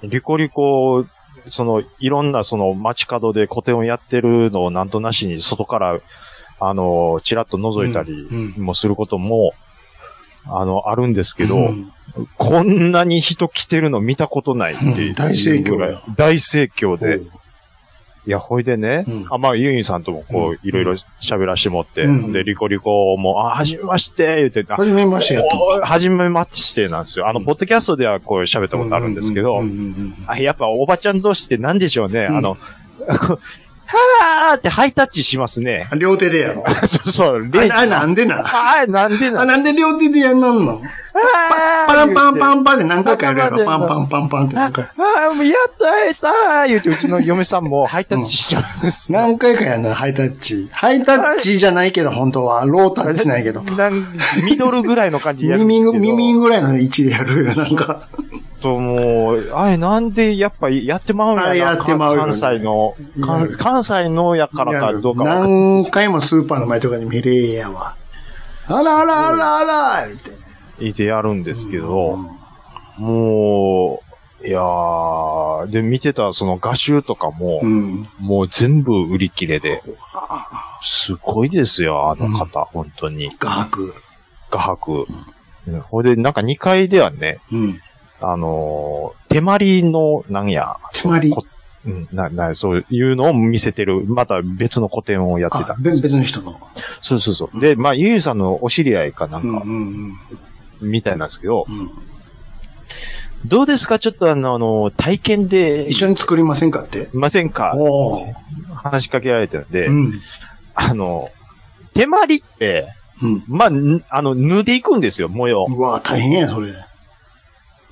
C: リコリコ、その、いろんなその街角で個展をやってるのをなんとなしに外から、あの、ちらっと覗いたり
A: うん
C: もすることも、あの、あるんですけど、
A: うん
C: こんなに人来てるの見たことないっていう
A: うん大盛況だよ
C: 大盛況で。
A: おう
C: いや、ほいでね、
A: うん
C: あ、まあ、ユンユンさんともこう、いろいろ喋らしてもって、
A: うん
C: で、リコリコも、あ、はじめまして、言って、あ、
A: 初めましてやった
C: おはじめましてなんですよ。あの、
A: うん
C: ポッドキャストではこう喋ったことあるんですけど、
A: うんうんうん
C: あやっぱおばちゃん同士って何でしょうね、
A: うん
C: あの、はーってハイタッチします ね。
A: うん両手でやろ。
C: そうそう、
A: あ
C: レイ
A: あ、なんでな。
C: あーなんで
A: あ、
C: なの
A: なんで両手でやんなんの
C: あ
A: パンパンパ
C: ン。
A: ンパンで何回かやるやろ。パ
C: パ
A: ン
C: ン
A: パ
C: パ
A: ンパンパンって何回。
C: あーもうやっと会えたー言うて、うちの嫁さんもハイタッチしちゃうんですよ。
A: 何回かやんな、ハイタッチ。ハイタッチじゃないけど、本当は。ロータッチないけど。
C: なんミドルぐらいの感じでやるんで
A: 耳
C: すけ
A: ぐ、
C: ど。
A: 耳ぐらいの位置でやるよ、なんか。
C: ともう、あれなんでやっぱやってまうんや
A: あ
C: な
A: れやってまうよ
C: 関
A: ね
C: 西の、
A: や
C: 関
A: る
C: 関西のやからかどうかわかんない
A: 何回もスーパーの前とかに見れやわ。あらあらあらあらって。
C: いてやるんですけ
A: う
C: ど
A: ん、
C: もう、いやー、で見てたその画集とかも、
A: うん。
C: もう全部売り切れで、すごいですよ、あの方、本当に。
A: 画伯。
C: 画伯。うんほいで、なんか2階ではね、
A: うん。
C: あのー手まりの、なんや、
A: 手まり。
C: こうん、な、な、そういうのを見せてる、また別の個展をやって
A: あ
C: た、。
A: 別別の人の。
C: そうそうそう。で、まあ、ゆうゆうさんのお知り合いかな
A: うんん
C: か
A: う、ん
C: みたいなんですけど
A: う、ん。うん
C: どうですかちょっとあの、あの体験で、
A: 一緒に作りませんかって。
C: いませんか
A: おー
C: 話しかけられてるんで、
A: うん。
C: あの、手まりって、
A: うん。
C: まあ、ぬあの、縫っていくんですよ、模様。
A: うわ大変や、それ。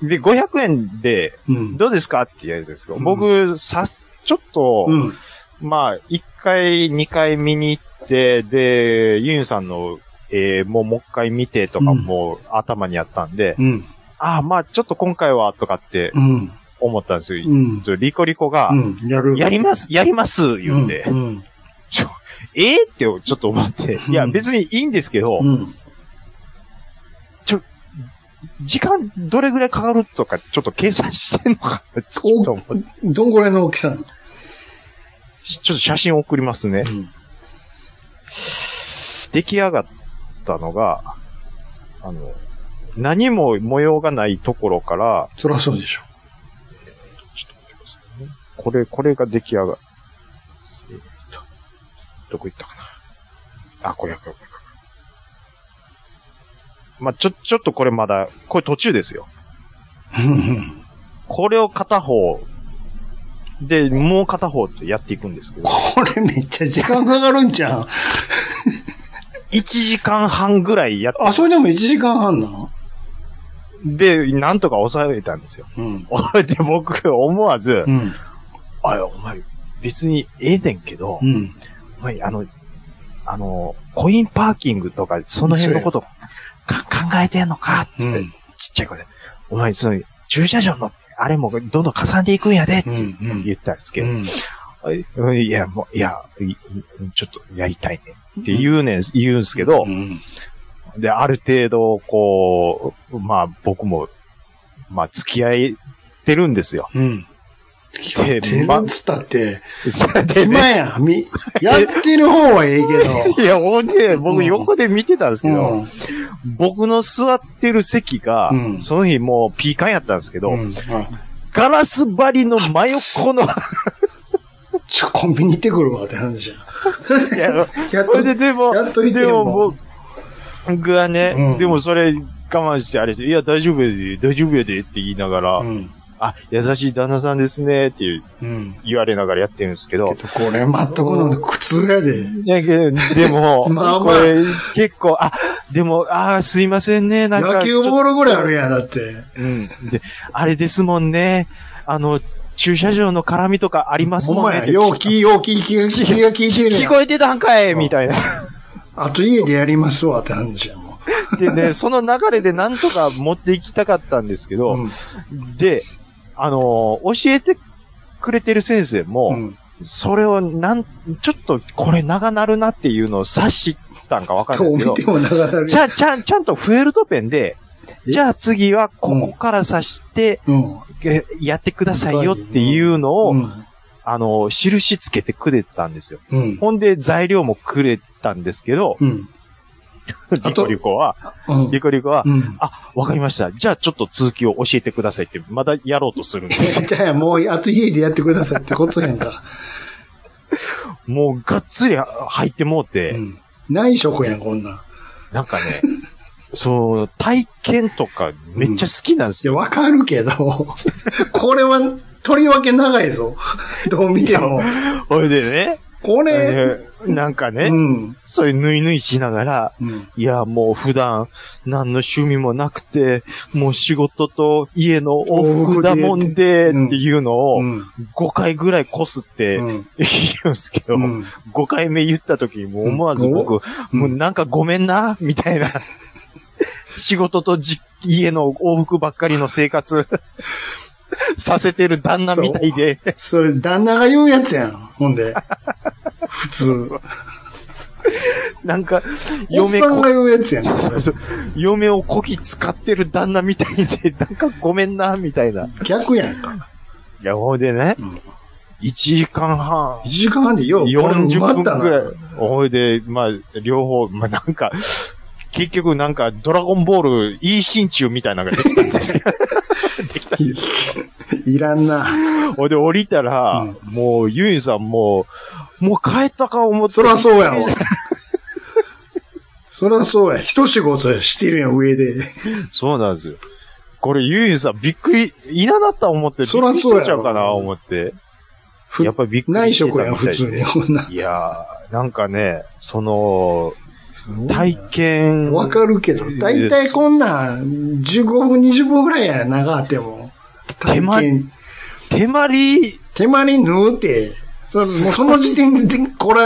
C: で、500円で、
A: うん。
C: どうですかって言われてるんですけど、
A: うん
C: 僕、さす、ちょっと、
A: うん。
C: まあ、1回、2回見に行って、で、ユンさんの、えー、もう、もう一回見てとかも、頭にあったんで、
A: うん。
C: ああ、まあ、ちょっと今回は、とかって
A: うん。
C: 思ったんですよ。
A: うん。
C: リコリコが、
A: うん。やる。
C: やります、やります、言うて、
A: うん。うん
C: えー、ってちょっと思って、いや、
A: うん
C: 別にいいんですけど、
A: うん。
C: 時間どれぐらいかかるとか、ちょっと計算してんのかな、ちょっと思って、
A: どんぐらいの大きさなの
C: ちょっと写真送りますね。
A: うん
C: 出来上がったのが、あの、何も模様がないところから、
A: そりゃそうでしょ。
C: ちょっと待ってくださいね。これ、これが出来上が、えーっとどこ行ったかな。あ、これ、これ、これ。これまあ、ちょ、ちょっとこれまだ、これ途中ですよ。
A: うん
C: これを片方、で、もう片方ってやっていくんですけど、
A: これめっちゃ時間かかるんじゃん。
C: 1時間半ぐらいやっ
A: あ、それでも1時間半なの
C: で、なんとか抑えたんですよ。
A: うん。
C: で、僕、思わず
A: う、ん。
C: あい、お前、別にええねんけど
A: う、ん。
C: お前、あの、あの、コインパーキングとか、その辺のこと、か考えてんのか、つって、
A: うん
C: ちっちゃい声で、お前、その、駐車場の、あれも、どんどん重ねていくんやで、って
A: うんうん
C: 言ったんですけ
A: う
C: ど、
A: ん。
C: うんいや、もう、いや、いちょっとやりたいね。って言うねん、言うんすけど
A: う、ん。
C: で、ある程度、こう、まあ、僕も、まあ、付き合えてるんです よ。
A: うん。
C: で
A: 手
C: ま
A: 間つったって、
C: で
A: 今
C: ね、
A: やん。み、やってる方はええけ
C: いや、ほんで、
A: う
C: 僕
A: ん
C: 横で見てたんですけ
A: ど。
C: ど、僕の座ってる席が、
A: うん
C: その日もうピーカンやったんですけど、
A: うん。うんあ
C: ガラス張りの真横 の、い
A: ちょ、コンビニ行ってくるわって話じゃん。
C: や
A: やっ
C: ほ
A: と
C: ん、で、でも、
A: やっといて
C: で
A: よ。
C: も
A: もう
C: 僕僕はね、
A: うん
C: でもそれ我慢してあれして、いや、大丈夫やで、大丈夫やでって言いながら、
A: うん。
C: あ、優しい旦那さんですね、っていう
A: うん。
C: 言われながらやってるんですけど。
A: これ全くの苦痛やで。
C: いやけどでも、
A: まあまあ
C: これ結構、あ、でも、あーすいませんね、なんか。
A: 野球ボールぐらいあるやん、だって。
C: うん。で、あれですもんね。あの、駐車場の絡みとかあります
A: お
C: もんねっ
A: 前、
C: て。
A: よう聞い、よう聞い、気が気が利いてる
C: 聞
A: やん。
C: こえてたんかいみたいな。
A: あと家でやりますわって話やもん。
C: でね、その流れでなんとか持っていきたかったんですけど、
A: うん
C: で、あのー教えてくれてる先生も、
A: うん。
C: それをなん、ちょっとこれ長なるなっていうのを察したんかわかる
A: と
C: んないです
A: 見
C: け
A: てもながら
C: ど、
A: れ
C: ちゃん、ちゃん、ちゃんとフェルトペンで、
A: え
C: じゃあ次はここから刺して、
A: うん。
C: えやってくださいよっていうのを、
A: うん。
C: あの、印つけてくれたんですよ。
A: うん。
C: ほんで、材料もくれたんですけど、
A: うん。と
C: リコリコは、
A: うん
C: リコリコは、
A: うん。
C: あ、わかりました。じゃあちょっと続きを教えてくださいって、まだやろうとするんです。
A: じゃあもう、あと家でやってくださいってことやんか。
C: もうがっつり入ってもうて、
A: うん。内職やん、こんなん。
C: なんかね、そう、体験とかめっちゃ好きなんです
A: いや、
C: よ。
A: わかるけど、 これは、とりわけ長いぞ。 どう見ても。
C: ほいでね、
A: これ、
C: なんかね、
A: うん。
C: そういうぬいぬいしながら、
A: うん。
C: いや、もう普段、何の趣味もなくて、もう仕事と家の往復だもんで、
A: 往復で
C: っていうのを、
A: うん。
C: 5回ぐらいこすって
A: う
C: 言
A: ん。
C: うんですけど、
A: うん
C: 5回目言った時にもう思わず僕、
A: うん
C: もうなんかごめんな、みたい な。仕事とじ家の往復ばっかりの生活させてる旦那みたいで、
A: それ、旦那が言うやつやん。ほんで。 普通。
C: なんか
A: おっ
C: 嫁
A: さん
C: こ
A: が言うやつやん。それ
C: そう嫁をこき使ってる旦那みたいで、なんかごめんな、みたいな。
A: 逆やんか。
C: いや、ほいでね、
A: ん
C: 1時間半
A: 1、時間半でよう、これ埋ま
C: 40
A: った
C: 分
A: な
C: くらい。ほいで、まあ、両方、まあなんか、結局なんか、ドラゴンボール、いい心中みたいなのができたんですけど、できた。
A: いらんな。
C: ほいで降りたら、もう、ゆいさんもう、もう帰ったか思って。
A: そらそうやわ。そらそうや。一仕事してるやん、上で。
C: そうなんですよ。これ、ゆいさん、びっくり、いななった思って、びっ
A: そら
C: くりし
A: そうやろ
C: ちゃうかな、思って。
A: ふ
C: やっぱりびっく
A: 内
C: りしてた
A: 職
C: みた
A: やん、
C: いで
A: 普通に。こんない
C: やー、なんかね、その、体験。
A: わかるけど、だいたいこんなん、15分、20分ぐらいや、長あっても。
C: 手間
A: 体験
C: 手まり、
A: 手間に縫うて、それもうその時点で、これ、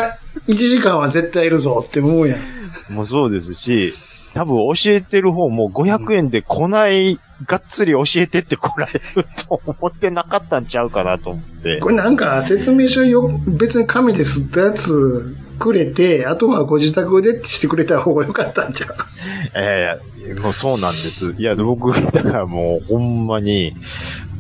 A: 1時間は絶対いるぞって思うやん。
C: もそうですし、多分教えてる方も500円で来ない、がっつり教えてって来られると思ってなかったんちゃうかなと思って
A: こ。れなんか、説明書よ、別に紙で吸ったやつくれて、あとはご自宅でってしてくれた方がよかったんじゃん。
C: ええもうそうなんです。いや、僕、だからもうほんまに、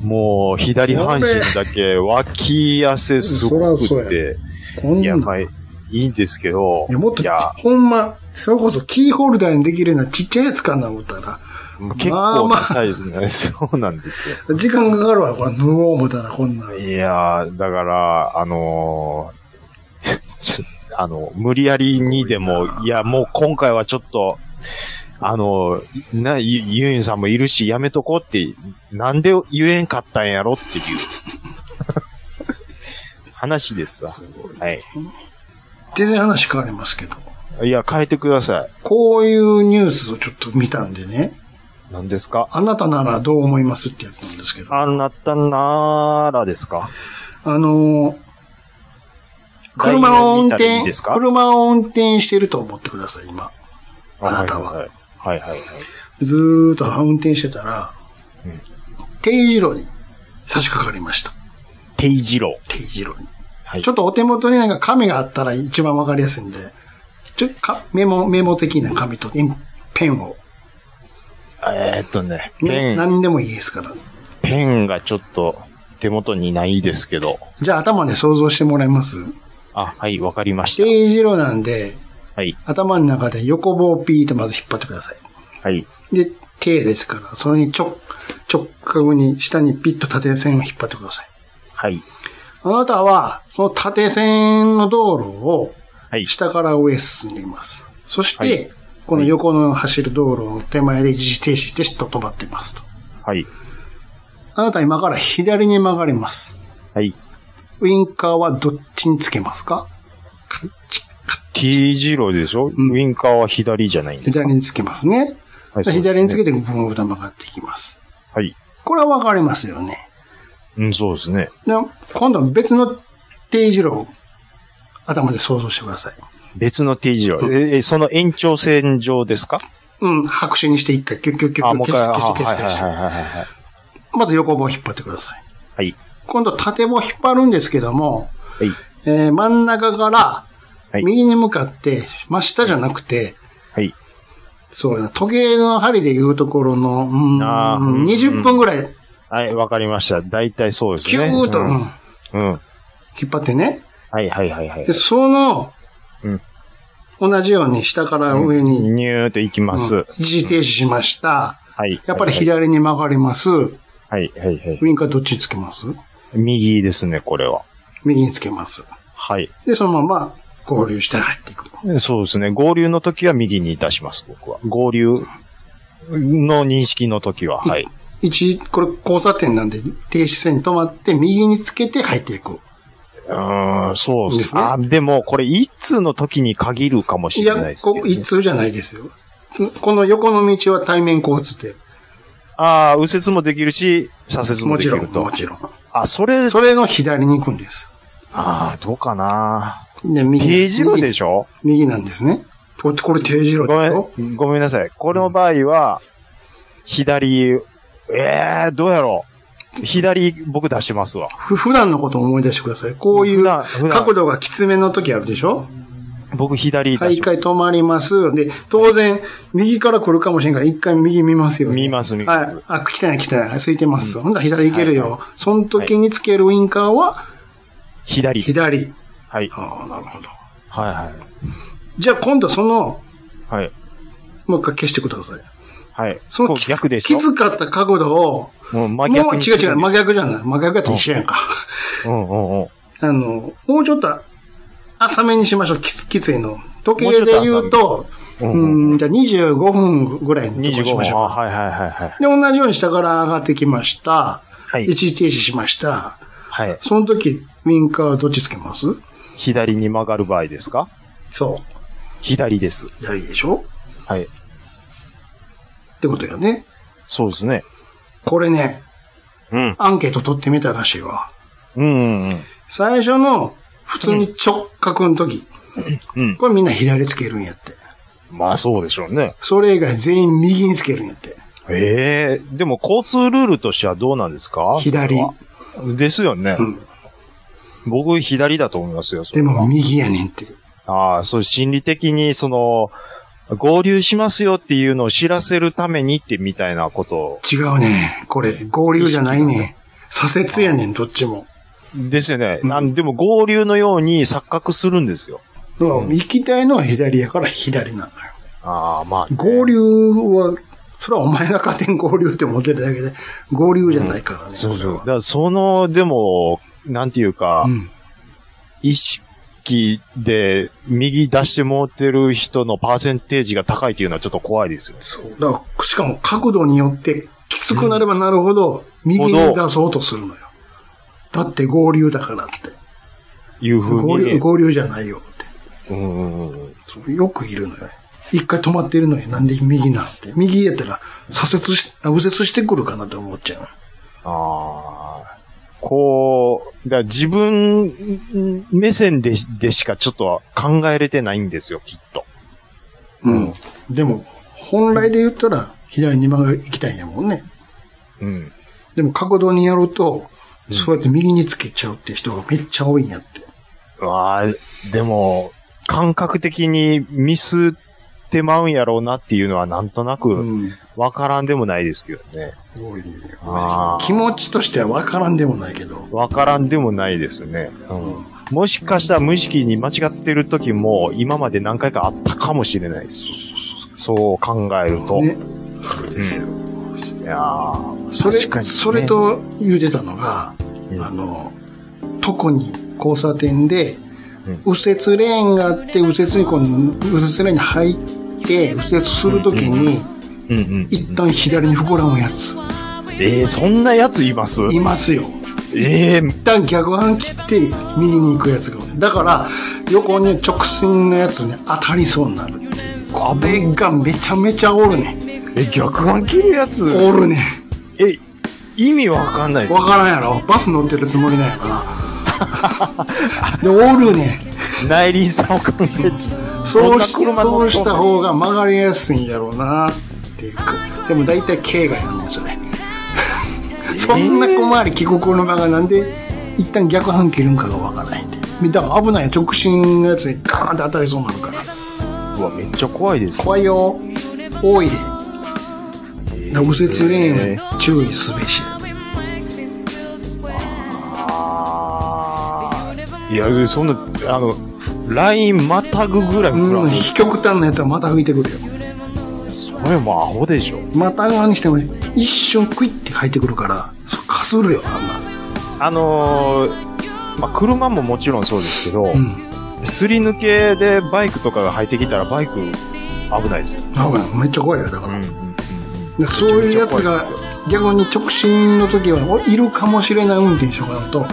C: もう左半身だけ脇汗すご
A: そら
C: く
A: そう
C: て、
A: こ ん
C: いや、
A: なん
C: まあ、いいんですけど、
A: いや、もっと
C: いや、、
A: ほんま、それこそキーホルダーにできるようなちっちゃいやつかな思ったら、
C: 結
A: まあ
C: 構
A: まあ
C: なサイズなんです。 そうなんですよ。
A: 時間かかるわ、これ、縫おう思ったら、こんなん。
C: いやー、だから、あのー あの、無理やりにでも、いや、もう今回はちょっと、あのー、な、ゆ、ゆいんさんもいるし、やめとこうって、なんで言えんかったんやろっていう、話ですわ。はい。
A: 全然話変わりますけど、
C: いや、変えてくださ
A: こういうニュースをちょっと見たんでね、
C: い。何ですか
A: あなたならどう思いますってやつなんですけど、あ
C: あなたならですか
A: のー車を運
C: ダイヤ見たらいい
A: 転
C: です、か
A: 車を運転してると思ってください、今。あなたは。
C: いはいはい。はいはいはい。
A: ずーっと運転してたら、
C: うん
A: 定時路に差し掛かりました。
C: 定次郎。
A: 定時路に。
C: はい
A: ちょっとお手元になんか紙があったら一番わかりやすいんで、ちょかメモ、メモ的な紙と鉛ペンを、
C: えーっとね、ペ
A: ね、
C: ン。
A: 何でもいいですから。
C: ペンがちょっと手元にないですけど。
A: じゃあ頭で想像してもらいます。
C: あ、はい、わかりました。
A: 定時路なんで、
C: はい、
A: 頭の中で横棒をピーとまず引っ張ってくださ
C: はい。
A: い。で、手ですから、それに直、直角に下にピッと縦線を引っ張ってください。
C: はい。
A: あなたは、その縦線の道路を
C: はい。
A: 下から上へ進んでいます。そして、
C: はい
A: この横の走る道路の手前で一時停止して止まってますと。
C: はい。
A: あなた今から左に曲がります。
C: はい。
A: ウインカーはどっちにつけますか
C: T 字路でしょ、
A: ん
C: ウィンカーは左じゃないんですか
A: 左につけますね。
C: はい
A: じ
C: そうで
A: ゃあ
C: すね
A: 左につけて、ブンブンと曲がっていきます。
C: はい。
A: これはわかりますよね。
C: うん、そうですね。
A: で今度は別の定時路を頭で想像してください。
C: 別の T 字路。え、えその延長線上ですか
A: うん、白紙にして一回、キュッキュッキュ
C: あ、
A: ッ
C: もう
A: キ
C: 一
A: ュ
C: 回。
A: ッ
C: あ
A: 消して
C: はい
A: 消
C: は
A: し
C: いはい
A: て消して
C: はいはいはい。
A: まず横棒を引っ張ってください。
C: はい。
A: 今度縦棒を引っ張るんですけども、
C: はい。
A: えー真ん中から
C: はい
A: 右に向かって、真下じゃなくて、
C: はい。
A: そうだ、時計の針でいうところの、う
C: あー
A: ー
C: うん
A: ん、20分ぐらい、
C: はい、わかりました。大体そうですね。
A: キューッと、うん
C: うん。うん
A: 引っ張ってね。
C: はいはいはいはい
A: で、。その
C: うん、
A: 同じように下から上に、
C: ニューと行きま
A: うん
C: す。
A: 一時停止しました。
C: はい。
A: やっぱり。左に曲がります。ウ
C: はいはいはい。
A: インカーどっちにつけます
C: 右ですね、これは。
A: 右につけます。
C: はい。
A: で、そのまま合流して入っていく。
C: そうですね。合流の時は右に出します、僕は。合流の認識の時は。はい。
A: 一、これ交差点なんで、停止線に止まって、右につけて入っていく。
C: うーん、そうで
A: ですす
C: ね。
A: ね
C: あ、でも、これ、一通の時に限るかもし
A: い
C: れ
A: や
C: ないで、すけ
A: こ
C: ど、
A: こ
C: ね。
A: 一通じゃないですよ。この横の道は対面交通で。
C: ああ、右折もできるし、左折も
A: も
C: で
A: ち
C: き
A: ろ
C: る
A: ん、
C: と
A: も。ちろん。
C: あ、それ、
A: それの左に行くんです。
C: ああ、どうかな。
A: で、右。
C: 定時路でしょ
A: 右右なんですね。ここれ定時路で
C: ご
A: し
C: め
A: ょ
C: ん、ごめんなさい。この場合は、左、ええー、どうやろう。左、僕出しますわ。
A: ふ普段のことを思い出してください。こうい
C: 普
A: う
C: 段普段
A: 角度がきつめの時あるでしょ
C: 僕左出しま
A: はい、
C: す。
A: 一回止まります。で、当然、右から来るかもしれんから、一回右見ますよ、ね。
C: 見ます見ま
A: は
C: す
A: い。あ、来てない来てない。空いてます。ほんだら左行けるよ。その時につけるウインカーは、
C: 左。
A: 左。
C: はい。
A: ああ、なるほど。
C: はいはい。
A: じゃあ今度その、
C: はい。
A: もう一回消してください。
C: はい。
A: その
C: こう
A: きつ
C: 逆でしょ
A: きつかった角度を、
C: もう真
A: も
C: 逆
A: う
C: に
A: 違う違う、真
C: 逆。
A: 逆じゃない。真逆やったら一緒やんか。
C: うんうんうん。
A: あの、もうちょっと浅めにしましょう、きつ、きついの。時計で言う
C: もうちょっ
A: と、
C: と浅め
A: うん、じゃあ25分ぐらいに
C: 25
A: しまし
C: 分。あ
A: ょう。
C: はいはいはいはい。
A: で、同じように下から上がってきました。
C: はい
A: 一時停止しました。
C: はい。
A: その時、ウィンカーはどっちつけます
C: 左に曲がる場合ですか
A: そ
C: 左です。
A: う。左でしょ
C: はい。
A: ってことよね。
C: そうですね。
A: これね、
C: うん。
A: アンケート取ってみたらしいわ。
C: うんうん
A: 最初の、普通に直角の時、
C: うん。うん。
A: これみんな左つけるんやって。
C: まあそうでしょうね。
A: それ以外全員右につけるんやって。
C: ええでも交通ルールとしてはどうなんですか
A: 左。
C: ですよね。
A: うん
C: 僕左だと思いますよ。それ
A: で
C: は
A: も右やねんって。
C: ああ、そう、心理的に、その、合流しますよっていうのを知らせるためにってみたいなこと
A: 違うね。これ、合流じゃないね。左折やねん、どっちも。
C: ですよね。
A: うん
C: なんでも合流のように錯覚するんですよ。
A: だから行きたいのは左やから左なのよ。
C: ああ、まあね、
A: 合流は、それはお前が勝手に合流って思ってるだけで、合流じゃないからね。
C: そうそう。だ
A: こ
C: からその、でも、なんていうか、
A: れはうん。
C: 意識で右出してもうてる人のパーセンテージが高いっていうのはちょっと怖いですよ。
A: そう。だから、しかも角度によって、きつくなればなるほど、右に出そうとするのよ。だって合流だからって。
C: いうふう
A: 合
C: に
A: 流、
C: ね。
A: 合流じゃないよっ
C: う
A: て。
C: んうんうん。
A: そうよくいるのよ。一回止まってるのになんで右なんて。右やったら左折し、あ右折してくるかなって思っちゃう。
C: ああ。こう、だから自分目線ででしかちょっと考えれてないんですよ、きっと。
A: うん。でも、本来で言ったら左に曲がり行きたいんやもんね。
C: うん。
A: でも角度にやると、そうやって右につけちゃうって人がめっちゃ多いんやって。
C: ああ、でも、感覚的にミスってまうんやろうなっていうのはなんとな
A: う
C: く
A: ん。
C: わからんでもないですけどね。
A: 多いね
C: あー
A: 気持ちとしてはわからんでもないけど。
C: わからんでもないですね。うん。もしかしたら無意識に間違ってる時も今まで何回かあったかもしれないです。そう考えると。
A: ね。あるですよ。
C: いやー
A: それ、
C: 確かにね
A: それと言うてたのが、
C: うん
A: あの、特に交差点で
C: うん、
A: 右折レーンがあって、右折にこう、右折レーンに入って、右折するときに、
C: うんうん。
A: 一旦左に膨らむやつ。
C: あえー、そんなやついます
A: いますよ。
C: えー、
A: 一旦逆半切って右に行くやつが多いだから横ね直進のやつね当たりそうになるっていうこれがめちゃめちゃおるね
C: え、逆眼切るやつ
A: おるね
C: え、意味わかんない。
A: わからんやろバス乗ってるつもりなんやから でおるね
C: 内輪差を考えて。
A: そうし
C: こんな車乗
A: そ
C: っ
A: う
C: と
A: した方が曲がりやすいんやろうなっていうかでも大体軽外やねんそれそんな小回り帰国の場がなんで一旦逆半切るんかがわからへんてだから危ないよ直進のやつにガーンって当たりそうになるから
C: うわ、めっちゃ怖いです。
A: 怖いよ多いで右折レーンは注意すべし
C: いや、そんな、あの、ラインまたぐぐらいくら
A: うん
C: い。
A: 非極端なやつはまた吹いてくるよ
C: それもアホでしょ。
A: また側にしても一瞬クイッて入ってくるからそかするよあんな
C: あのー、まあ、車ももちろんそうですけど、
A: うん
C: すり抜けでバイクとかが入ってきたらバイク危ないですよ。
A: 危ないめっちゃ怖いよだから、
C: ん。
A: でそういうやつが逆に直進の時はおいるかもしれない運転手があると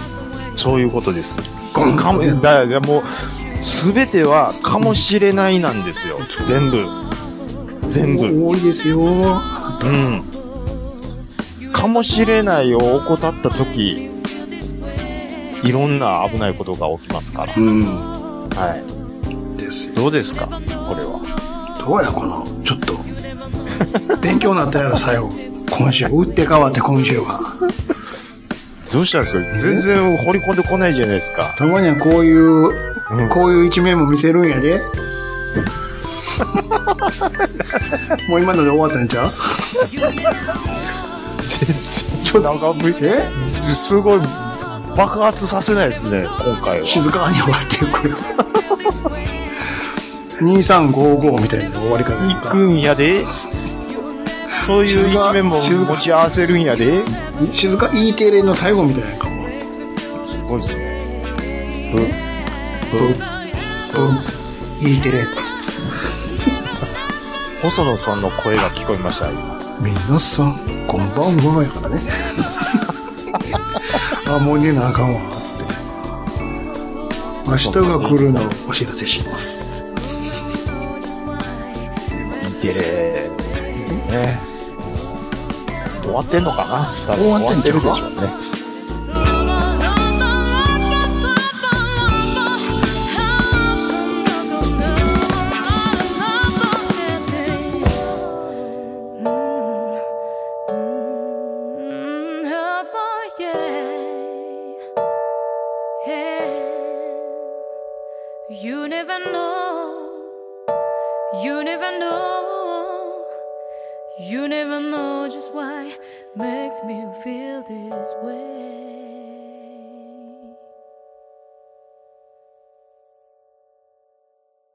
C: そういうことです。
A: ゴン
C: かも
A: ゴン
C: だだもう、すべてはかもしれないなんですよ。全部。全部。
A: 多いですよあな
C: うん。かもしれないを怠った時、いろんな危ないことが起きますから。
A: たうん
C: はい。
A: ですよ
C: どうですかこれは。
A: どうやこのちょっと勉強になったやろ最後今週打って変わって今週は
C: どうしたんですか全然掘り込んでこないじゃないですか。
A: たまにはこういう、
C: うん
A: こういう一面も見せるんや で。もう今ので終わったんちゃう
C: 全然、ちょ、なんか、
A: え
C: すすごい、爆発させないですね、今回は。
A: 静かに終わっていくよ。2355みたいな終わり方と
C: 行く
A: か
C: んやで。そういう一面も
A: 静か
C: 持ち合わせるんやで。
A: 静か E テレの最後みたいなのかも
C: すごいですね。
A: うん E テレっつって
C: 細野さんの声が聞こえました。
A: 皆さんこんばんはやからねあもう寝なあかんわって明日が来るのをお知らせします
C: えー、ね。終わってんのかな多分
A: 終わってんちゃうか
C: 終わってるでしょうね。
F: You never know, you never know, you never know just why makes me feel this way.